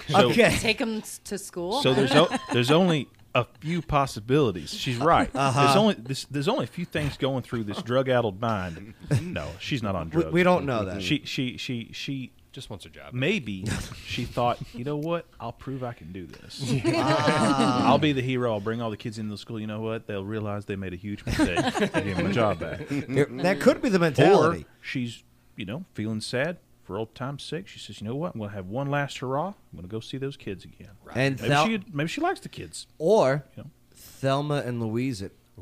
[SPEAKER 5] So-
[SPEAKER 2] okay.
[SPEAKER 7] Take them to school.
[SPEAKER 5] So there's o- there's only a few possibilities. She's right.
[SPEAKER 2] Uh-huh.
[SPEAKER 5] There's only this, there's only a few things going through this drug-addled mind. No, she's not on
[SPEAKER 2] We-
[SPEAKER 5] drugs.
[SPEAKER 2] we don't know that.
[SPEAKER 5] She she she she
[SPEAKER 3] just wants a job.
[SPEAKER 5] Maybe she thought, you know what? I'll prove I can do this.
[SPEAKER 2] Ah.
[SPEAKER 5] I'll be the hero. I'll bring all the kids into the school. You know what? They'll realize they made a huge mistake. and give them a job back.
[SPEAKER 2] That could be the mentality.
[SPEAKER 5] Or she's, you know, feeling sad for old time's sake. She says, you know what? I'm going to have one last hurrah. I'm going to go see those kids again.
[SPEAKER 2] And
[SPEAKER 5] maybe,
[SPEAKER 2] Thel-
[SPEAKER 5] she, maybe she likes the kids.
[SPEAKER 2] Or Thelma and Louise it.
[SPEAKER 4] I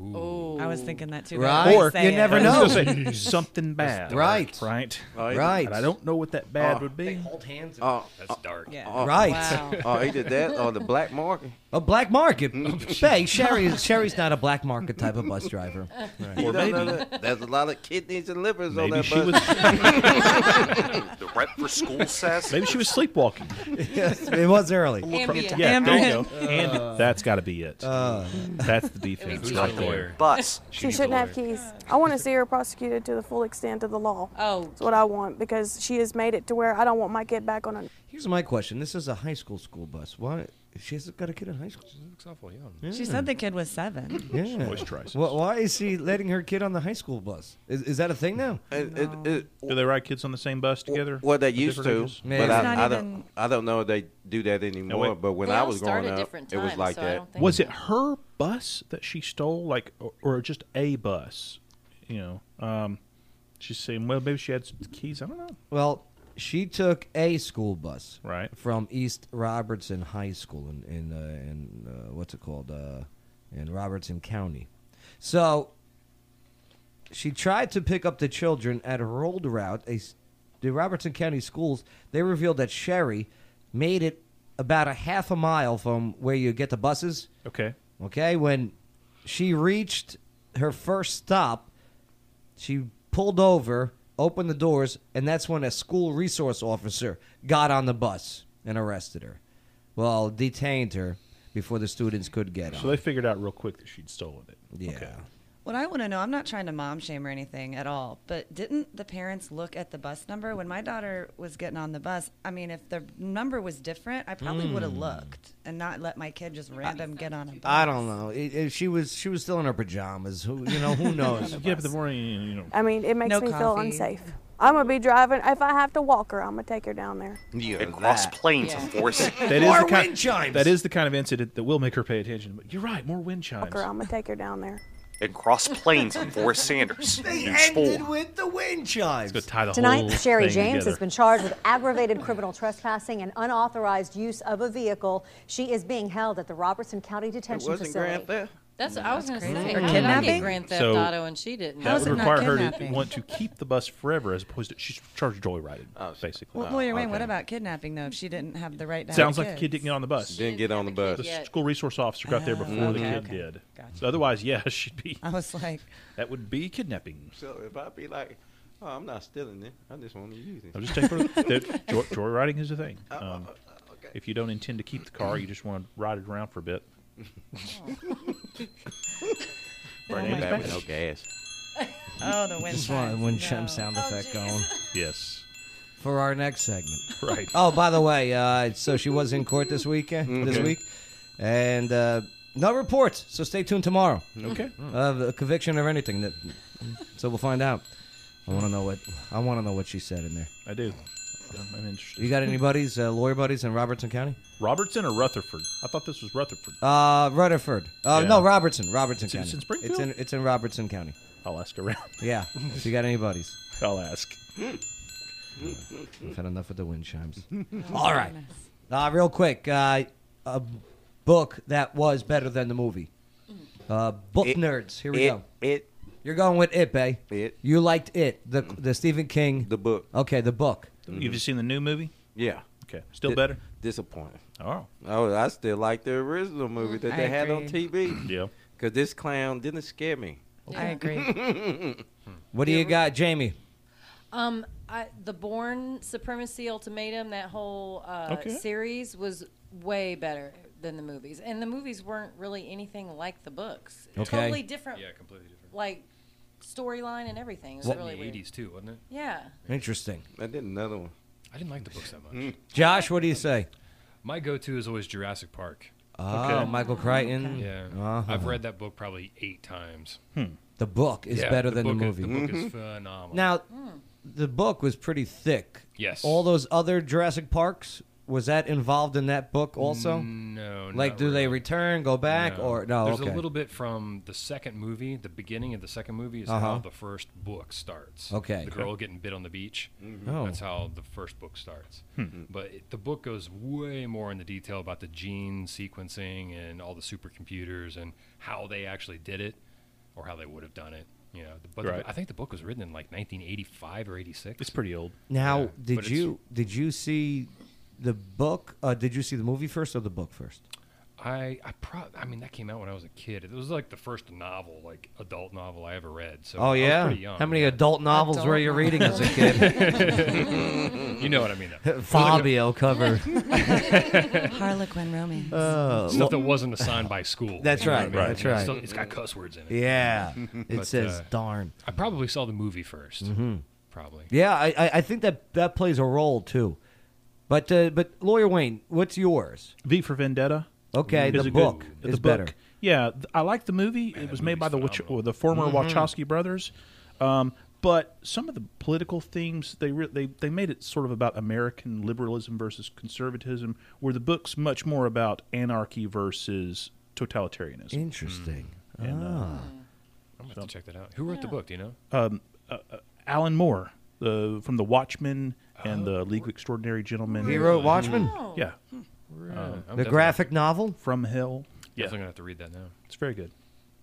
[SPEAKER 4] was thinking that too. but
[SPEAKER 2] Right?
[SPEAKER 4] I didn't
[SPEAKER 5] Or-
[SPEAKER 4] say
[SPEAKER 2] you
[SPEAKER 4] it.
[SPEAKER 2] never
[SPEAKER 5] I
[SPEAKER 2] know.
[SPEAKER 5] was gonna say, something bad.
[SPEAKER 2] Right.
[SPEAKER 5] Right.
[SPEAKER 6] Oh, yeah.
[SPEAKER 2] Right.
[SPEAKER 5] And I don't know what that bad
[SPEAKER 6] Oh.
[SPEAKER 5] would be.
[SPEAKER 2] hold hands.
[SPEAKER 6] Oh,
[SPEAKER 3] That's dark.
[SPEAKER 6] Yeah.
[SPEAKER 2] Right.
[SPEAKER 6] Oh, either that or the black market.
[SPEAKER 2] A black market. hey, Sherry, Sherry's not a black market type of bus driver.
[SPEAKER 6] You don't know that. There's a lot of kidneys and livers on
[SPEAKER 5] Maybe
[SPEAKER 6] that
[SPEAKER 5] she
[SPEAKER 6] bus.
[SPEAKER 22] The rep for school says
[SPEAKER 5] Maybe she was sleepwalking.
[SPEAKER 2] Yes, it was early. Uh.
[SPEAKER 5] Yeah,
[SPEAKER 22] Ambient.
[SPEAKER 5] there you
[SPEAKER 22] Ambient.
[SPEAKER 5] go. And that's got to be it. that's the defense
[SPEAKER 22] Who's
[SPEAKER 5] right
[SPEAKER 22] the
[SPEAKER 5] there.
[SPEAKER 22] Bus.
[SPEAKER 21] She shouldn't have keys. I want to see her prosecuted to the full extent of the law.
[SPEAKER 7] Oh,
[SPEAKER 21] that's what I want because she has made it to where I don't want my kid back on a.
[SPEAKER 2] Here's my question. This is a high school school bus. Why? She hasn't got a kid in high school. She
[SPEAKER 3] looks awful young.
[SPEAKER 4] She said the kid was seven.
[SPEAKER 2] Yeah.
[SPEAKER 5] Voice tries.
[SPEAKER 2] Why- why is she letting her kid on the high school bus? Is, is that a thing now?
[SPEAKER 5] Do they ride kids on the same bus together?
[SPEAKER 6] Well, they
[SPEAKER 5] At
[SPEAKER 6] used
[SPEAKER 5] different
[SPEAKER 6] to,
[SPEAKER 5] ages?
[SPEAKER 6] but
[SPEAKER 2] It's
[SPEAKER 6] I,
[SPEAKER 2] not
[SPEAKER 6] I don't.
[SPEAKER 2] even-
[SPEAKER 6] I don't know if they do that anymore.
[SPEAKER 5] wait.
[SPEAKER 6] but when
[SPEAKER 7] They
[SPEAKER 6] I
[SPEAKER 7] all
[SPEAKER 6] was
[SPEAKER 7] start
[SPEAKER 6] growing
[SPEAKER 7] at
[SPEAKER 6] up,
[SPEAKER 7] different
[SPEAKER 6] it was
[SPEAKER 7] times,
[SPEAKER 6] like
[SPEAKER 7] so I
[SPEAKER 6] that.
[SPEAKER 7] don't think-
[SPEAKER 5] Was it her bus that she stole, like, or, or just a bus? You know, um, she's saying, well, uh, maybe she had some keys. I don't know.
[SPEAKER 2] Well, she took a school bus
[SPEAKER 5] right
[SPEAKER 2] from East Robertson High School in in, uh, in uh, what's it called uh, in Robertson County. So she tried to pick up the children at her old route. A, s- the Robertson County schools they revealed that Sherry made it about a half a mile from where you get the buses.
[SPEAKER 5] Okay.
[SPEAKER 2] Okay, when she reached her first stop, she pulled over, opened the doors, and that's when a school resource officer got on the bus and arrested her. Well, detained her before the students could get on.
[SPEAKER 5] So they figured out real quick that she'd stolen it.
[SPEAKER 2] Yeah.
[SPEAKER 4] What I want to know, I'm not trying to mom shame or anything at all, but didn't the parents look at the bus number when my daughter was getting on the bus? I mean, if the number was different, I probably would have
[SPEAKER 6] Hmm.
[SPEAKER 2] Mm.
[SPEAKER 4] looked and not let my kid just random get on a bus.
[SPEAKER 2] I don't know. It, it- she was she was still in her pajamas. Who you know? Who knows?
[SPEAKER 5] You get up in the morning, you know.
[SPEAKER 21] I mean, it makes
[SPEAKER 4] No
[SPEAKER 21] me feel
[SPEAKER 4] coffee.
[SPEAKER 21] unsafe. I'm gonna be driving. If I have to walk her, I'm gonna take her down there.
[SPEAKER 22] and cross planes, of course.
[SPEAKER 5] That is, the kind, that is the kind of incident that will make her pay attention. But you're right, more wind chimes.
[SPEAKER 21] Walk her. I'm gonna take her down there.
[SPEAKER 22] and cross planes on Forrest Sanders. News four.
[SPEAKER 2] with the wind chimes.
[SPEAKER 5] Let's go tie the
[SPEAKER 20] Tonight,
[SPEAKER 22] whole
[SPEAKER 20] Sherry
[SPEAKER 22] thing
[SPEAKER 20] James
[SPEAKER 22] together.
[SPEAKER 20] has been charged with aggravated criminal trespassing and unauthorized use of a vehicle. She is being held at the Robertson County Detention
[SPEAKER 6] wasn't
[SPEAKER 20] Facility.
[SPEAKER 6] grand theft?
[SPEAKER 7] That's what I was going to say.
[SPEAKER 20] Or
[SPEAKER 7] How did I get
[SPEAKER 20] kidnapping?
[SPEAKER 7] Grand Theft
[SPEAKER 5] So
[SPEAKER 7] Auto, and she didn't.
[SPEAKER 5] That would require her to want to keep the bus forever, as opposed to she's charged joyriding,
[SPEAKER 6] Oh,
[SPEAKER 5] basically.
[SPEAKER 4] Well, lawyer Wayne, what about kidnapping though? If she didn't have the right to
[SPEAKER 5] Sounds
[SPEAKER 4] have
[SPEAKER 5] like the kid didn't get on the bus.
[SPEAKER 6] Didn't get on the bus.
[SPEAKER 5] The
[SPEAKER 4] yet.
[SPEAKER 5] school resource officer got there
[SPEAKER 4] Oh,
[SPEAKER 5] before the
[SPEAKER 4] okay,
[SPEAKER 5] kid
[SPEAKER 4] okay.
[SPEAKER 5] did.
[SPEAKER 4] Gotcha.
[SPEAKER 5] So otherwise, yeah, she'd be.
[SPEAKER 4] I was like,
[SPEAKER 5] That would be kidnapping.
[SPEAKER 6] So if I be like, oh, I'm not stealing it. I just want to use it.
[SPEAKER 5] I'm just taking. that- joy- Joyriding is a thing.
[SPEAKER 6] Oh,
[SPEAKER 5] Um, If you don't intend to keep the car, you just want to ride it around for a bit.
[SPEAKER 2] Oh
[SPEAKER 6] Burn
[SPEAKER 5] Oh,
[SPEAKER 6] it
[SPEAKER 5] my
[SPEAKER 6] back with no
[SPEAKER 5] gosh.
[SPEAKER 6] gas.
[SPEAKER 4] oh, the wind.
[SPEAKER 2] Just want a
[SPEAKER 4] chimes. Oh,
[SPEAKER 2] wind chime sound effect going.
[SPEAKER 5] Yes.
[SPEAKER 2] For our next segment.
[SPEAKER 5] Right. Mm-hmm.
[SPEAKER 2] Oh, by the way, uh, so she was in court this weekend, this
[SPEAKER 5] Okay.
[SPEAKER 2] week, and uh, no reports. So stay tuned tomorrow. Mm.
[SPEAKER 5] Okay.
[SPEAKER 2] Of a conviction or anything. That, mm, so we'll find out. I want to know what I want to know what she said in there.
[SPEAKER 5] I do. I'm interested.
[SPEAKER 2] You got any buddies, uh, lawyer buddies in Robertson County?
[SPEAKER 5] Robertson or Rutherford? I thought this was Rutherford.
[SPEAKER 2] Uh, Rutherford. Uh,
[SPEAKER 5] Yeah.
[SPEAKER 2] no, Robertson. Robertson
[SPEAKER 5] It's in-
[SPEAKER 2] County.
[SPEAKER 5] it's in Springfield?
[SPEAKER 2] It's in, it's in Robertson County.
[SPEAKER 5] I'll ask around.
[SPEAKER 2] Yeah. if you got any buddies,
[SPEAKER 5] I'll ask.
[SPEAKER 2] I've had enough with the wind chimes. All right. Uh, real quick, uh, a book that was better than the movie. Uh, book nerds. Here we
[SPEAKER 6] it-
[SPEAKER 2] go. It. You're going with it, Bay. It. You liked it. The the Stephen King. The book. Okay, the book.
[SPEAKER 5] You've seen the new movie?
[SPEAKER 6] Yeah.
[SPEAKER 5] Okay. Still
[SPEAKER 6] Di-
[SPEAKER 5] better?
[SPEAKER 6] Disappointing.
[SPEAKER 5] Oh.
[SPEAKER 6] Oh, I still like the original movie that
[SPEAKER 5] I
[SPEAKER 6] they had on
[SPEAKER 5] agree.
[SPEAKER 6] TV.
[SPEAKER 5] Yeah.
[SPEAKER 6] Because this clown didn't scare me.
[SPEAKER 4] I agree.
[SPEAKER 2] What do you got, Jamie?
[SPEAKER 7] Um, I, the Born Supremacy Ultimatum, that whole uh,
[SPEAKER 2] Okay.
[SPEAKER 7] series was way better than the movies, and the movies weren't really anything like the books.
[SPEAKER 2] Okay.
[SPEAKER 7] Totally different.
[SPEAKER 3] Yeah, completely different.
[SPEAKER 7] Like storyline and everything. It was
[SPEAKER 3] What-
[SPEAKER 7] really
[SPEAKER 3] in the
[SPEAKER 7] weird.
[SPEAKER 3] 80s too, wasn't it?
[SPEAKER 7] Yeah.
[SPEAKER 2] Interesting.
[SPEAKER 6] I did another one.
[SPEAKER 3] I didn't like the books that much.
[SPEAKER 2] Josh, what do you say?
[SPEAKER 3] My go-to is always Jurassic Park.
[SPEAKER 2] Oh, Michael Crichton.
[SPEAKER 3] Yeah,
[SPEAKER 2] Uh-huh.
[SPEAKER 3] I've read that book probably eight times.
[SPEAKER 2] The book is
[SPEAKER 3] Yeah,
[SPEAKER 2] better
[SPEAKER 3] the
[SPEAKER 2] than the
[SPEAKER 3] book is-
[SPEAKER 2] movie. Mm-hmm.
[SPEAKER 3] the book is Mhm. phenomenal.
[SPEAKER 2] Now, the book was pretty thick.
[SPEAKER 3] Yes.
[SPEAKER 2] All those other Jurassic Parks was that involved in that book also?
[SPEAKER 3] No,
[SPEAKER 2] Like,
[SPEAKER 3] not
[SPEAKER 2] do they return, go back, or no?
[SPEAKER 3] There's
[SPEAKER 2] okay.
[SPEAKER 3] a little bit from the second movie. The beginning of the second movie is
[SPEAKER 2] Uh-huh.
[SPEAKER 3] how the first book starts.
[SPEAKER 2] Okay.
[SPEAKER 3] the girl getting bit on the beach.
[SPEAKER 5] Mm-hmm.
[SPEAKER 2] Mhm. Oh.
[SPEAKER 3] That's how the first book starts.
[SPEAKER 2] Hmm.
[SPEAKER 3] But it, the book goes way more into detail about the gene sequencing and all the supercomputers and how they actually did it, or how they would have done it. You know, but the-
[SPEAKER 5] Right.
[SPEAKER 3] I think the book was written in like 1985 or 86.
[SPEAKER 5] It's pretty old.
[SPEAKER 2] Now,
[SPEAKER 3] Yeah, but
[SPEAKER 2] did
[SPEAKER 3] it's-
[SPEAKER 2] you did you see the book? Uh, did you see the movie first or the book first?
[SPEAKER 3] I I pro- I mean that came out when I was a kid. It was like the first novel, like adult novel I ever read. So I
[SPEAKER 2] oh
[SPEAKER 3] was
[SPEAKER 2] yeah.
[SPEAKER 3] pretty young,
[SPEAKER 2] How many
[SPEAKER 3] yeah.
[SPEAKER 2] adult novels were you reading as a kid?
[SPEAKER 3] you know what I mean. though.
[SPEAKER 2] Fabio cover.
[SPEAKER 4] Harlequin romance.
[SPEAKER 2] Oh,
[SPEAKER 3] Stuff that
[SPEAKER 2] well-
[SPEAKER 3] wasn't assigned by school.
[SPEAKER 2] That's
[SPEAKER 3] you know what
[SPEAKER 2] right,
[SPEAKER 3] I mean?
[SPEAKER 2] that's right.
[SPEAKER 3] Still- it's got cuss words in it.
[SPEAKER 2] Yeah, it
[SPEAKER 3] But,
[SPEAKER 2] says
[SPEAKER 3] uh,
[SPEAKER 2] darn.
[SPEAKER 3] I probably saw the movie 1st
[SPEAKER 2] Mhm.
[SPEAKER 3] Probably.
[SPEAKER 2] Yeah, I, I I think that that plays a role too. But uh, but lawyer Wayne, what's yours?
[SPEAKER 5] V for Vendetta.
[SPEAKER 2] Okay,
[SPEAKER 5] is
[SPEAKER 2] the
[SPEAKER 5] a good-
[SPEAKER 2] book
[SPEAKER 5] the
[SPEAKER 2] is
[SPEAKER 5] book.
[SPEAKER 2] better.
[SPEAKER 5] Yeah, th- I like the movie. it was made by the Wach- or the former
[SPEAKER 2] Mhm.
[SPEAKER 5] Wachowski brothers. Um, but some of the political themes they re- they they made it sort of about American liberalism versus conservatism, where the book's much more about anarchy versus totalitarianism. Mm. uh,
[SPEAKER 2] Interesting.
[SPEAKER 3] Ah. I'm gonna have to check that out. Who wrote the book? Do you know?
[SPEAKER 5] um, uh, uh, Alan Moore, the from the Watchmen and the League of Extraordinary Gentlemen.
[SPEAKER 2] He wrote Watchmen?
[SPEAKER 5] Yeah.
[SPEAKER 3] Really?
[SPEAKER 5] Um,
[SPEAKER 3] I'm
[SPEAKER 2] The graphic novel
[SPEAKER 5] from Hill.
[SPEAKER 3] Definitely gonna have to read that now.
[SPEAKER 5] It's very good.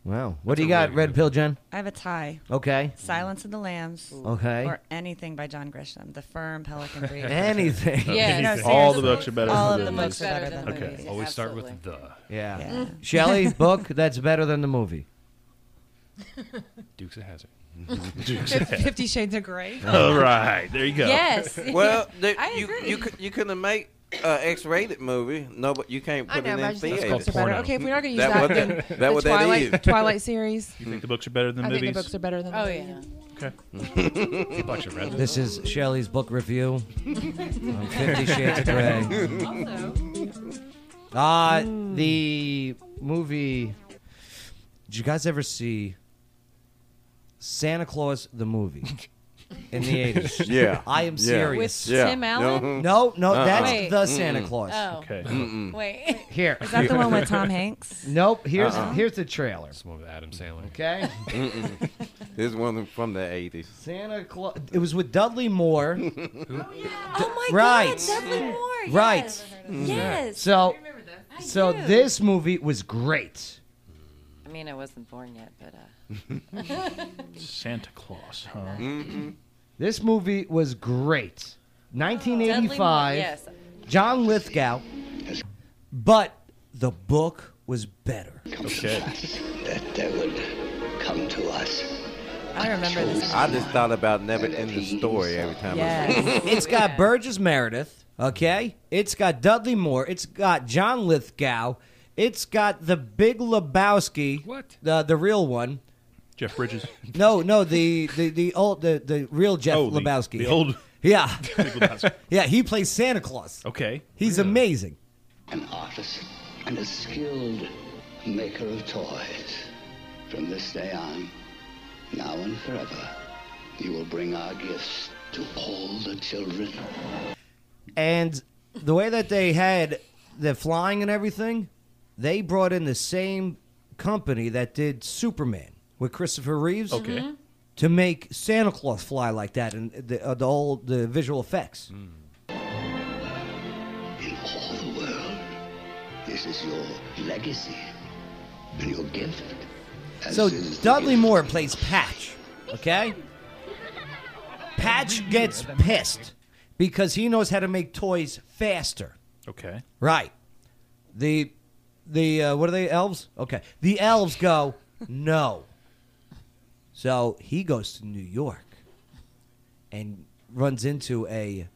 [SPEAKER 2] Wow, what
[SPEAKER 4] That's
[SPEAKER 2] do you
[SPEAKER 4] a
[SPEAKER 2] got?
[SPEAKER 4] really
[SPEAKER 2] Red pill, Jen.
[SPEAKER 4] I have a tie.
[SPEAKER 2] Okay.
[SPEAKER 4] Silence of the Lambs.
[SPEAKER 2] Okay.
[SPEAKER 4] Or anything by John Grisham. The Firm, Pelican Brief.
[SPEAKER 2] Anything.
[SPEAKER 4] Yeah.
[SPEAKER 2] Yes.
[SPEAKER 5] All the books are better
[SPEAKER 4] All
[SPEAKER 5] than
[SPEAKER 4] of the
[SPEAKER 5] movies.
[SPEAKER 4] books are better than the
[SPEAKER 5] Okay.
[SPEAKER 4] movies.
[SPEAKER 3] Always start with the.
[SPEAKER 2] Yeah.
[SPEAKER 4] Yeah.
[SPEAKER 2] Shelley's book that's better than the movie.
[SPEAKER 3] Dukes of Hazard.
[SPEAKER 13] Fifty Shades of Grey.
[SPEAKER 5] All right, there you go.
[SPEAKER 4] Yes.
[SPEAKER 6] well, the,
[SPEAKER 4] I
[SPEAKER 6] you you cou- you couldn't make an X-rated movie. No, but you can't
[SPEAKER 13] I
[SPEAKER 6] put
[SPEAKER 13] know,
[SPEAKER 6] it
[SPEAKER 13] but I
[SPEAKER 6] in
[SPEAKER 13] just think
[SPEAKER 6] theaters.
[SPEAKER 13] the books are better. Okay, if we're not going to use
[SPEAKER 6] what
[SPEAKER 13] that, then
[SPEAKER 6] that,
[SPEAKER 13] the
[SPEAKER 6] what
[SPEAKER 13] Twilight,
[SPEAKER 6] that is.
[SPEAKER 13] Twilight series.
[SPEAKER 5] You think the books are better than
[SPEAKER 13] I
[SPEAKER 5] movies?
[SPEAKER 13] think the books are better than the
[SPEAKER 7] Oh,
[SPEAKER 13] movies.
[SPEAKER 7] yeah.
[SPEAKER 5] A bunch of red.
[SPEAKER 2] This is Shelley's book review on Fifty Shades of Grey. Uh, the movie. Did you guys ever see Santa Claus the movie in the eighties?
[SPEAKER 6] Yeah.
[SPEAKER 2] I am
[SPEAKER 6] Yeah.
[SPEAKER 2] serious.
[SPEAKER 6] With Yeah. Tim Allen?
[SPEAKER 2] No, no,
[SPEAKER 6] Uh-uh.
[SPEAKER 2] that's
[SPEAKER 6] Wait.
[SPEAKER 2] the Santa
[SPEAKER 6] Mm-mm.
[SPEAKER 2] Claus.
[SPEAKER 6] Oh. Okay. Mm-mm.
[SPEAKER 7] Wait.
[SPEAKER 2] Here.
[SPEAKER 4] Is that the one with Tom Hanks?
[SPEAKER 2] Nope. Here's
[SPEAKER 6] Uh-uh.
[SPEAKER 2] here's the trailer.
[SPEAKER 3] It's one with Adam Sandler.
[SPEAKER 2] Okay.
[SPEAKER 6] Mm-mm. this one from the eighties.
[SPEAKER 2] Santa Claus. It was with Dudley Moore.
[SPEAKER 7] Oh my
[SPEAKER 2] right.
[SPEAKER 7] God, Dudley Moore.
[SPEAKER 2] Right.
[SPEAKER 7] Yes. Yes.
[SPEAKER 2] So,
[SPEAKER 7] I remember that. I
[SPEAKER 2] so
[SPEAKER 7] do.
[SPEAKER 2] this movie was great.
[SPEAKER 7] I mean, I wasn't born yet, but uh.
[SPEAKER 5] Santa Claus, huh?
[SPEAKER 7] Mm-hmm.
[SPEAKER 2] This movie was great.
[SPEAKER 7] Dudley Moore,
[SPEAKER 2] 1985.
[SPEAKER 7] yes.
[SPEAKER 2] John Lithgow. But the book was better.
[SPEAKER 5] Okay.
[SPEAKER 1] that they would come to us.
[SPEAKER 4] I remember this.
[SPEAKER 6] I just thought about never ending story every time. I was
[SPEAKER 2] it's got Burgess Meredith, okay? It's got Dudley Moore. It's got John Lithgow. It's got the Big Lebowski. What? The the real one.
[SPEAKER 5] Jeff Bridges.
[SPEAKER 2] No, no, the the the old the, the real Jeff
[SPEAKER 5] Oh, the-
[SPEAKER 2] Lebowski.
[SPEAKER 5] the old-
[SPEAKER 2] Yeah.
[SPEAKER 5] Big Lebowski.
[SPEAKER 2] yeah, he plays Santa Claus.
[SPEAKER 5] Okay.
[SPEAKER 2] He's amazing.
[SPEAKER 1] An artist and a skilled maker of toys. From this day on, now and forever, you will bring our gifts to all the children.
[SPEAKER 2] And the way that they had the flying and everything, they brought in the same company that did Superman with Christopher Reeves.
[SPEAKER 5] Okay. Mhm.
[SPEAKER 2] To make Santa Claus fly like that and the, uh, the whole the visual effects.
[SPEAKER 1] All the world. This is your legacy and your gift. As
[SPEAKER 2] So
[SPEAKER 1] is
[SPEAKER 2] Dudley Moore plays Patch, okay? Patch gets pissed because he knows how to make toys faster.
[SPEAKER 5] Okay.
[SPEAKER 2] Right. The the uh, what are they elves? Okay, the elves go no. So he goes to New York and runs into a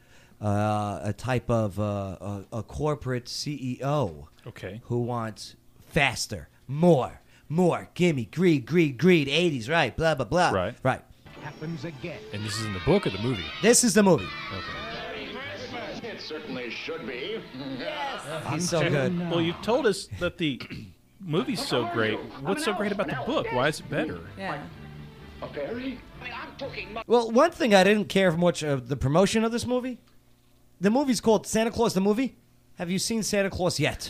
[SPEAKER 2] uh, a type of uh, a, a corporate CEO.
[SPEAKER 5] Okay.
[SPEAKER 2] Who wants faster, more, more, gimme, greed, greed, greed, 80s, right, blah, blah, blah. Right. Right.
[SPEAKER 9] Happens again.
[SPEAKER 3] And this is in the book or the movie?
[SPEAKER 2] This is the movie.
[SPEAKER 9] It certainly should be.
[SPEAKER 2] He's so
[SPEAKER 5] Okay.
[SPEAKER 2] good.
[SPEAKER 5] Well, you've told us that the movie's so great. What's so great about the book? Why is it better?
[SPEAKER 9] Yeah. A berry? I mean, I'm talking mu-
[SPEAKER 2] Well, one thing I didn't care much of the promotion of this movie. The movie's called Santa Claus the Movie. Have you seen Santa Claus yet?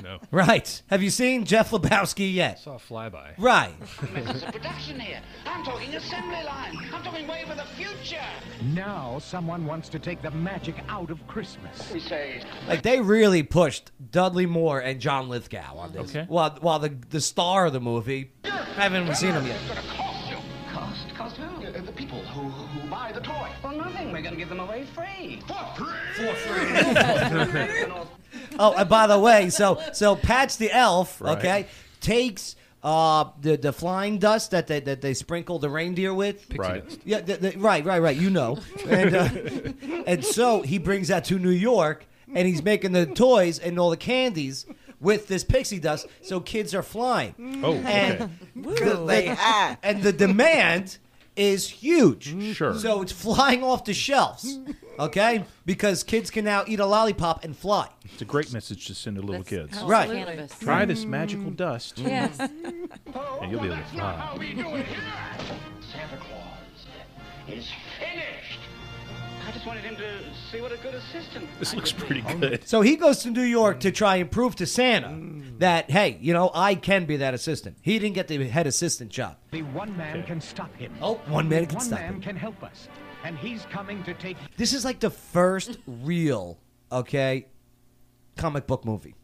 [SPEAKER 3] No.
[SPEAKER 2] right. Have you seen Jeff Lebowski
[SPEAKER 3] I
[SPEAKER 2] yet?
[SPEAKER 3] saw a flyby.
[SPEAKER 2] Right.
[SPEAKER 9] This is a production here. I'm talking assembly line. I'm talking way for the future.
[SPEAKER 2] now
[SPEAKER 9] Someone wants to take the magic out of Christmas. We say,
[SPEAKER 2] Like they really pushed Dudley Moore and John Lithgow on this.
[SPEAKER 9] Okay.
[SPEAKER 2] While while the the star of the movie, I haven't even seen him yet.
[SPEAKER 9] cost, cost who? Uh, the people who, who buy the toy. Well, nothing. We're going to give them away free. For free? For free.
[SPEAKER 2] Oh, and by the way, so so Patch the elf,
[SPEAKER 9] Right.
[SPEAKER 2] okay, takes uh the the flying dust that they that they sprinkle the reindeer with.
[SPEAKER 3] Pixie Right. dust.
[SPEAKER 2] Yeah. The, the- right. Right. Right. You know. And uh, and so he brings that to New York, and he's making the toys and all the candies. With this pixie dust, so kids are flying.
[SPEAKER 5] Oh,
[SPEAKER 2] and
[SPEAKER 5] okay.
[SPEAKER 2] the-
[SPEAKER 5] Woo.
[SPEAKER 2] the- and the demand is huge.
[SPEAKER 5] Mm-hmm. Sure.
[SPEAKER 2] So it's flying off the shelves, okay? Because kids can now eat a lollipop and fly.
[SPEAKER 5] It's a great message to send to little kids.
[SPEAKER 2] how Mm. Right. cannabis-
[SPEAKER 5] Try this magical dust.
[SPEAKER 9] Yes.
[SPEAKER 5] Mm. And you'll be able to fly.
[SPEAKER 9] we do it here. Santa Claus is finished. I just wanted him to see what a good assistant.
[SPEAKER 5] This looks pretty good.
[SPEAKER 2] So he goes to New York to try and prove to Santa that, hey, you know, I can be that assistant. He didn't get the head assistant job.
[SPEAKER 9] The one man can stop him.
[SPEAKER 2] Oh, one man can
[SPEAKER 9] one
[SPEAKER 2] stop
[SPEAKER 9] man
[SPEAKER 2] him.
[SPEAKER 9] can help us, and he's coming to take.
[SPEAKER 2] This is like the first real, okay, comic book movie.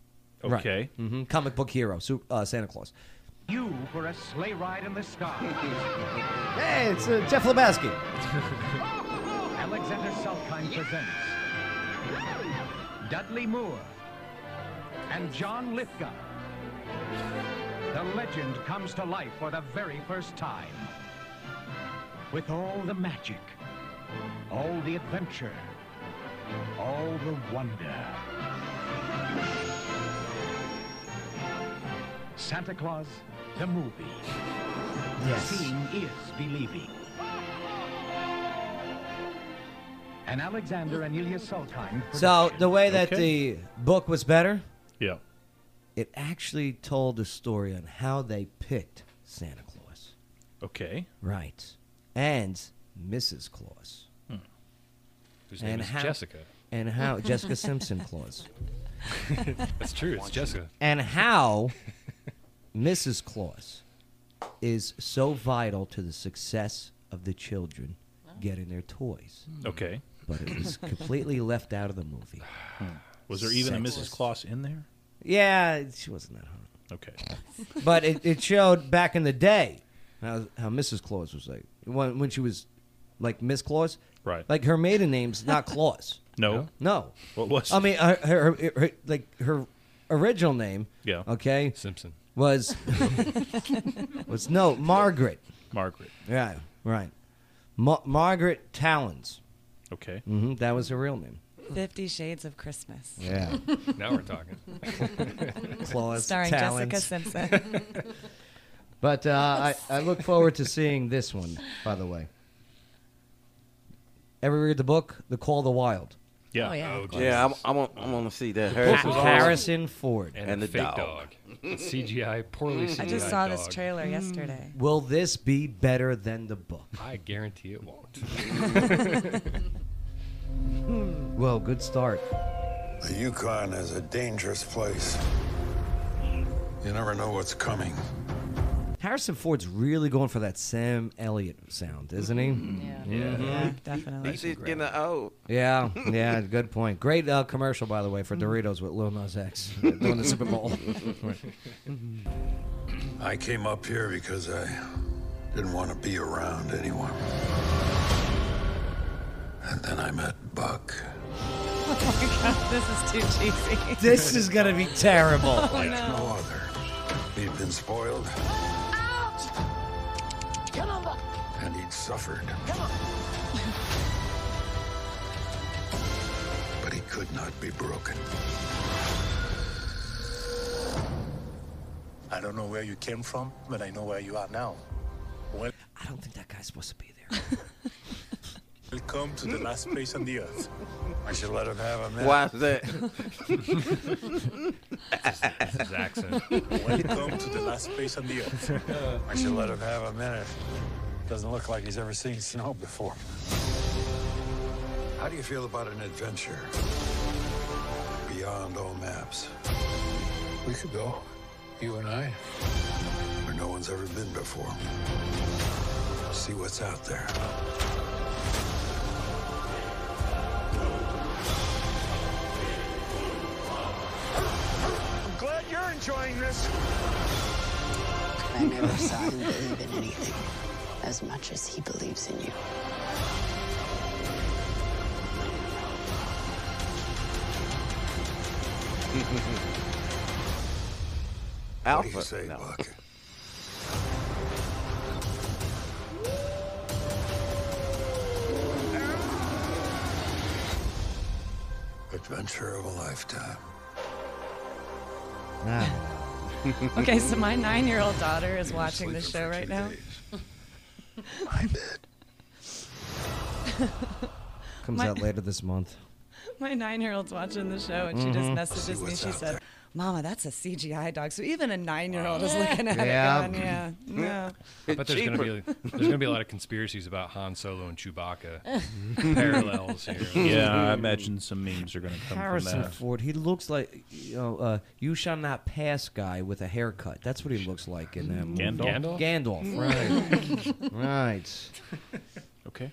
[SPEAKER 5] Okay.
[SPEAKER 2] hmm Comic book hero, Su- uh, Santa Claus.
[SPEAKER 9] You for a sleigh ride in the sky.
[SPEAKER 2] Hey, it's uh, Jeff Lebowski.
[SPEAKER 9] Alexander Salkind presents Dudley Moore and John Lithgow. The legend comes to life for the very first time. With all the magic, all the adventure, all the wonder. Santa Claus, the movie.
[SPEAKER 2] Yes.
[SPEAKER 9] Seeing is believing. And Alexander and Ilya Salkind.
[SPEAKER 2] So the way that
[SPEAKER 9] Okay.
[SPEAKER 2] the book was better,
[SPEAKER 5] yeah,
[SPEAKER 2] it actually told a story on how they picked Santa Claus,
[SPEAKER 5] Okay.
[SPEAKER 2] right, and Mrs. Claus,
[SPEAKER 5] Hmm.
[SPEAKER 3] Whose name is Jessica.
[SPEAKER 2] and how Jessica Simpson Claus,
[SPEAKER 3] That's true. It's Jessica.
[SPEAKER 2] and how Mrs. Claus is so vital to the success of the children getting their toys.
[SPEAKER 5] Okay.
[SPEAKER 2] but it was completely left out of the movie.
[SPEAKER 5] Was there even a
[SPEAKER 2] Sexist.
[SPEAKER 5] Mrs. Claus in there?
[SPEAKER 2] Yeah, she wasn't that hot.
[SPEAKER 5] Okay.
[SPEAKER 2] but it, it showed back in the day how, how Mrs. Claus was like when, when she was like Miss Claus.
[SPEAKER 5] Right.
[SPEAKER 2] Like her maiden name's not Claus.
[SPEAKER 5] No.
[SPEAKER 2] No.
[SPEAKER 5] What was
[SPEAKER 2] I mean, her, her, her, her- like her original name.
[SPEAKER 5] Yeah.
[SPEAKER 2] Okay.
[SPEAKER 3] Simpson.
[SPEAKER 2] Was was no Margaret.
[SPEAKER 5] Margaret.
[SPEAKER 2] Yeah. Right. Ma- Margaret Talons.
[SPEAKER 5] Okay.
[SPEAKER 2] hmm that was her real name.
[SPEAKER 4] Fifty Shades of Christmas.
[SPEAKER 2] Yeah.
[SPEAKER 3] Now we're talking.
[SPEAKER 2] Claus
[SPEAKER 4] Starring
[SPEAKER 2] Talons.
[SPEAKER 4] Jessica Simpson.
[SPEAKER 2] But uh, I, I look forward to seeing this one, by the way. Ever read the book, The Call of the Wild?
[SPEAKER 5] Yeah.
[SPEAKER 6] Oh, yeah,
[SPEAKER 3] Oh, geez.
[SPEAKER 6] yeah, I'm, I'm, on- I'm on to see that.
[SPEAKER 2] The book was Harrison Ford.
[SPEAKER 6] and,
[SPEAKER 3] And,
[SPEAKER 6] the
[SPEAKER 3] the fake
[SPEAKER 6] dog.
[SPEAKER 3] dog. CGI, poorly CGI.
[SPEAKER 4] Mm. I just saw this
[SPEAKER 3] dog. Hmm.
[SPEAKER 4] trailer yesterday.
[SPEAKER 2] Will this be better than the book?
[SPEAKER 3] I guarantee it won't.
[SPEAKER 2] Well, good start.
[SPEAKER 10] The Yukon is a dangerous place. You never know what's coming.
[SPEAKER 2] Harrison Ford's really going for that Sam Elliott sound, isn't he? Mhm.
[SPEAKER 6] Mm-hmm. He's just getting old.
[SPEAKER 2] Yeah, yeah, good point. Great uh, commercial, by the way, for Doritos with Lil Nas X uh, during the Super Bowl.
[SPEAKER 10] I came up here because I didn't want to be around anyone. And then I met Buck.
[SPEAKER 4] Oh This is too cheesy.
[SPEAKER 2] This is gonna be terrible.
[SPEAKER 9] Oh,
[SPEAKER 10] like Oh, no other. He'd been spoiled. And he'd suffered. But he could not be broken.
[SPEAKER 11] I don't know where you came from, but I know where you are now. Well,
[SPEAKER 2] I don't think that guy's supposed to be there.
[SPEAKER 11] Welcome to the last place on the earth.
[SPEAKER 10] I should let him have a minute.
[SPEAKER 6] Why is that?
[SPEAKER 11] Welcome to the last place on the earth.
[SPEAKER 10] I should let him have a minute. Doesn't look like he's ever seen snow before. How do you feel about an adventure beyond all maps? We could go, you and I, where no one's ever been before. See what's out there.
[SPEAKER 8] I'm glad you're enjoying this.
[SPEAKER 12] I never saw him believe in anything as much as he believes in you.
[SPEAKER 10] Alpha. What do you say, Buck? Adventure of a lifetime.
[SPEAKER 4] okay, so my nine-year-old daughter is watching this show right now.
[SPEAKER 10] I did.
[SPEAKER 2] Comes
[SPEAKER 4] My-
[SPEAKER 2] out later this month.
[SPEAKER 4] My nine-year-old's watching the show, and she just
[SPEAKER 2] Mhm.
[SPEAKER 4] messages
[SPEAKER 2] See
[SPEAKER 4] me.
[SPEAKER 2] what's
[SPEAKER 4] She
[SPEAKER 2] out
[SPEAKER 4] said, "Mama, that's a CGI dog." So even a nine-year-old is
[SPEAKER 3] Wow.
[SPEAKER 4] looking at
[SPEAKER 2] Yeah.
[SPEAKER 4] it. Going, yeah, yeah.
[SPEAKER 3] I bet there's gonna be
[SPEAKER 4] Cheaper.
[SPEAKER 3] there's gonna be a lot of conspiracies about Han Solo and Chewbacca parallels here.
[SPEAKER 5] Yeah, I imagine some memes are going to come
[SPEAKER 2] Harrison
[SPEAKER 5] from that.
[SPEAKER 2] Ford, he looks like you know, uh, you shall not pass guy with a haircut. That's what he looks like in that movie.
[SPEAKER 5] Gandalf?
[SPEAKER 2] Gandalf, right? Mm. right. Mm.
[SPEAKER 5] Okay.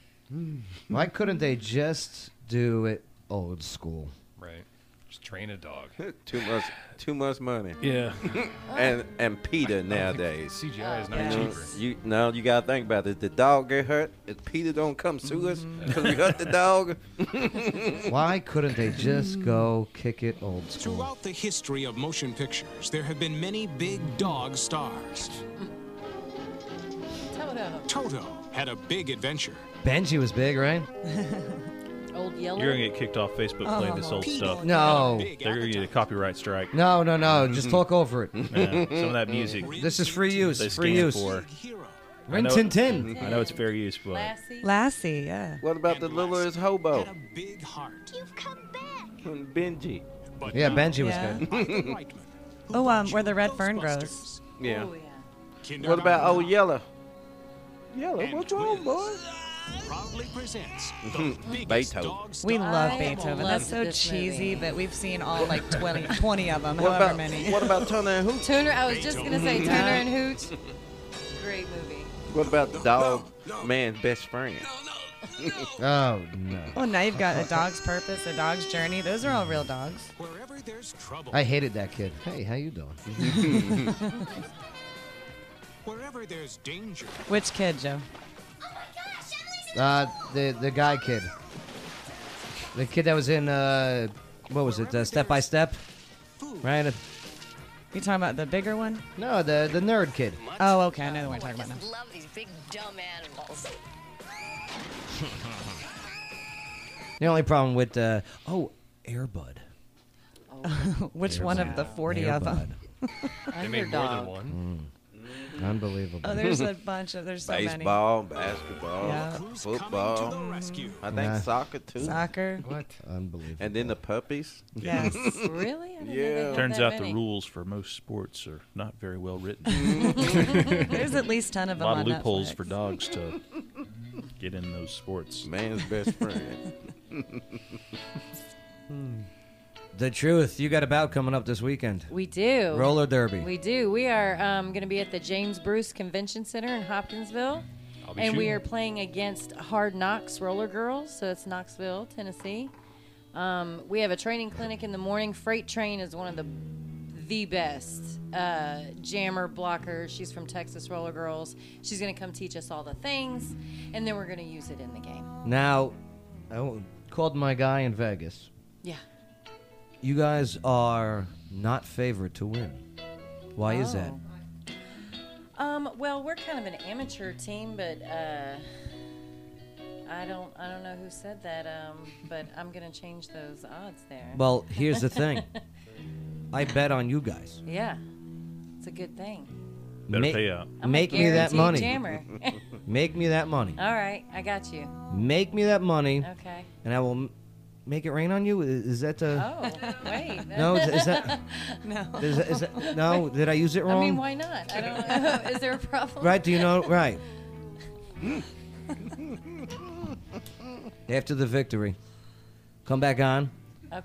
[SPEAKER 2] Why couldn't they just do it old school?
[SPEAKER 3] Right. Just train a dog.
[SPEAKER 6] too much, too much money.
[SPEAKER 5] Yeah.
[SPEAKER 6] and and PETA
[SPEAKER 3] I don't think
[SPEAKER 6] nowadays.
[SPEAKER 3] CGI is not
[SPEAKER 6] You know,
[SPEAKER 3] cheaper.
[SPEAKER 6] You now you gotta think about it. The dog get hurt. If PETA don't come sue us
[SPEAKER 3] Mm-hmm.
[SPEAKER 6] because we hurt the dog.
[SPEAKER 2] Why couldn't they just go kick it old school?
[SPEAKER 23] Throughout the history of motion pictures, there have been many big dog stars.
[SPEAKER 7] Toto.
[SPEAKER 23] Toto had a big adventure.
[SPEAKER 2] Benji was big, right?
[SPEAKER 7] Old Yeller.
[SPEAKER 5] You're going to get kicked off Facebook playing
[SPEAKER 2] Uh-huh.
[SPEAKER 5] this old stuff.
[SPEAKER 2] No.
[SPEAKER 5] Oh, They're going to get a copyright strike.
[SPEAKER 2] Oh, No, no, no. Just talk over it.
[SPEAKER 5] Yeah, some of that music.
[SPEAKER 2] This is free use.
[SPEAKER 5] They
[SPEAKER 2] Free
[SPEAKER 5] scan
[SPEAKER 2] use.
[SPEAKER 5] For.
[SPEAKER 2] Rin
[SPEAKER 5] I know- Mm-hmm.
[SPEAKER 2] Tin Tin.
[SPEAKER 5] I know it's fair use, but
[SPEAKER 4] Lassie. Lassie, yeah.
[SPEAKER 6] What about the littlest hobo?
[SPEAKER 23] Big heart.
[SPEAKER 6] And Benji.
[SPEAKER 2] Yeah, Benji was
[SPEAKER 4] Yeah.
[SPEAKER 2] good.
[SPEAKER 4] Oh, um, where the red fern grows.
[SPEAKER 6] Yeah. What about old Yellow? Yellow, what's wrong, boy?
[SPEAKER 23] Proudly presents
[SPEAKER 6] Beethoven.
[SPEAKER 4] We love
[SPEAKER 7] I
[SPEAKER 4] Beethoven.
[SPEAKER 7] loved
[SPEAKER 4] That's so
[SPEAKER 7] this
[SPEAKER 4] cheesy,
[SPEAKER 7] movie.
[SPEAKER 4] but we've seen all like 20, 20 of them,
[SPEAKER 6] What
[SPEAKER 4] however
[SPEAKER 6] about
[SPEAKER 4] many.
[SPEAKER 6] what about Turner and Hooch?
[SPEAKER 7] Turner. I was just gonna say Turner
[SPEAKER 4] Yeah.
[SPEAKER 7] and Hooch. Great movie.
[SPEAKER 6] What about the dog man's best friend?
[SPEAKER 2] oh no!
[SPEAKER 4] Well, now you've got a dog's purpose, a dog's journey. Those are all real dogs.
[SPEAKER 2] I hated that kid. Hey, how you doing?
[SPEAKER 23] Wherever there's danger,
[SPEAKER 4] Which kid, Joe?
[SPEAKER 2] uh, the the guy kid, the kid that was in uh, what was it? Uh, step by step, right? Uh,
[SPEAKER 4] You talking about the bigger one?
[SPEAKER 2] No, the the nerd kid.
[SPEAKER 4] Oh, okay. I know the one you're talking about now.
[SPEAKER 14] Love these big dumb animals.
[SPEAKER 2] The only problem with uh, oh, Airbud.
[SPEAKER 4] Which one of the 40 of them?
[SPEAKER 3] They made more than one.
[SPEAKER 2] Mm. Unbelievable.
[SPEAKER 4] Oh, there's a bunch of there's so many.
[SPEAKER 6] Baseball, basketball,
[SPEAKER 4] Yeah.
[SPEAKER 6] football. I think
[SPEAKER 2] Nah.
[SPEAKER 6] soccer too.
[SPEAKER 4] Soccer.
[SPEAKER 2] What? Unbelievable.
[SPEAKER 6] And then the puppies.
[SPEAKER 4] Yes. Really? I didn't know they
[SPEAKER 6] yeah.
[SPEAKER 4] had
[SPEAKER 5] turns
[SPEAKER 4] that
[SPEAKER 5] out the
[SPEAKER 4] many.
[SPEAKER 5] rules for most sports are not very well written.
[SPEAKER 4] There's at least 10 of
[SPEAKER 5] A lot
[SPEAKER 4] them
[SPEAKER 5] of
[SPEAKER 4] on
[SPEAKER 5] loopholes
[SPEAKER 4] Netflix.
[SPEAKER 5] for dogs to get in those sports.
[SPEAKER 6] Man's best friend.
[SPEAKER 10] Hmm.
[SPEAKER 2] The truth. You got about coming up this weekend.
[SPEAKER 7] We do.
[SPEAKER 2] Roller derby.
[SPEAKER 7] We do. We are um, going to be at the James Bruce Convention Center in Hopkinsville.
[SPEAKER 2] I'll be
[SPEAKER 7] And we
[SPEAKER 2] shooting.
[SPEAKER 7] are playing against Hard Knocks Roller Girls. So it's Knoxville, Tennessee. Um, we have a training clinic in the morning. Freight Train is one of the the best uh, jammer blocker. She's from Texas Roller Girls. She's going to come teach us all the things, and then we're going to use it in the game.
[SPEAKER 2] Now, I w- called my guy in Vegas,
[SPEAKER 7] Yeah.
[SPEAKER 2] You guys are not favored to win. Why is
[SPEAKER 7] Oh,
[SPEAKER 2] that?
[SPEAKER 7] Um, well, we're kind of an amateur team, but uh, I don't I don't know who said that. Um, but I'm gonna change those odds there.
[SPEAKER 2] Well, here's the thing. I bet on you guys.
[SPEAKER 7] yeah, it's a good thing.
[SPEAKER 5] Better pay up.
[SPEAKER 7] I'm a
[SPEAKER 2] Make me that
[SPEAKER 7] guaranteed
[SPEAKER 2] money.
[SPEAKER 7] Jammer.
[SPEAKER 2] Make me that money.
[SPEAKER 7] All right, I got you.
[SPEAKER 2] Make me that money.
[SPEAKER 7] Okay.
[SPEAKER 2] And I will m- make it rain on you. I- Is that the?
[SPEAKER 7] Oh, wait.
[SPEAKER 2] No, is, is that?
[SPEAKER 7] no.
[SPEAKER 2] Is that, is that, no, did I use it wrong?
[SPEAKER 7] I mean, why not? I don't know. Is there a problem?
[SPEAKER 2] Right? Do you know? Right. After the victory, come back on.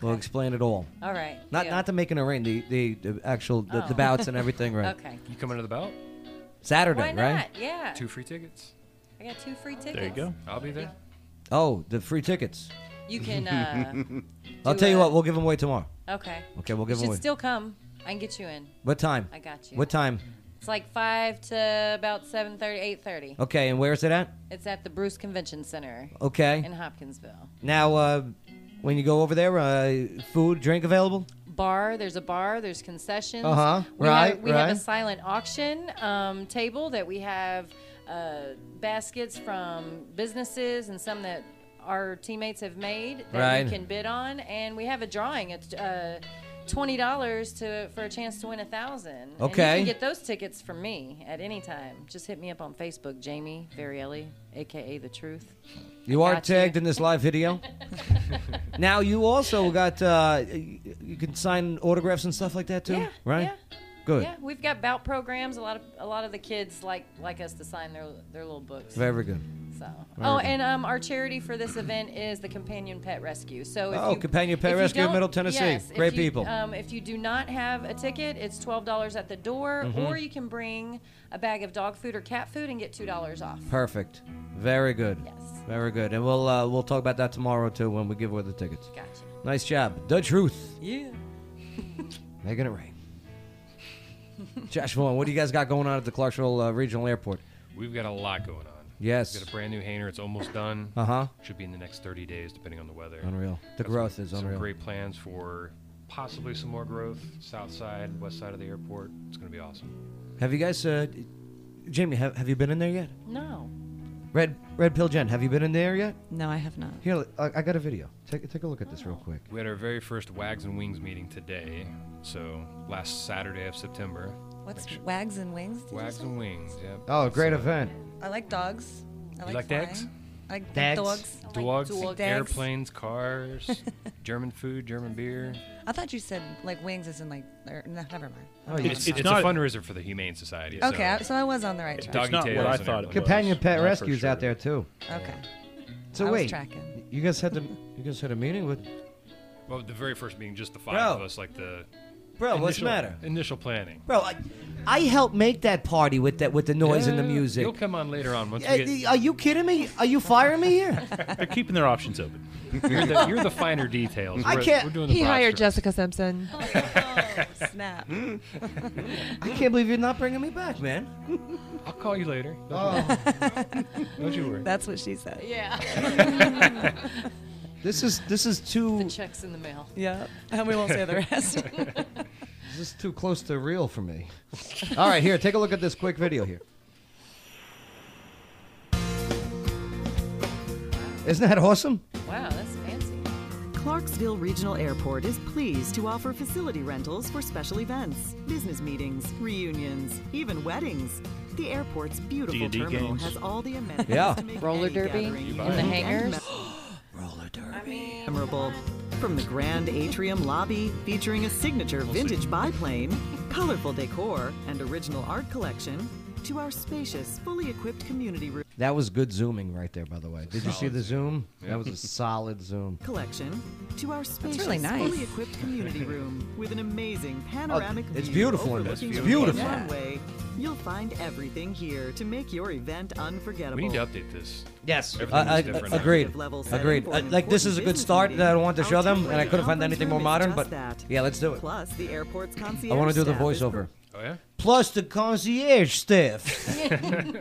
[SPEAKER 2] We'll
[SPEAKER 7] Okay.
[SPEAKER 2] explain it all.
[SPEAKER 7] All right,
[SPEAKER 2] Not
[SPEAKER 7] deal.
[SPEAKER 2] not to make an arraign the the, the actual the, the
[SPEAKER 7] Oh.
[SPEAKER 2] bouts and everything. Right.
[SPEAKER 7] Okay.
[SPEAKER 3] You coming to the bout?
[SPEAKER 2] Saturday,
[SPEAKER 7] Why not?
[SPEAKER 2] right?
[SPEAKER 7] Yeah.
[SPEAKER 3] Two free tickets.
[SPEAKER 7] I got two free tickets.
[SPEAKER 3] There you go. I'll be there.
[SPEAKER 2] Oh, the free tickets.
[SPEAKER 7] You can, uh,
[SPEAKER 2] I'll
[SPEAKER 7] do
[SPEAKER 2] tell you
[SPEAKER 7] a-
[SPEAKER 2] what. We'll give them away tomorrow.
[SPEAKER 7] Okay.
[SPEAKER 2] Okay, we'll give
[SPEAKER 7] you
[SPEAKER 2] them
[SPEAKER 7] should
[SPEAKER 2] away.
[SPEAKER 7] still come. I can get you in.
[SPEAKER 2] What time?
[SPEAKER 7] I got you.
[SPEAKER 2] What time?
[SPEAKER 7] It's like five to about 7.30, 8.30.
[SPEAKER 2] Okay, and where is it at?
[SPEAKER 7] It's at the Bruce Convention Center.
[SPEAKER 2] Okay.
[SPEAKER 7] In Hopkinsville.
[SPEAKER 2] Now, uh, when you go over there, uh, food, drink available.
[SPEAKER 7] Bar. There's a bar. There's concessions.
[SPEAKER 2] Uh-huh,
[SPEAKER 7] We
[SPEAKER 2] right,
[SPEAKER 7] Have, we have
[SPEAKER 2] right.
[SPEAKER 7] a silent auction um, table that we have uh, baskets from businesses and some that our teammates have made that
[SPEAKER 2] Right.
[SPEAKER 7] you can bid on, and we have a drawing. It's uh, twenty dollars to for a chance to win a thousand.
[SPEAKER 2] Okay.
[SPEAKER 7] you can get those tickets from me at any time. Just hit me up on Facebook, Jamie Varielli, aka The Truth.
[SPEAKER 2] You are tagged in this live video. now you also got uh, y- you can sign autographs and stuff like that too,
[SPEAKER 7] Yeah,
[SPEAKER 2] right?
[SPEAKER 7] yeah.
[SPEAKER 2] Good.
[SPEAKER 7] Yeah, we've got bout programs. A lot of a lot of the kids like like us to sign their their little books.
[SPEAKER 2] Very good.
[SPEAKER 7] So.
[SPEAKER 2] Very
[SPEAKER 7] oh,
[SPEAKER 2] good.
[SPEAKER 7] and um, our charity for this event is the Companion Pet Rescue. So if
[SPEAKER 2] Oh,
[SPEAKER 7] you-
[SPEAKER 2] Companion Pet
[SPEAKER 7] if you
[SPEAKER 2] Rescue in
[SPEAKER 7] don't-
[SPEAKER 2] Middle Tennessee.
[SPEAKER 7] yes, if
[SPEAKER 2] Great
[SPEAKER 7] you-
[SPEAKER 2] people.
[SPEAKER 7] Um, if you do not have a ticket, it's twelve dollars at the door,
[SPEAKER 2] Mhm.
[SPEAKER 7] or you can bring a bag of dog food or cat food and get two dollars off.
[SPEAKER 2] Perfect. Very good.
[SPEAKER 7] Yes.
[SPEAKER 2] Very good. And we'll uh, we'll talk about that tomorrow too when we give away the tickets.
[SPEAKER 7] Gotcha.
[SPEAKER 2] Nice job. The truth.
[SPEAKER 7] Yeah.
[SPEAKER 2] Making it rain. Josh Vaughn, what do you guys got going on at the Clarksville uh, Regional Airport?
[SPEAKER 3] We've got a lot going on.
[SPEAKER 2] Yes.
[SPEAKER 3] We've got a brand new hanger. It's almost done.
[SPEAKER 2] Uh-huh.
[SPEAKER 3] Should be in the next 30 days, depending on the weather.
[SPEAKER 2] Unreal. The
[SPEAKER 3] Got some-
[SPEAKER 2] growth is
[SPEAKER 3] some
[SPEAKER 2] unreal.
[SPEAKER 3] great plans for possibly some more growth, south side, west side of the airport. It's going to be awesome.
[SPEAKER 2] Have you guys, uh, Jamie? Have, have you been in there yet?
[SPEAKER 7] No.
[SPEAKER 2] Red Red Pill Jen, have you been in there yet?
[SPEAKER 4] No, I have not.
[SPEAKER 2] Here, I, I got a video. Take take a look at this real quick.
[SPEAKER 3] We had our very first Wags and Wings meeting today. So last Saturday of September.
[SPEAKER 4] What's Wags and Wings? did you
[SPEAKER 3] Wags
[SPEAKER 4] say?
[SPEAKER 3] and Wings, yep.
[SPEAKER 2] Oh, great
[SPEAKER 3] So-
[SPEAKER 2] event.
[SPEAKER 4] I like dogs. I
[SPEAKER 3] You
[SPEAKER 4] like,
[SPEAKER 3] like
[SPEAKER 4] flying.
[SPEAKER 3] dogs?
[SPEAKER 4] I like
[SPEAKER 2] Dogs.
[SPEAKER 4] dogs. I like
[SPEAKER 3] Dogs,
[SPEAKER 4] dogs.
[SPEAKER 3] airplanes, cars, German food, German beer.
[SPEAKER 4] I thought you said like wings is in like. Or, no, never mind.
[SPEAKER 2] Oh,
[SPEAKER 3] it's,
[SPEAKER 2] yeah.
[SPEAKER 3] it's,
[SPEAKER 2] It's
[SPEAKER 3] a
[SPEAKER 2] not-
[SPEAKER 3] fundraiser for the Humane Society.
[SPEAKER 4] Okay, I- so I was on the right track.
[SPEAKER 3] Doggy tails and everything.
[SPEAKER 2] Companion Pet
[SPEAKER 3] Yeah, for
[SPEAKER 2] Rescue's
[SPEAKER 3] sure.
[SPEAKER 2] out there too.
[SPEAKER 4] Okay.
[SPEAKER 2] So
[SPEAKER 4] I was
[SPEAKER 2] wait,
[SPEAKER 4] tracking.
[SPEAKER 2] you guys had the you guys had a meeting with?
[SPEAKER 3] Well, the very first meeting, just the five
[SPEAKER 2] Bro.
[SPEAKER 3] of us, like the.
[SPEAKER 2] Bro, what's
[SPEAKER 3] initial-
[SPEAKER 2] matter?
[SPEAKER 3] Initial planning.
[SPEAKER 2] Bro, I, I helped make that party with that with the noise and the
[SPEAKER 3] Yeah,
[SPEAKER 2] music.
[SPEAKER 3] You'll come on later on once
[SPEAKER 2] Uh,
[SPEAKER 3] we get.
[SPEAKER 2] are you kidding me? Are you firing me here?
[SPEAKER 5] They're keeping their options open.
[SPEAKER 3] You're the, you're the finer details.
[SPEAKER 2] I
[SPEAKER 3] We're-
[SPEAKER 2] can't-
[SPEAKER 3] We're doing the
[SPEAKER 13] He
[SPEAKER 3] broad
[SPEAKER 13] hired
[SPEAKER 3] strokes.
[SPEAKER 13] Jessica Simpson.
[SPEAKER 4] Snap.
[SPEAKER 2] I can't believe you're not bringing me back, man.
[SPEAKER 3] I'll call you later.
[SPEAKER 2] Oh.
[SPEAKER 3] Don't you worry.
[SPEAKER 4] That's what she said.
[SPEAKER 7] Yeah.
[SPEAKER 2] This is this is too
[SPEAKER 7] the checks in the mail. Oh,
[SPEAKER 4] Yeah, and we won't say the rest.
[SPEAKER 2] this is too close to real for me. All right, here, take a look at this quick video here. Isn't that awesome?
[SPEAKER 7] Wow, that's fancy.
[SPEAKER 15] Clarksville Regional Airport is pleased to offer facility rentals for special events, business meetings, reunions, even weddings. The airport's beautiful
[SPEAKER 5] D&D
[SPEAKER 15] terminal
[SPEAKER 5] games.
[SPEAKER 15] has all the amenities
[SPEAKER 5] Yeah.
[SPEAKER 15] to make
[SPEAKER 7] Roller
[SPEAKER 15] any
[SPEAKER 7] derby
[SPEAKER 15] gathering
[SPEAKER 7] in the
[SPEAKER 15] unique and
[SPEAKER 7] hangars.
[SPEAKER 15] Roller derby. Memorable. From the grand atrium lobby, featuring a signature vintage biplane, colorful decor, and original art collection, to our spacious, fully equipped community room.
[SPEAKER 2] That was good zooming right there, by the way. Did you see
[SPEAKER 15] Solid
[SPEAKER 2] the zoom?
[SPEAKER 15] zoom.
[SPEAKER 2] That was a solid zoom.
[SPEAKER 15] collection to our spacious, really nice. fully equipped community room with an amazing panoramic
[SPEAKER 2] Oh, it's
[SPEAKER 15] view
[SPEAKER 2] beautiful in there.
[SPEAKER 15] overlooking
[SPEAKER 2] It's
[SPEAKER 15] the
[SPEAKER 2] beautiful.
[SPEAKER 15] main
[SPEAKER 2] Yeah.
[SPEAKER 15] runway. You'll find everything here to make your event unforgettable.
[SPEAKER 3] We need to update this.
[SPEAKER 2] Yes,
[SPEAKER 3] Everything
[SPEAKER 2] I, I,
[SPEAKER 3] is different. now.
[SPEAKER 2] agreed.
[SPEAKER 15] Level setting
[SPEAKER 2] Agreed.
[SPEAKER 15] for
[SPEAKER 2] Uh,
[SPEAKER 15] an
[SPEAKER 2] like this is a good
[SPEAKER 15] important
[SPEAKER 2] start
[SPEAKER 15] business
[SPEAKER 2] that I wanted to
[SPEAKER 15] meeting.
[SPEAKER 2] show
[SPEAKER 15] Our
[SPEAKER 2] them, and I
[SPEAKER 15] temporary
[SPEAKER 2] couldn't find
[SPEAKER 15] conference
[SPEAKER 2] anything
[SPEAKER 15] room
[SPEAKER 2] more
[SPEAKER 15] is
[SPEAKER 2] modern.
[SPEAKER 15] just
[SPEAKER 2] But
[SPEAKER 15] that.
[SPEAKER 2] yeah, let's do it.
[SPEAKER 15] Plus, the airport's concierge
[SPEAKER 2] I want to do the
[SPEAKER 15] staff is
[SPEAKER 2] voiceover.
[SPEAKER 3] Oh yeah.
[SPEAKER 2] Plus the concierge staff.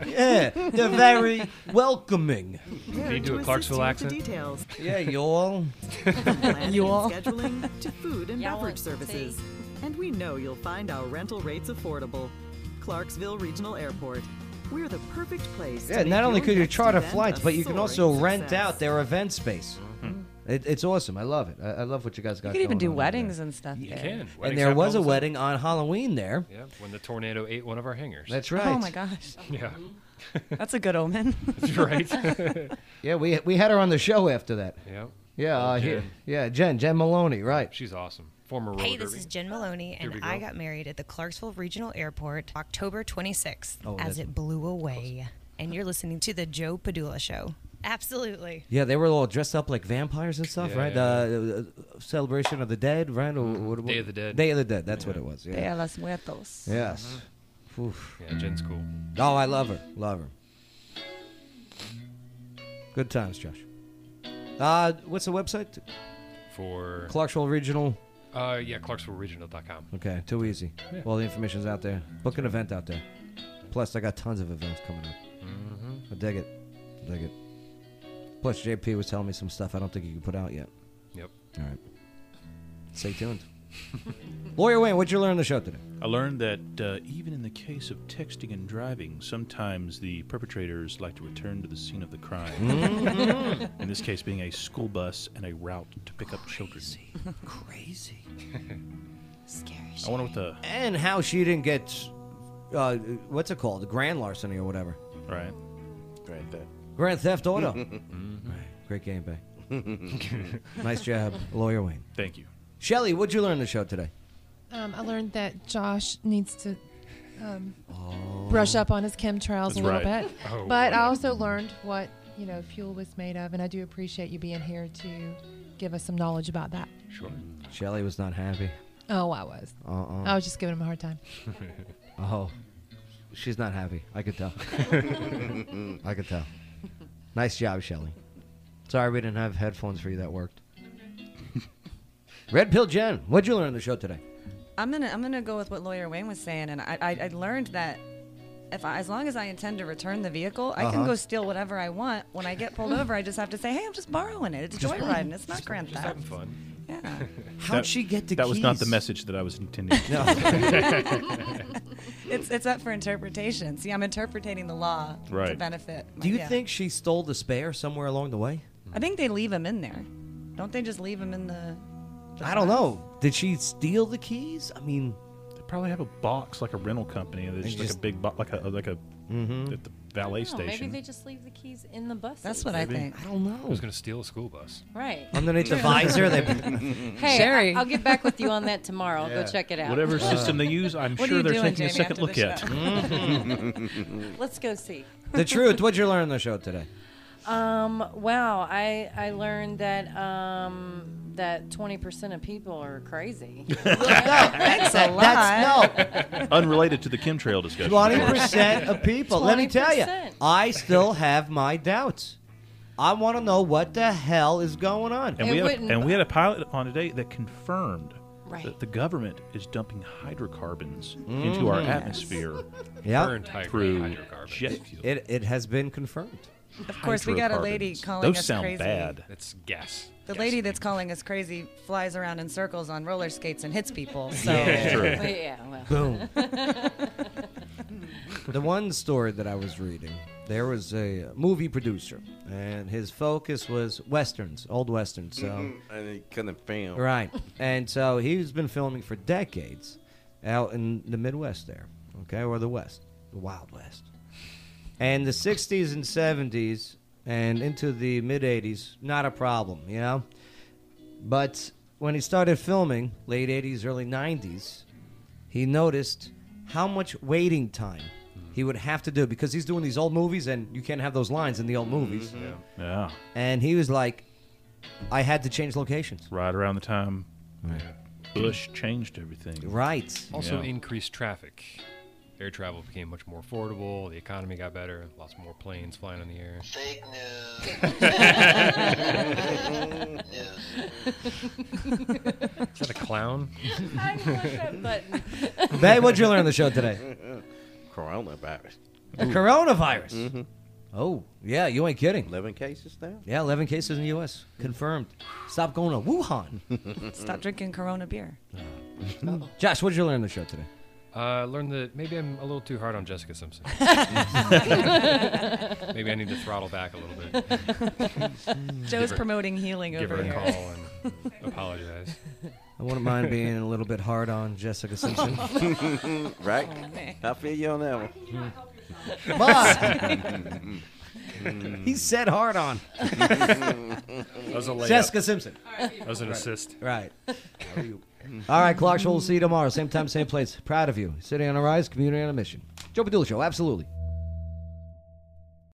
[SPEAKER 2] yeah, they're very welcoming.
[SPEAKER 3] Need to do a Clarksville accent.
[SPEAKER 15] Details.
[SPEAKER 2] Yeah, y'all.
[SPEAKER 15] Planning
[SPEAKER 2] You all.
[SPEAKER 15] and scheduling to food and beverage services. And we know you'll find our rental rates affordable. Clarksville Regional Airport. We're the perfect place. to
[SPEAKER 2] Yeah,
[SPEAKER 15] make
[SPEAKER 2] not only
[SPEAKER 15] your
[SPEAKER 2] could you
[SPEAKER 15] next
[SPEAKER 2] charter
[SPEAKER 15] event
[SPEAKER 2] flights,
[SPEAKER 15] a
[SPEAKER 2] but you can
[SPEAKER 15] soaring
[SPEAKER 2] also rent
[SPEAKER 15] success.
[SPEAKER 2] out their event space.
[SPEAKER 3] Mm-hmm.
[SPEAKER 2] It, it's awesome. I love it. I, I love what you guys got.
[SPEAKER 4] You could even
[SPEAKER 2] going
[SPEAKER 4] do
[SPEAKER 2] on over there.
[SPEAKER 4] weddings and stuff.
[SPEAKER 3] You
[SPEAKER 4] there.
[SPEAKER 3] can.
[SPEAKER 2] And
[SPEAKER 3] Weddings
[SPEAKER 2] there
[SPEAKER 3] happen
[SPEAKER 2] was a
[SPEAKER 3] all the time.
[SPEAKER 2] wedding on Halloween there.
[SPEAKER 3] Yeah, when the tornado ate one of our hangers.
[SPEAKER 2] That's
[SPEAKER 4] Oh
[SPEAKER 2] right.
[SPEAKER 4] my gosh.
[SPEAKER 3] Yeah.
[SPEAKER 4] That's a good omen.
[SPEAKER 3] That's right.
[SPEAKER 2] yeah, we we had her on the show after that.
[SPEAKER 3] Yep. Oh,
[SPEAKER 2] Yeah, uh,
[SPEAKER 3] Jen.
[SPEAKER 2] here. Yeah, Jen, Jen Maloney, right?
[SPEAKER 3] She's awesome. Former roller
[SPEAKER 14] Hey, this
[SPEAKER 3] derby.
[SPEAKER 14] is Jen Maloney,
[SPEAKER 3] Here we
[SPEAKER 14] and I
[SPEAKER 3] go.
[SPEAKER 14] got married at the Clarksville Regional Airport October 26th
[SPEAKER 2] Oh, that's-
[SPEAKER 14] as it blew away. And you're listening to The Joe Padula Show. Absolutely.
[SPEAKER 2] Yeah, they were all dressed up like vampires and stuff,
[SPEAKER 3] Yeah,
[SPEAKER 2] right?
[SPEAKER 3] yeah. Mm-hmm.
[SPEAKER 2] Uh, uh, celebration of the Dead, right? Or what-
[SPEAKER 3] Day of the Dead.
[SPEAKER 2] Day of the Dead. That's what it was. Yeah.
[SPEAKER 4] They are los muertos.
[SPEAKER 2] Yes. Oof.
[SPEAKER 3] Yeah, Jen's cool.
[SPEAKER 2] Oh, I love her. Love her. Good times, Josh. Uh, what's the website?
[SPEAKER 3] For
[SPEAKER 2] Clarksville Regional.
[SPEAKER 3] uh, yeah, ClarksvilleRegional.com.
[SPEAKER 2] Okay, too easy.
[SPEAKER 3] Yeah.
[SPEAKER 2] All the information's out there. Book an event out there. Plus, I got tons of events coming up.
[SPEAKER 5] Mm-hmm.
[SPEAKER 3] Mhm.
[SPEAKER 2] I dig it. I dig it. Plus, JP was telling me some stuff I don't think you can put out yet.
[SPEAKER 3] Yep.
[SPEAKER 2] All right. Stay tuned. Lawyer Wayne, what'd you learn on the show today?
[SPEAKER 5] I learned that uh, even in the case of texting and driving, sometimes the perpetrators like to return to the scene of the crime.
[SPEAKER 2] Mhm.
[SPEAKER 5] in this case, being a school bus and a route to pick up children.
[SPEAKER 2] Crazy.
[SPEAKER 14] Scary.
[SPEAKER 5] I wonder what the
[SPEAKER 2] And how she didn't get, uh, what's it called? Grand larceny or whatever.
[SPEAKER 5] right. Mm-hmm.
[SPEAKER 6] Grand theft.
[SPEAKER 2] Grand Theft Auto.
[SPEAKER 6] Mhm.
[SPEAKER 2] Great game, back. nice job, Lawyer Wayne.
[SPEAKER 5] Thank you.
[SPEAKER 2] Shelly, what'd you learn on the show today?
[SPEAKER 13] Um, I learned that Josh needs to um,
[SPEAKER 2] Oh.
[SPEAKER 13] brush up on his chemtrails
[SPEAKER 2] That's
[SPEAKER 13] a little
[SPEAKER 2] right.
[SPEAKER 13] bit.
[SPEAKER 2] Oh,
[SPEAKER 13] but
[SPEAKER 2] yeah.
[SPEAKER 13] I also learned what you know fuel was made of, and I do appreciate you being here to give us some knowledge about that.
[SPEAKER 3] Sure.
[SPEAKER 2] Shelly was not happy.
[SPEAKER 13] Oh, I was.
[SPEAKER 2] Uh-uh.
[SPEAKER 13] I was just giving him a hard time.
[SPEAKER 2] Oh, she's not happy. I could tell. I could tell. Nice job, Shelly. Sorry we didn't have headphones for you that worked. Red Pill Jen, what'd you learn on the show today?
[SPEAKER 4] I'm gonna I'm gonna go with what Lawyer Wayne was saying, and I I, I learned that if I, as long as I intend to return the vehicle, I
[SPEAKER 2] Uh-huh.
[SPEAKER 4] can go steal whatever I want. When I get pulled over, I just have to say, "Hey, I'm just borrowing it. It's joyriding. It's not grand theft."
[SPEAKER 3] Having fun.
[SPEAKER 4] Yeah.
[SPEAKER 2] How'd she get the
[SPEAKER 5] That was not the
[SPEAKER 2] keys?
[SPEAKER 5] message that I was intending.
[SPEAKER 2] No.
[SPEAKER 4] it's it's up for interpretation. See, I'm interpreting the law to
[SPEAKER 2] Right.
[SPEAKER 4] benefit. my-
[SPEAKER 2] Do you
[SPEAKER 4] yeah.
[SPEAKER 2] think she stole the spare somewhere along the way?
[SPEAKER 4] I think they leave them in there. Don't they just leave them in the?
[SPEAKER 2] I don't know. Did she steal the keys? I mean,
[SPEAKER 5] They probably have a box like a rental company. and It's just, like a big box, like a like a
[SPEAKER 2] Mm-hmm.
[SPEAKER 5] at the valet
[SPEAKER 7] Oh, maybe
[SPEAKER 5] station.
[SPEAKER 7] they just leave the keys in the bus.
[SPEAKER 2] I don't know.
[SPEAKER 3] Who's gonna steal a school bus?
[SPEAKER 7] Right.
[SPEAKER 2] Underneath the visor, they.
[SPEAKER 7] Hey,
[SPEAKER 4] Sherry.
[SPEAKER 7] I- I'll get back with you on that tomorrow.
[SPEAKER 5] Yeah.
[SPEAKER 7] Go check it out.
[SPEAKER 2] Uh.
[SPEAKER 5] Whatever system they use, I'm
[SPEAKER 7] What are
[SPEAKER 5] sure
[SPEAKER 7] you
[SPEAKER 5] they're
[SPEAKER 7] doing,
[SPEAKER 5] taking a
[SPEAKER 7] Jamie,
[SPEAKER 5] second
[SPEAKER 7] after
[SPEAKER 5] look
[SPEAKER 7] the
[SPEAKER 5] at.
[SPEAKER 7] show? Let's go see.
[SPEAKER 2] the truth. What'd you learn on the show today?
[SPEAKER 7] Um, wow, I I learned that um that 20% of people are crazy.
[SPEAKER 2] Thanks a lot.
[SPEAKER 5] Unrelated to the chemtrail discussion.
[SPEAKER 2] Twenty percent of people. Let me tell you,
[SPEAKER 7] 20%.
[SPEAKER 2] I still have my doubts. I want to know what the hell is going on.
[SPEAKER 5] And we, had a, and we had a pilot on today that confirmed
[SPEAKER 7] Right.
[SPEAKER 5] that the government is dumping hydrocarbons into our
[SPEAKER 2] Mhm.
[SPEAKER 5] atmosphere
[SPEAKER 2] Yeah.
[SPEAKER 3] Burned hy-
[SPEAKER 5] through
[SPEAKER 3] hydrocarbons.
[SPEAKER 5] jet fuel.
[SPEAKER 2] It it has been confirmed.
[SPEAKER 4] Of course, we got a lady
[SPEAKER 5] Hydrocarbons.
[SPEAKER 4] calling
[SPEAKER 5] Those
[SPEAKER 4] us
[SPEAKER 5] sound
[SPEAKER 4] crazy.
[SPEAKER 5] bad.
[SPEAKER 3] That's gas.
[SPEAKER 4] The lady that's calling us crazy flies around in circles on roller skates and hits people. So
[SPEAKER 2] Yeah. True.
[SPEAKER 7] Well, yeah, well.
[SPEAKER 2] Boom. the one story that I was reading, there was a movie producer, and his focus was westerns, old westerns. So.
[SPEAKER 3] Mm-hmm.
[SPEAKER 6] Mhm. and he couldn't film.
[SPEAKER 2] Right. And so he's been filming for decades out in the Midwest there, okay, or the West, the Wild West. And the 60s and 70s and into the mid 80s, not a problem, you know? But when he started filming, late 80s, early 90s, he noticed how much waiting time he would have to do because he's doing these old movies and you can't have those lines in the old movies.
[SPEAKER 5] Yeah,
[SPEAKER 2] And he was like, I had to change locations.
[SPEAKER 5] right around the time Bush changed everything.
[SPEAKER 2] Right.
[SPEAKER 3] Also
[SPEAKER 5] Yeah.
[SPEAKER 3] increased traffic. air travel became much more affordable. The economy got better. Lots more planes flying in the air.
[SPEAKER 16] Fake
[SPEAKER 3] news. Is that a clown?
[SPEAKER 7] I pushed that button.
[SPEAKER 2] Babe, what'd you learn on the show today?
[SPEAKER 6] Coronavirus.
[SPEAKER 2] The coronavirus.
[SPEAKER 6] Mhm.
[SPEAKER 2] Oh, yeah, you ain't kidding.
[SPEAKER 6] 11 cases now?
[SPEAKER 2] Yeah, 11 cases in the U.S. Confirmed. Stop going to Wuhan.
[SPEAKER 4] Stop drinking Corona beer.
[SPEAKER 2] Josh, what did you learn on the show today?
[SPEAKER 3] Uh, I learned that maybe I'm a little too hard on Jessica Simpson. maybe I need to throttle back a little bit.
[SPEAKER 4] Joe's
[SPEAKER 3] Give her-
[SPEAKER 4] promoting healing
[SPEAKER 3] give
[SPEAKER 4] over
[SPEAKER 3] her
[SPEAKER 4] here.
[SPEAKER 3] a call and apologize.
[SPEAKER 2] I wouldn't mind being a little bit hard on Jessica Simpson.
[SPEAKER 6] right?
[SPEAKER 2] Oh, man.
[SPEAKER 6] I feel you on that one.
[SPEAKER 2] But he said hard on.
[SPEAKER 3] That was a layup.
[SPEAKER 2] Jessica Simpson.
[SPEAKER 3] That was an assist.
[SPEAKER 2] Right. All right, Clarksville. We'll see you tomorrow. Same time, same place. Proud of you. City on a rise, community on a mission. Joe Padula Show, absolutely.